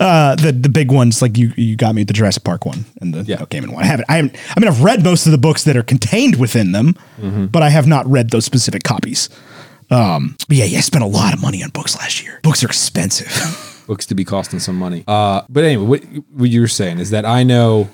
[SPEAKER 1] uh, the the big ones like you you got me the Jurassic Park one and the
[SPEAKER 3] Yeah.
[SPEAKER 1] Game and one. I haven't. I haven't. I mean, I've read most of the books that are contained within them,
[SPEAKER 3] Mm-hmm.
[SPEAKER 1] but I have not read those specific copies. Um, but yeah, yeah, I spent a lot of money on books last year. Books are expensive.
[SPEAKER 3] books to be costing some money. Uh, but anyway, what, what you're saying is that I know,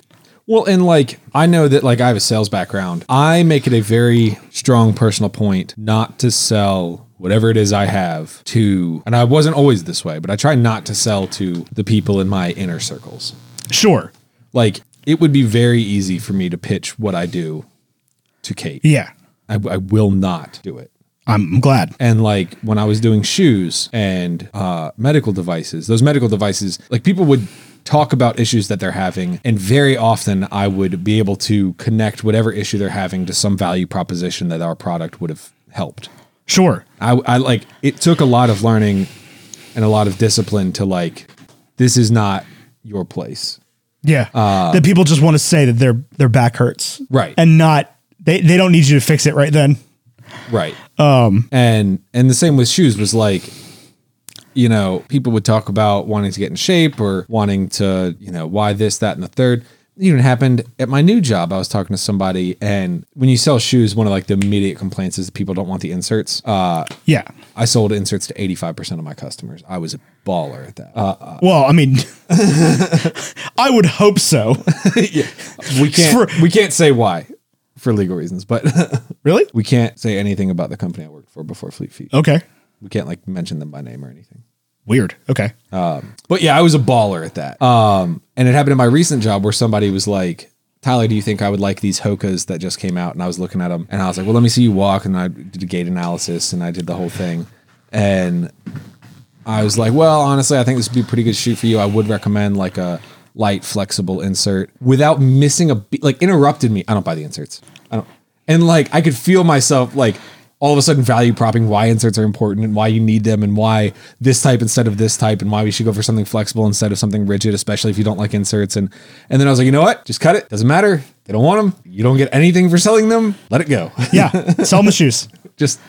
[SPEAKER 3] well, and like I know that like I have a sales background. I make it a very strong personal point not to sell whatever it is I have to, and I wasn't always this way, but I try not to sell to the people in my inner circles.
[SPEAKER 1] sure.
[SPEAKER 3] Like it would be very easy for me to pitch what I do to Kate.
[SPEAKER 1] Yeah,
[SPEAKER 3] I, I will not do it.
[SPEAKER 1] I'm, I'm glad.
[SPEAKER 3] And like when I was doing shoes and uh, medical devices, those medical devices, like people would talk about issues that they're having. And very often I would be able to connect whatever issue they're having to some value proposition that our product would have helped.
[SPEAKER 1] Sure.
[SPEAKER 3] I, I like it took a lot of learning and a lot of discipline to like, this is not your place.
[SPEAKER 1] Yeah. that people just want to say that their their back hurts.
[SPEAKER 3] Uh, Right.
[SPEAKER 1] And not they they don't need you to fix it right then.
[SPEAKER 3] right um and and the same with shoes was like you know people would talk about wanting to get in shape or wanting to you know why this that and the third It even happened at my new job i was talking to somebody and when you sell shoes one of like the immediate complaints is people don't want the inserts uh
[SPEAKER 1] Yeah.
[SPEAKER 3] i sold inserts to 85% of my customers i was a baller at that uh,
[SPEAKER 1] Well, I mean, I would hope so.
[SPEAKER 3] we can't
[SPEAKER 1] For-
[SPEAKER 3] we can't say why for legal reasons but
[SPEAKER 1] Really?
[SPEAKER 3] we
[SPEAKER 1] Oh.
[SPEAKER 3] can't say anything about the company i worked for before fleet feet
[SPEAKER 1] Okay.
[SPEAKER 3] we can't like mention them by name or anything
[SPEAKER 1] Weird. Okay.
[SPEAKER 3] But yeah, I was a baller at that. Um, and it happened in my recent job where somebody was like, Tyler, do you think I would like these Hokas that just came out? And I was looking at them and I was like, well, let me see you walk. And I did a gait analysis and I did the whole thing. And I was like, well, honestly, I think this would be a pretty good shoe for you. I would recommend like a light, flexible insert without missing a beat, like interrupted me. I don't buy the inserts. I don't. And like, I could feel myself like all of a sudden value propping why inserts are important and why you need them and why this type instead of this type and why we should go for something flexible instead of something rigid, especially if you don't like inserts. And, and then I was like, you know what? Just cut it. Doesn't matter. They don't want them. You don't get anything for selling them. Let it go.
[SPEAKER 1] Yeah. Sell them the shoes.
[SPEAKER 3] just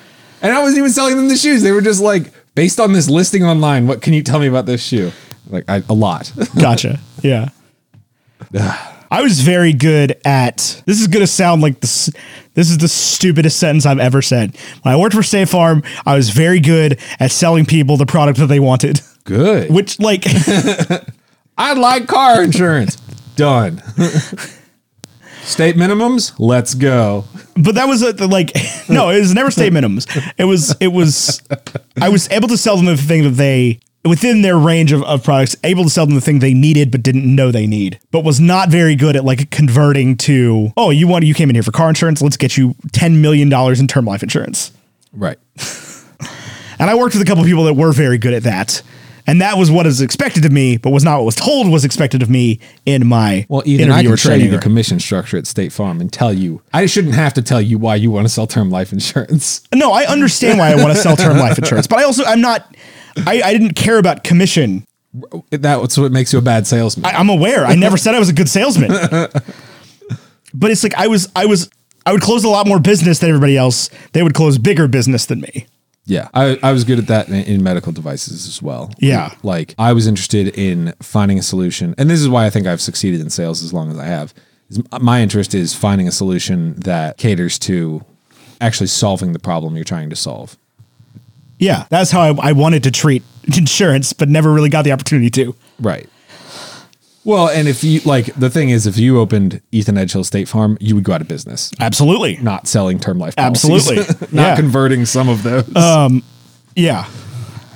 [SPEAKER 3] and I wasn't even selling them the shoes. They were just like, based on this listing online, what can you tell me about this shoe? Like I, a lot.
[SPEAKER 1] Gotcha. Yeah. I was very good at this is going to sound like this this is the stupidest sentence I've ever said. When I worked for State Farm, I was very good at selling people the product that they wanted,
[SPEAKER 3] Good.
[SPEAKER 1] which like
[SPEAKER 3] I'd like car insurance. Done. State minimums. Let's go.
[SPEAKER 1] but that was a, the, like no it was never state minimums it was it was i was able to sell them the thing that they within their range of, of products able to sell them the thing they needed but didn't know they need but was not very good at like converting to oh you want you came in here for car insurance let's get you $10 million in term life insurance
[SPEAKER 3] Right.
[SPEAKER 1] and i worked with a couple of people that were very good at that and that was what is expected of me but was not what was told was expected of me in my
[SPEAKER 3] Well, Ethan, I
[SPEAKER 1] interview
[SPEAKER 3] can
[SPEAKER 1] or
[SPEAKER 3] show you
[SPEAKER 1] training
[SPEAKER 3] the
[SPEAKER 1] or-
[SPEAKER 3] commission structure at State Farm and tell you. I shouldn't have to tell you why you want to sell term life insurance.
[SPEAKER 1] No, I understand why I want to sell term life insurance, but I also I'm not. I, I didn't care about commission.
[SPEAKER 3] That's what makes you a bad salesman.
[SPEAKER 1] I, I'm aware. I never said I was a good salesman. But it's like I was. I was. I would close a lot more business than everybody else. They would close bigger business than me.
[SPEAKER 3] Yeah, I, I was good at that in, in medical devices as well.
[SPEAKER 1] Yeah.
[SPEAKER 3] Like I was interested in finding a solution. And this is why I think I've succeeded in sales as long as I have. Is m- my interest is finding a solution that caters to actually solving the problem you're trying to solve.
[SPEAKER 1] Yeah, that's how I, I wanted to treat insurance, but never really got the opportunity to.
[SPEAKER 3] Right. Well, and if you like the thing is if you opened Ethan Edgehill State Farm, you would go out of business.
[SPEAKER 1] Absolutely.
[SPEAKER 3] Not selling term life policies.
[SPEAKER 1] Absolutely.
[SPEAKER 3] not
[SPEAKER 1] Yeah. Um,
[SPEAKER 3] converting some of those.
[SPEAKER 1] Yeah.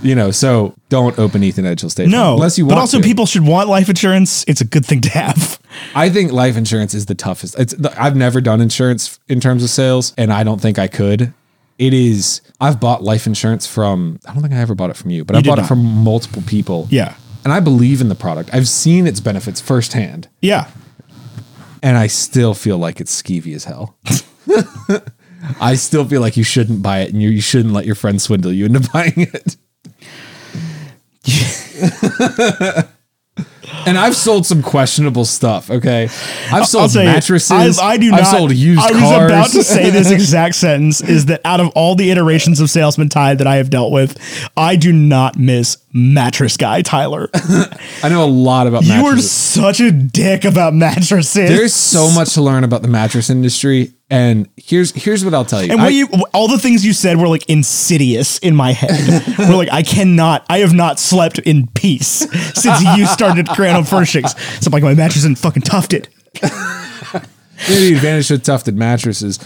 [SPEAKER 3] you know, so don't open Ethan Edgehill State Farm
[SPEAKER 1] No.
[SPEAKER 3] unless you want
[SPEAKER 1] but also,
[SPEAKER 3] to.
[SPEAKER 1] people should want life insurance. It's a good thing to have.
[SPEAKER 3] I think life insurance is the toughest. It's I've never done insurance in terms of sales, and I don't think I could. It is. I've bought life insurance from. I don't think I ever bought it from you, but I
[SPEAKER 1] did
[SPEAKER 3] bought it
[SPEAKER 1] not.
[SPEAKER 3] from multiple people.
[SPEAKER 1] Yeah.
[SPEAKER 3] and I believe in the product. I've seen its benefits firsthand,
[SPEAKER 1] Yeah.
[SPEAKER 3] and I still feel like it's skeevy as hell. I still feel like you shouldn't buy it, and you, you shouldn't let your friend swindle you into buying it. and I've sold some questionable stuff. Okay, I've sold
[SPEAKER 1] I'll say
[SPEAKER 3] mattresses.
[SPEAKER 1] I, I do
[SPEAKER 3] I've
[SPEAKER 1] not.
[SPEAKER 3] sold used
[SPEAKER 1] I was
[SPEAKER 3] cars.
[SPEAKER 1] about to say this exact sentence is that out of all the iterations of salesman Ty that I have dealt with, I do not miss mattress guy Tyler.
[SPEAKER 3] I know a lot about
[SPEAKER 1] you were
[SPEAKER 3] mattresses.
[SPEAKER 1] such a dick about mattresses.
[SPEAKER 3] There's so much to learn about the mattress industry, and here's here's what I'll tell you.
[SPEAKER 1] and what
[SPEAKER 3] I-
[SPEAKER 1] you all the things you said were like insidious in my head. we're like I cannot, I have not slept in peace since you started Granum Furnishings. So I'm like my mattress isn't fucking tufted.
[SPEAKER 3] maybe the advantage of tufted mattresses.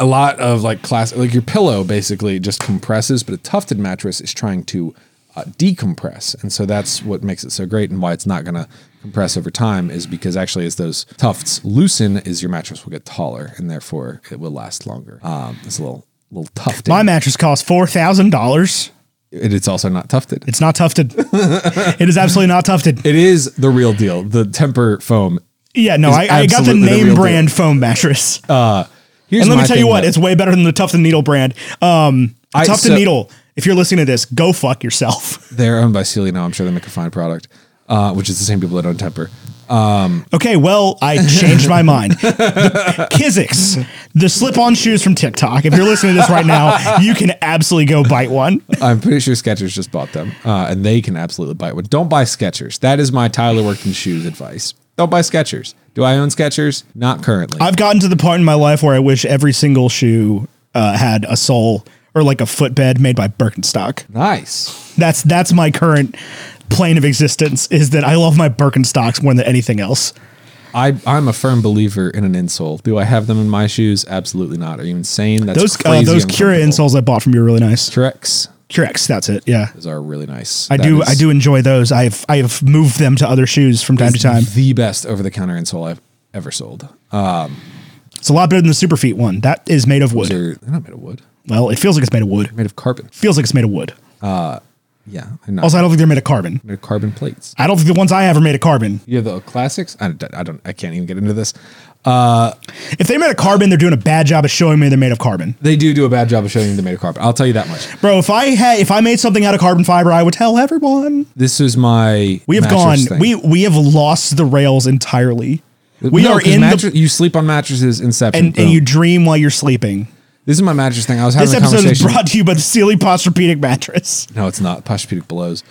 [SPEAKER 3] A lot of like classic, like your pillow basically just compresses, but a tufted mattress is trying to uh, decompress, and so that's what makes it so great, and why it's not going to compress over time is because actually, as those tufts loosen, is your mattress will get taller, and therefore it will last longer. Um, it's a little little tufted.
[SPEAKER 1] My mattress costs four thousand dollars.
[SPEAKER 3] it, it's also not tufted.
[SPEAKER 1] It's not tufted. it is absolutely not tufted.
[SPEAKER 3] It is the real deal. The temper foam.
[SPEAKER 1] Yeah, no,
[SPEAKER 3] is
[SPEAKER 1] I, I got the
[SPEAKER 3] absolutely the
[SPEAKER 1] name
[SPEAKER 3] real
[SPEAKER 1] brand foam mattress.
[SPEAKER 3] Here's
[SPEAKER 1] and let me
[SPEAKER 3] my
[SPEAKER 1] tell you
[SPEAKER 3] thing,
[SPEAKER 1] what,
[SPEAKER 3] though.
[SPEAKER 1] it's way better than the Tufted Needle brand. Um,
[SPEAKER 3] I-
[SPEAKER 1] Tufted
[SPEAKER 3] so-
[SPEAKER 1] Needle, if you're listening to this, go fuck yourself.
[SPEAKER 3] they're owned by Sealy now. I'm sure they make a fine product, uh, which is the same people that own temper.
[SPEAKER 1] Okay, well, I changed my mind. The Kizik's, the slip on shoes from TikTok. If you're listening to this right now, you can absolutely go bite one.
[SPEAKER 3] I'm pretty sure Skechers just bought them, uh, and they can absolutely buy one. Don't buy Skechers. That is my Tyler worked in shoes advice. Don't buy Skechers. Do I own Skechers? Not currently.
[SPEAKER 1] I've gotten to the point in my life where I wish every single shoe uh, had a sole or like a footbed made by Birkenstock.
[SPEAKER 3] nice.
[SPEAKER 1] That's that's my current plane of existence is that I love my Birkenstocks more than anything else.
[SPEAKER 3] I I'm a firm believer in an insole. Do I have them in my shoes? Absolutely not. Are you insane? That's
[SPEAKER 1] Those uh,
[SPEAKER 3] crazy
[SPEAKER 1] those Cura
[SPEAKER 3] uncomfortable.
[SPEAKER 1] insoles I bought from you are really nice.
[SPEAKER 3] Trex.
[SPEAKER 1] Curex, that's it. Yeah.
[SPEAKER 3] Those are really nice.
[SPEAKER 1] I
[SPEAKER 3] That
[SPEAKER 1] do
[SPEAKER 3] is
[SPEAKER 1] I do enjoy those. I've I have moved them to other shoes from time to time.
[SPEAKER 3] the best over the counter insole I've ever sold.
[SPEAKER 1] It's a lot better than the Superfeet one. That is made of wood.
[SPEAKER 3] They're, they're not made of wood.
[SPEAKER 1] Well, it feels like it's made of wood.
[SPEAKER 3] They're made of carbon.
[SPEAKER 1] Feels like it's made of wood.
[SPEAKER 3] Yeah, they're not
[SPEAKER 1] Also, I don't think they're made of carbon.
[SPEAKER 3] made of carbon plates.
[SPEAKER 1] I don't think the ones I have are made of carbon.
[SPEAKER 3] Yeah, the classics. I don't, I don't. I can't even get into this.
[SPEAKER 1] If they're made of carbon, they're doing a bad job of showing me they're made of carbon.
[SPEAKER 3] They do do a bad job of showing you they're made of carbon. I'll tell you that much.
[SPEAKER 1] Bro, if I had if I made something out of carbon fiber, I would tell everyone.
[SPEAKER 3] This is my.
[SPEAKER 1] We have
[SPEAKER 3] mattress
[SPEAKER 1] gone
[SPEAKER 3] thing.
[SPEAKER 1] we we have lost the rails entirely. We
[SPEAKER 3] No,
[SPEAKER 1] are
[SPEAKER 3] 'cause
[SPEAKER 1] in
[SPEAKER 3] mattress- Oh.
[SPEAKER 1] the
[SPEAKER 3] you sleep on mattresses. Inception.
[SPEAKER 1] and, and you dream while you're sleeping.
[SPEAKER 3] This is my mattress thing. I was having
[SPEAKER 1] This
[SPEAKER 3] a
[SPEAKER 1] episode is
[SPEAKER 3] conversation.
[SPEAKER 1] brought to you by the Sealy Posturpedic mattress.
[SPEAKER 3] no, it's not. Posturpedic blows.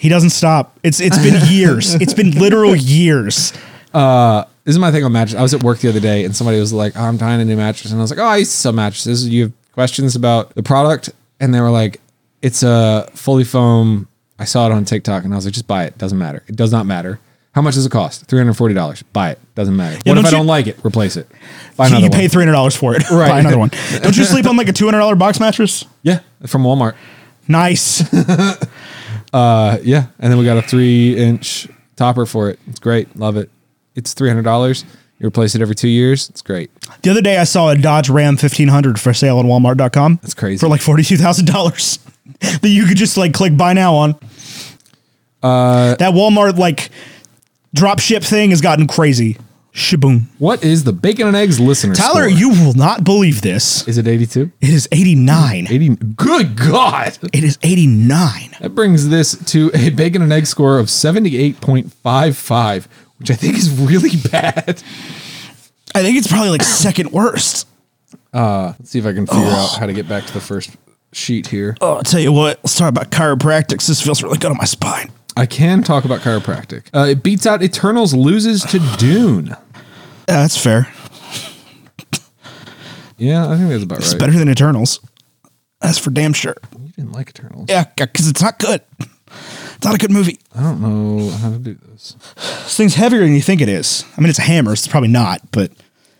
[SPEAKER 1] He doesn't stop. It's it's been years. It's been literal years.
[SPEAKER 3] This is my thing on mattress. I was at work the other day and somebody was like, oh, I'm tying a new mattress. And I was like, oh, I used to sell mattresses. You have questions about the product? And they were like, it's a fully foam. I saw it on TikTok and I was like, just buy it. Doesn't matter. It does not matter. How much does it cost? $340. Buy it. Doesn't matter.
[SPEAKER 1] Yeah,
[SPEAKER 3] what
[SPEAKER 1] don't
[SPEAKER 3] if I
[SPEAKER 1] you-
[SPEAKER 3] don't like it? Replace it. Buy
[SPEAKER 1] You,
[SPEAKER 3] another
[SPEAKER 1] you
[SPEAKER 3] one.
[SPEAKER 1] pay three hundred dollars for it. Right. Buy
[SPEAKER 3] Right.
[SPEAKER 1] another one. Don't you sleep on like a two hundred dollar box mattress?
[SPEAKER 3] yeah. From Walmart.
[SPEAKER 1] Nice.
[SPEAKER 3] Uh, yeah. And then we got a three inch topper for it. It's great. Love it. It's $300. You replace it every two years. It's great.
[SPEAKER 1] The other day I saw a Dodge Ram fifteen hundred for sale on Walmart.com.
[SPEAKER 3] That's crazy.
[SPEAKER 1] For like forty two thousand dollars. that you could just like click buy now on. Uh, that Walmart like drop ship thing has gotten crazy. Shaboom.
[SPEAKER 3] What is the bacon and eggs listener?
[SPEAKER 1] Tyler,
[SPEAKER 3] score?
[SPEAKER 1] you will not believe this.
[SPEAKER 3] Is it 82?
[SPEAKER 1] It is 89.
[SPEAKER 3] 80. Good God.
[SPEAKER 1] It is 89.
[SPEAKER 3] That brings this to a bacon and egg score of 78.55, which I think is really bad.
[SPEAKER 1] I think it's probably like second worst.
[SPEAKER 3] Let's see if I can figure out how to get back to the first sheet here.
[SPEAKER 1] Oh, I'll tell you what, let's talk about chiropractics. This feels really good on my spine.
[SPEAKER 3] I can talk about chiropractic. Uh, it beats out Eternals, loses to Dune.
[SPEAKER 1] Yeah, that's fair.
[SPEAKER 3] Yeah, I think that's about
[SPEAKER 1] It's
[SPEAKER 3] right.
[SPEAKER 1] better than Eternals. That's for damn sure.
[SPEAKER 3] You didn't like Eternals.
[SPEAKER 1] Yeah, because it's not good. It's not a good movie.
[SPEAKER 3] I don't know how to do this.
[SPEAKER 1] This thing's heavier than you think it is. I mean, it's a hammer. so It's probably not, but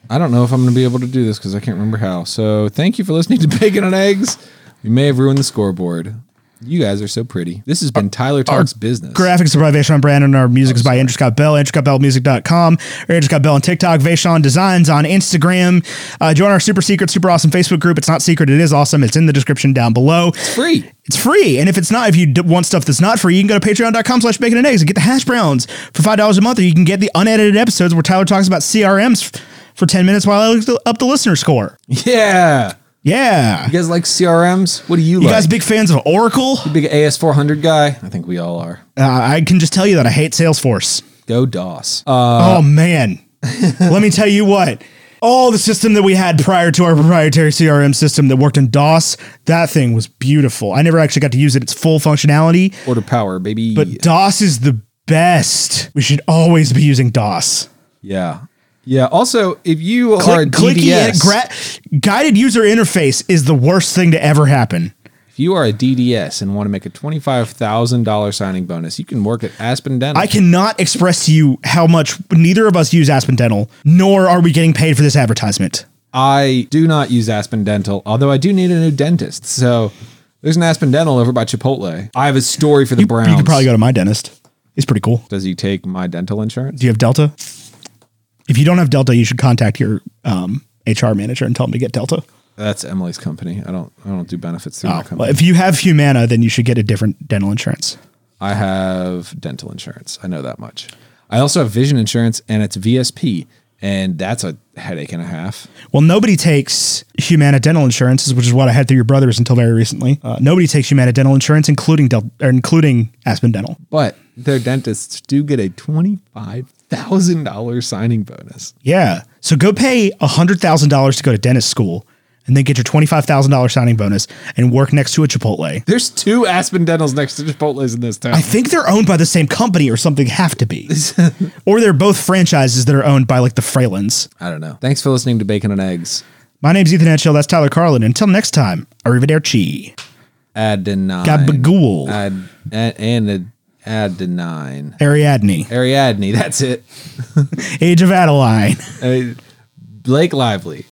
[SPEAKER 3] I don't know if I'm going to be able to do this because I can't remember how. So thank you for listening to Bacon and Eggs. We may have ruined the scoreboard. You guys are so pretty. This has been Tyler Talks Business.
[SPEAKER 1] graphics are by Vaishon Brandon. Our music is by Andrew Scott Bell, andrewscottbellmusic.com, or Andrew Scott Bell on TikTok, Vaishon Designs on Instagram. Uh, join our super secret, super awesome Facebook group. It's not secret. It is awesome. It's in the description down below.
[SPEAKER 3] Free.
[SPEAKER 1] It's free. And if it's not, if you d- want stuff that's not free, you can go to patreon.com slash bacon and eggs and get the hash browns for $5 a month, or you can get the unedited episodes where Tyler talks about CRMs f- for 10 minutes while I look th- up the listener score.
[SPEAKER 3] Yeah.
[SPEAKER 1] Yeah.
[SPEAKER 3] You guys like CRMs? What do you,
[SPEAKER 1] You
[SPEAKER 3] like?
[SPEAKER 1] guys big fans of Oracle? Uh,
[SPEAKER 3] Big AS400 guy? I think we all are.
[SPEAKER 1] I can just tell you that I hate Salesforce.
[SPEAKER 3] Go DOS. Uh,
[SPEAKER 1] oh, man. Let me tell you what. Oh, the system that we had prior to our proprietary CRM system that worked in DOS, that thing was beautiful. I never actually got to use it. It's full functionality.
[SPEAKER 3] order power, baby.
[SPEAKER 1] But DOS is the best. We should always be using DOS.
[SPEAKER 3] yeah. Yeah. Also, if you are a
[SPEAKER 1] Click, clicky
[SPEAKER 3] DDS,
[SPEAKER 1] gra- guided user interface is the worst thing to ever happen.
[SPEAKER 3] if you are a DDS and want to make a $25,000 signing bonus, you can work at Aspen Dental.
[SPEAKER 1] I cannot express to you how much neither of us use Aspen Dental, nor are we getting paid for this advertisement.
[SPEAKER 3] I do not use Aspen Dental, although I do need a new dentist. So there's an Aspen Dental over by Chipotle. I have a story for the Browns.
[SPEAKER 1] You could probably go to my dentist. He's pretty cool.
[SPEAKER 3] Does he take my dental insurance?
[SPEAKER 1] Do you have Delta? If you don't have Delta, you should contact your um, HR manager and tell them to get Delta.
[SPEAKER 3] That's Emily's company. I don't. I don't do benefits through my
[SPEAKER 1] Oh,
[SPEAKER 3] company.
[SPEAKER 1] well, if you have Humana, then you should get a different dental insurance.
[SPEAKER 3] I have dental insurance. I know that much. I also have vision insurance, and it's VSP, and that's a headache and a half.
[SPEAKER 1] Well, nobody takes Humana dental insurance, which is what I had through your brothers until very recently. Uh, nobody takes Humana dental insurance, including Del- or including Aspen Dental.
[SPEAKER 3] But their dentists do get a twenty five thousand dollars signing bonus.
[SPEAKER 1] Yeah, so go pay hundred thousand dollars to go to dentist school, and then get your twenty five thousand dollars signing bonus and work next to a Chipotle.
[SPEAKER 3] There's two Aspen Dentals next to Chipotle's in this town.
[SPEAKER 1] I think they're owned by the same company or something. Have to be, or they're both franchises that are owned by like the Fralins.
[SPEAKER 3] I don't know. Thanks for listening to Bacon and Eggs.
[SPEAKER 1] My name's Ethan Edgehill. That's Tyler Carlin. Until next time, arrivederci.
[SPEAKER 3] Adenine.
[SPEAKER 1] Gabagool.
[SPEAKER 3] Ad, ad, and Adenine.
[SPEAKER 1] Ariadne,
[SPEAKER 3] Ariadne, that's it.
[SPEAKER 1] Age of Adeline.
[SPEAKER 3] Uh, Blake Lively.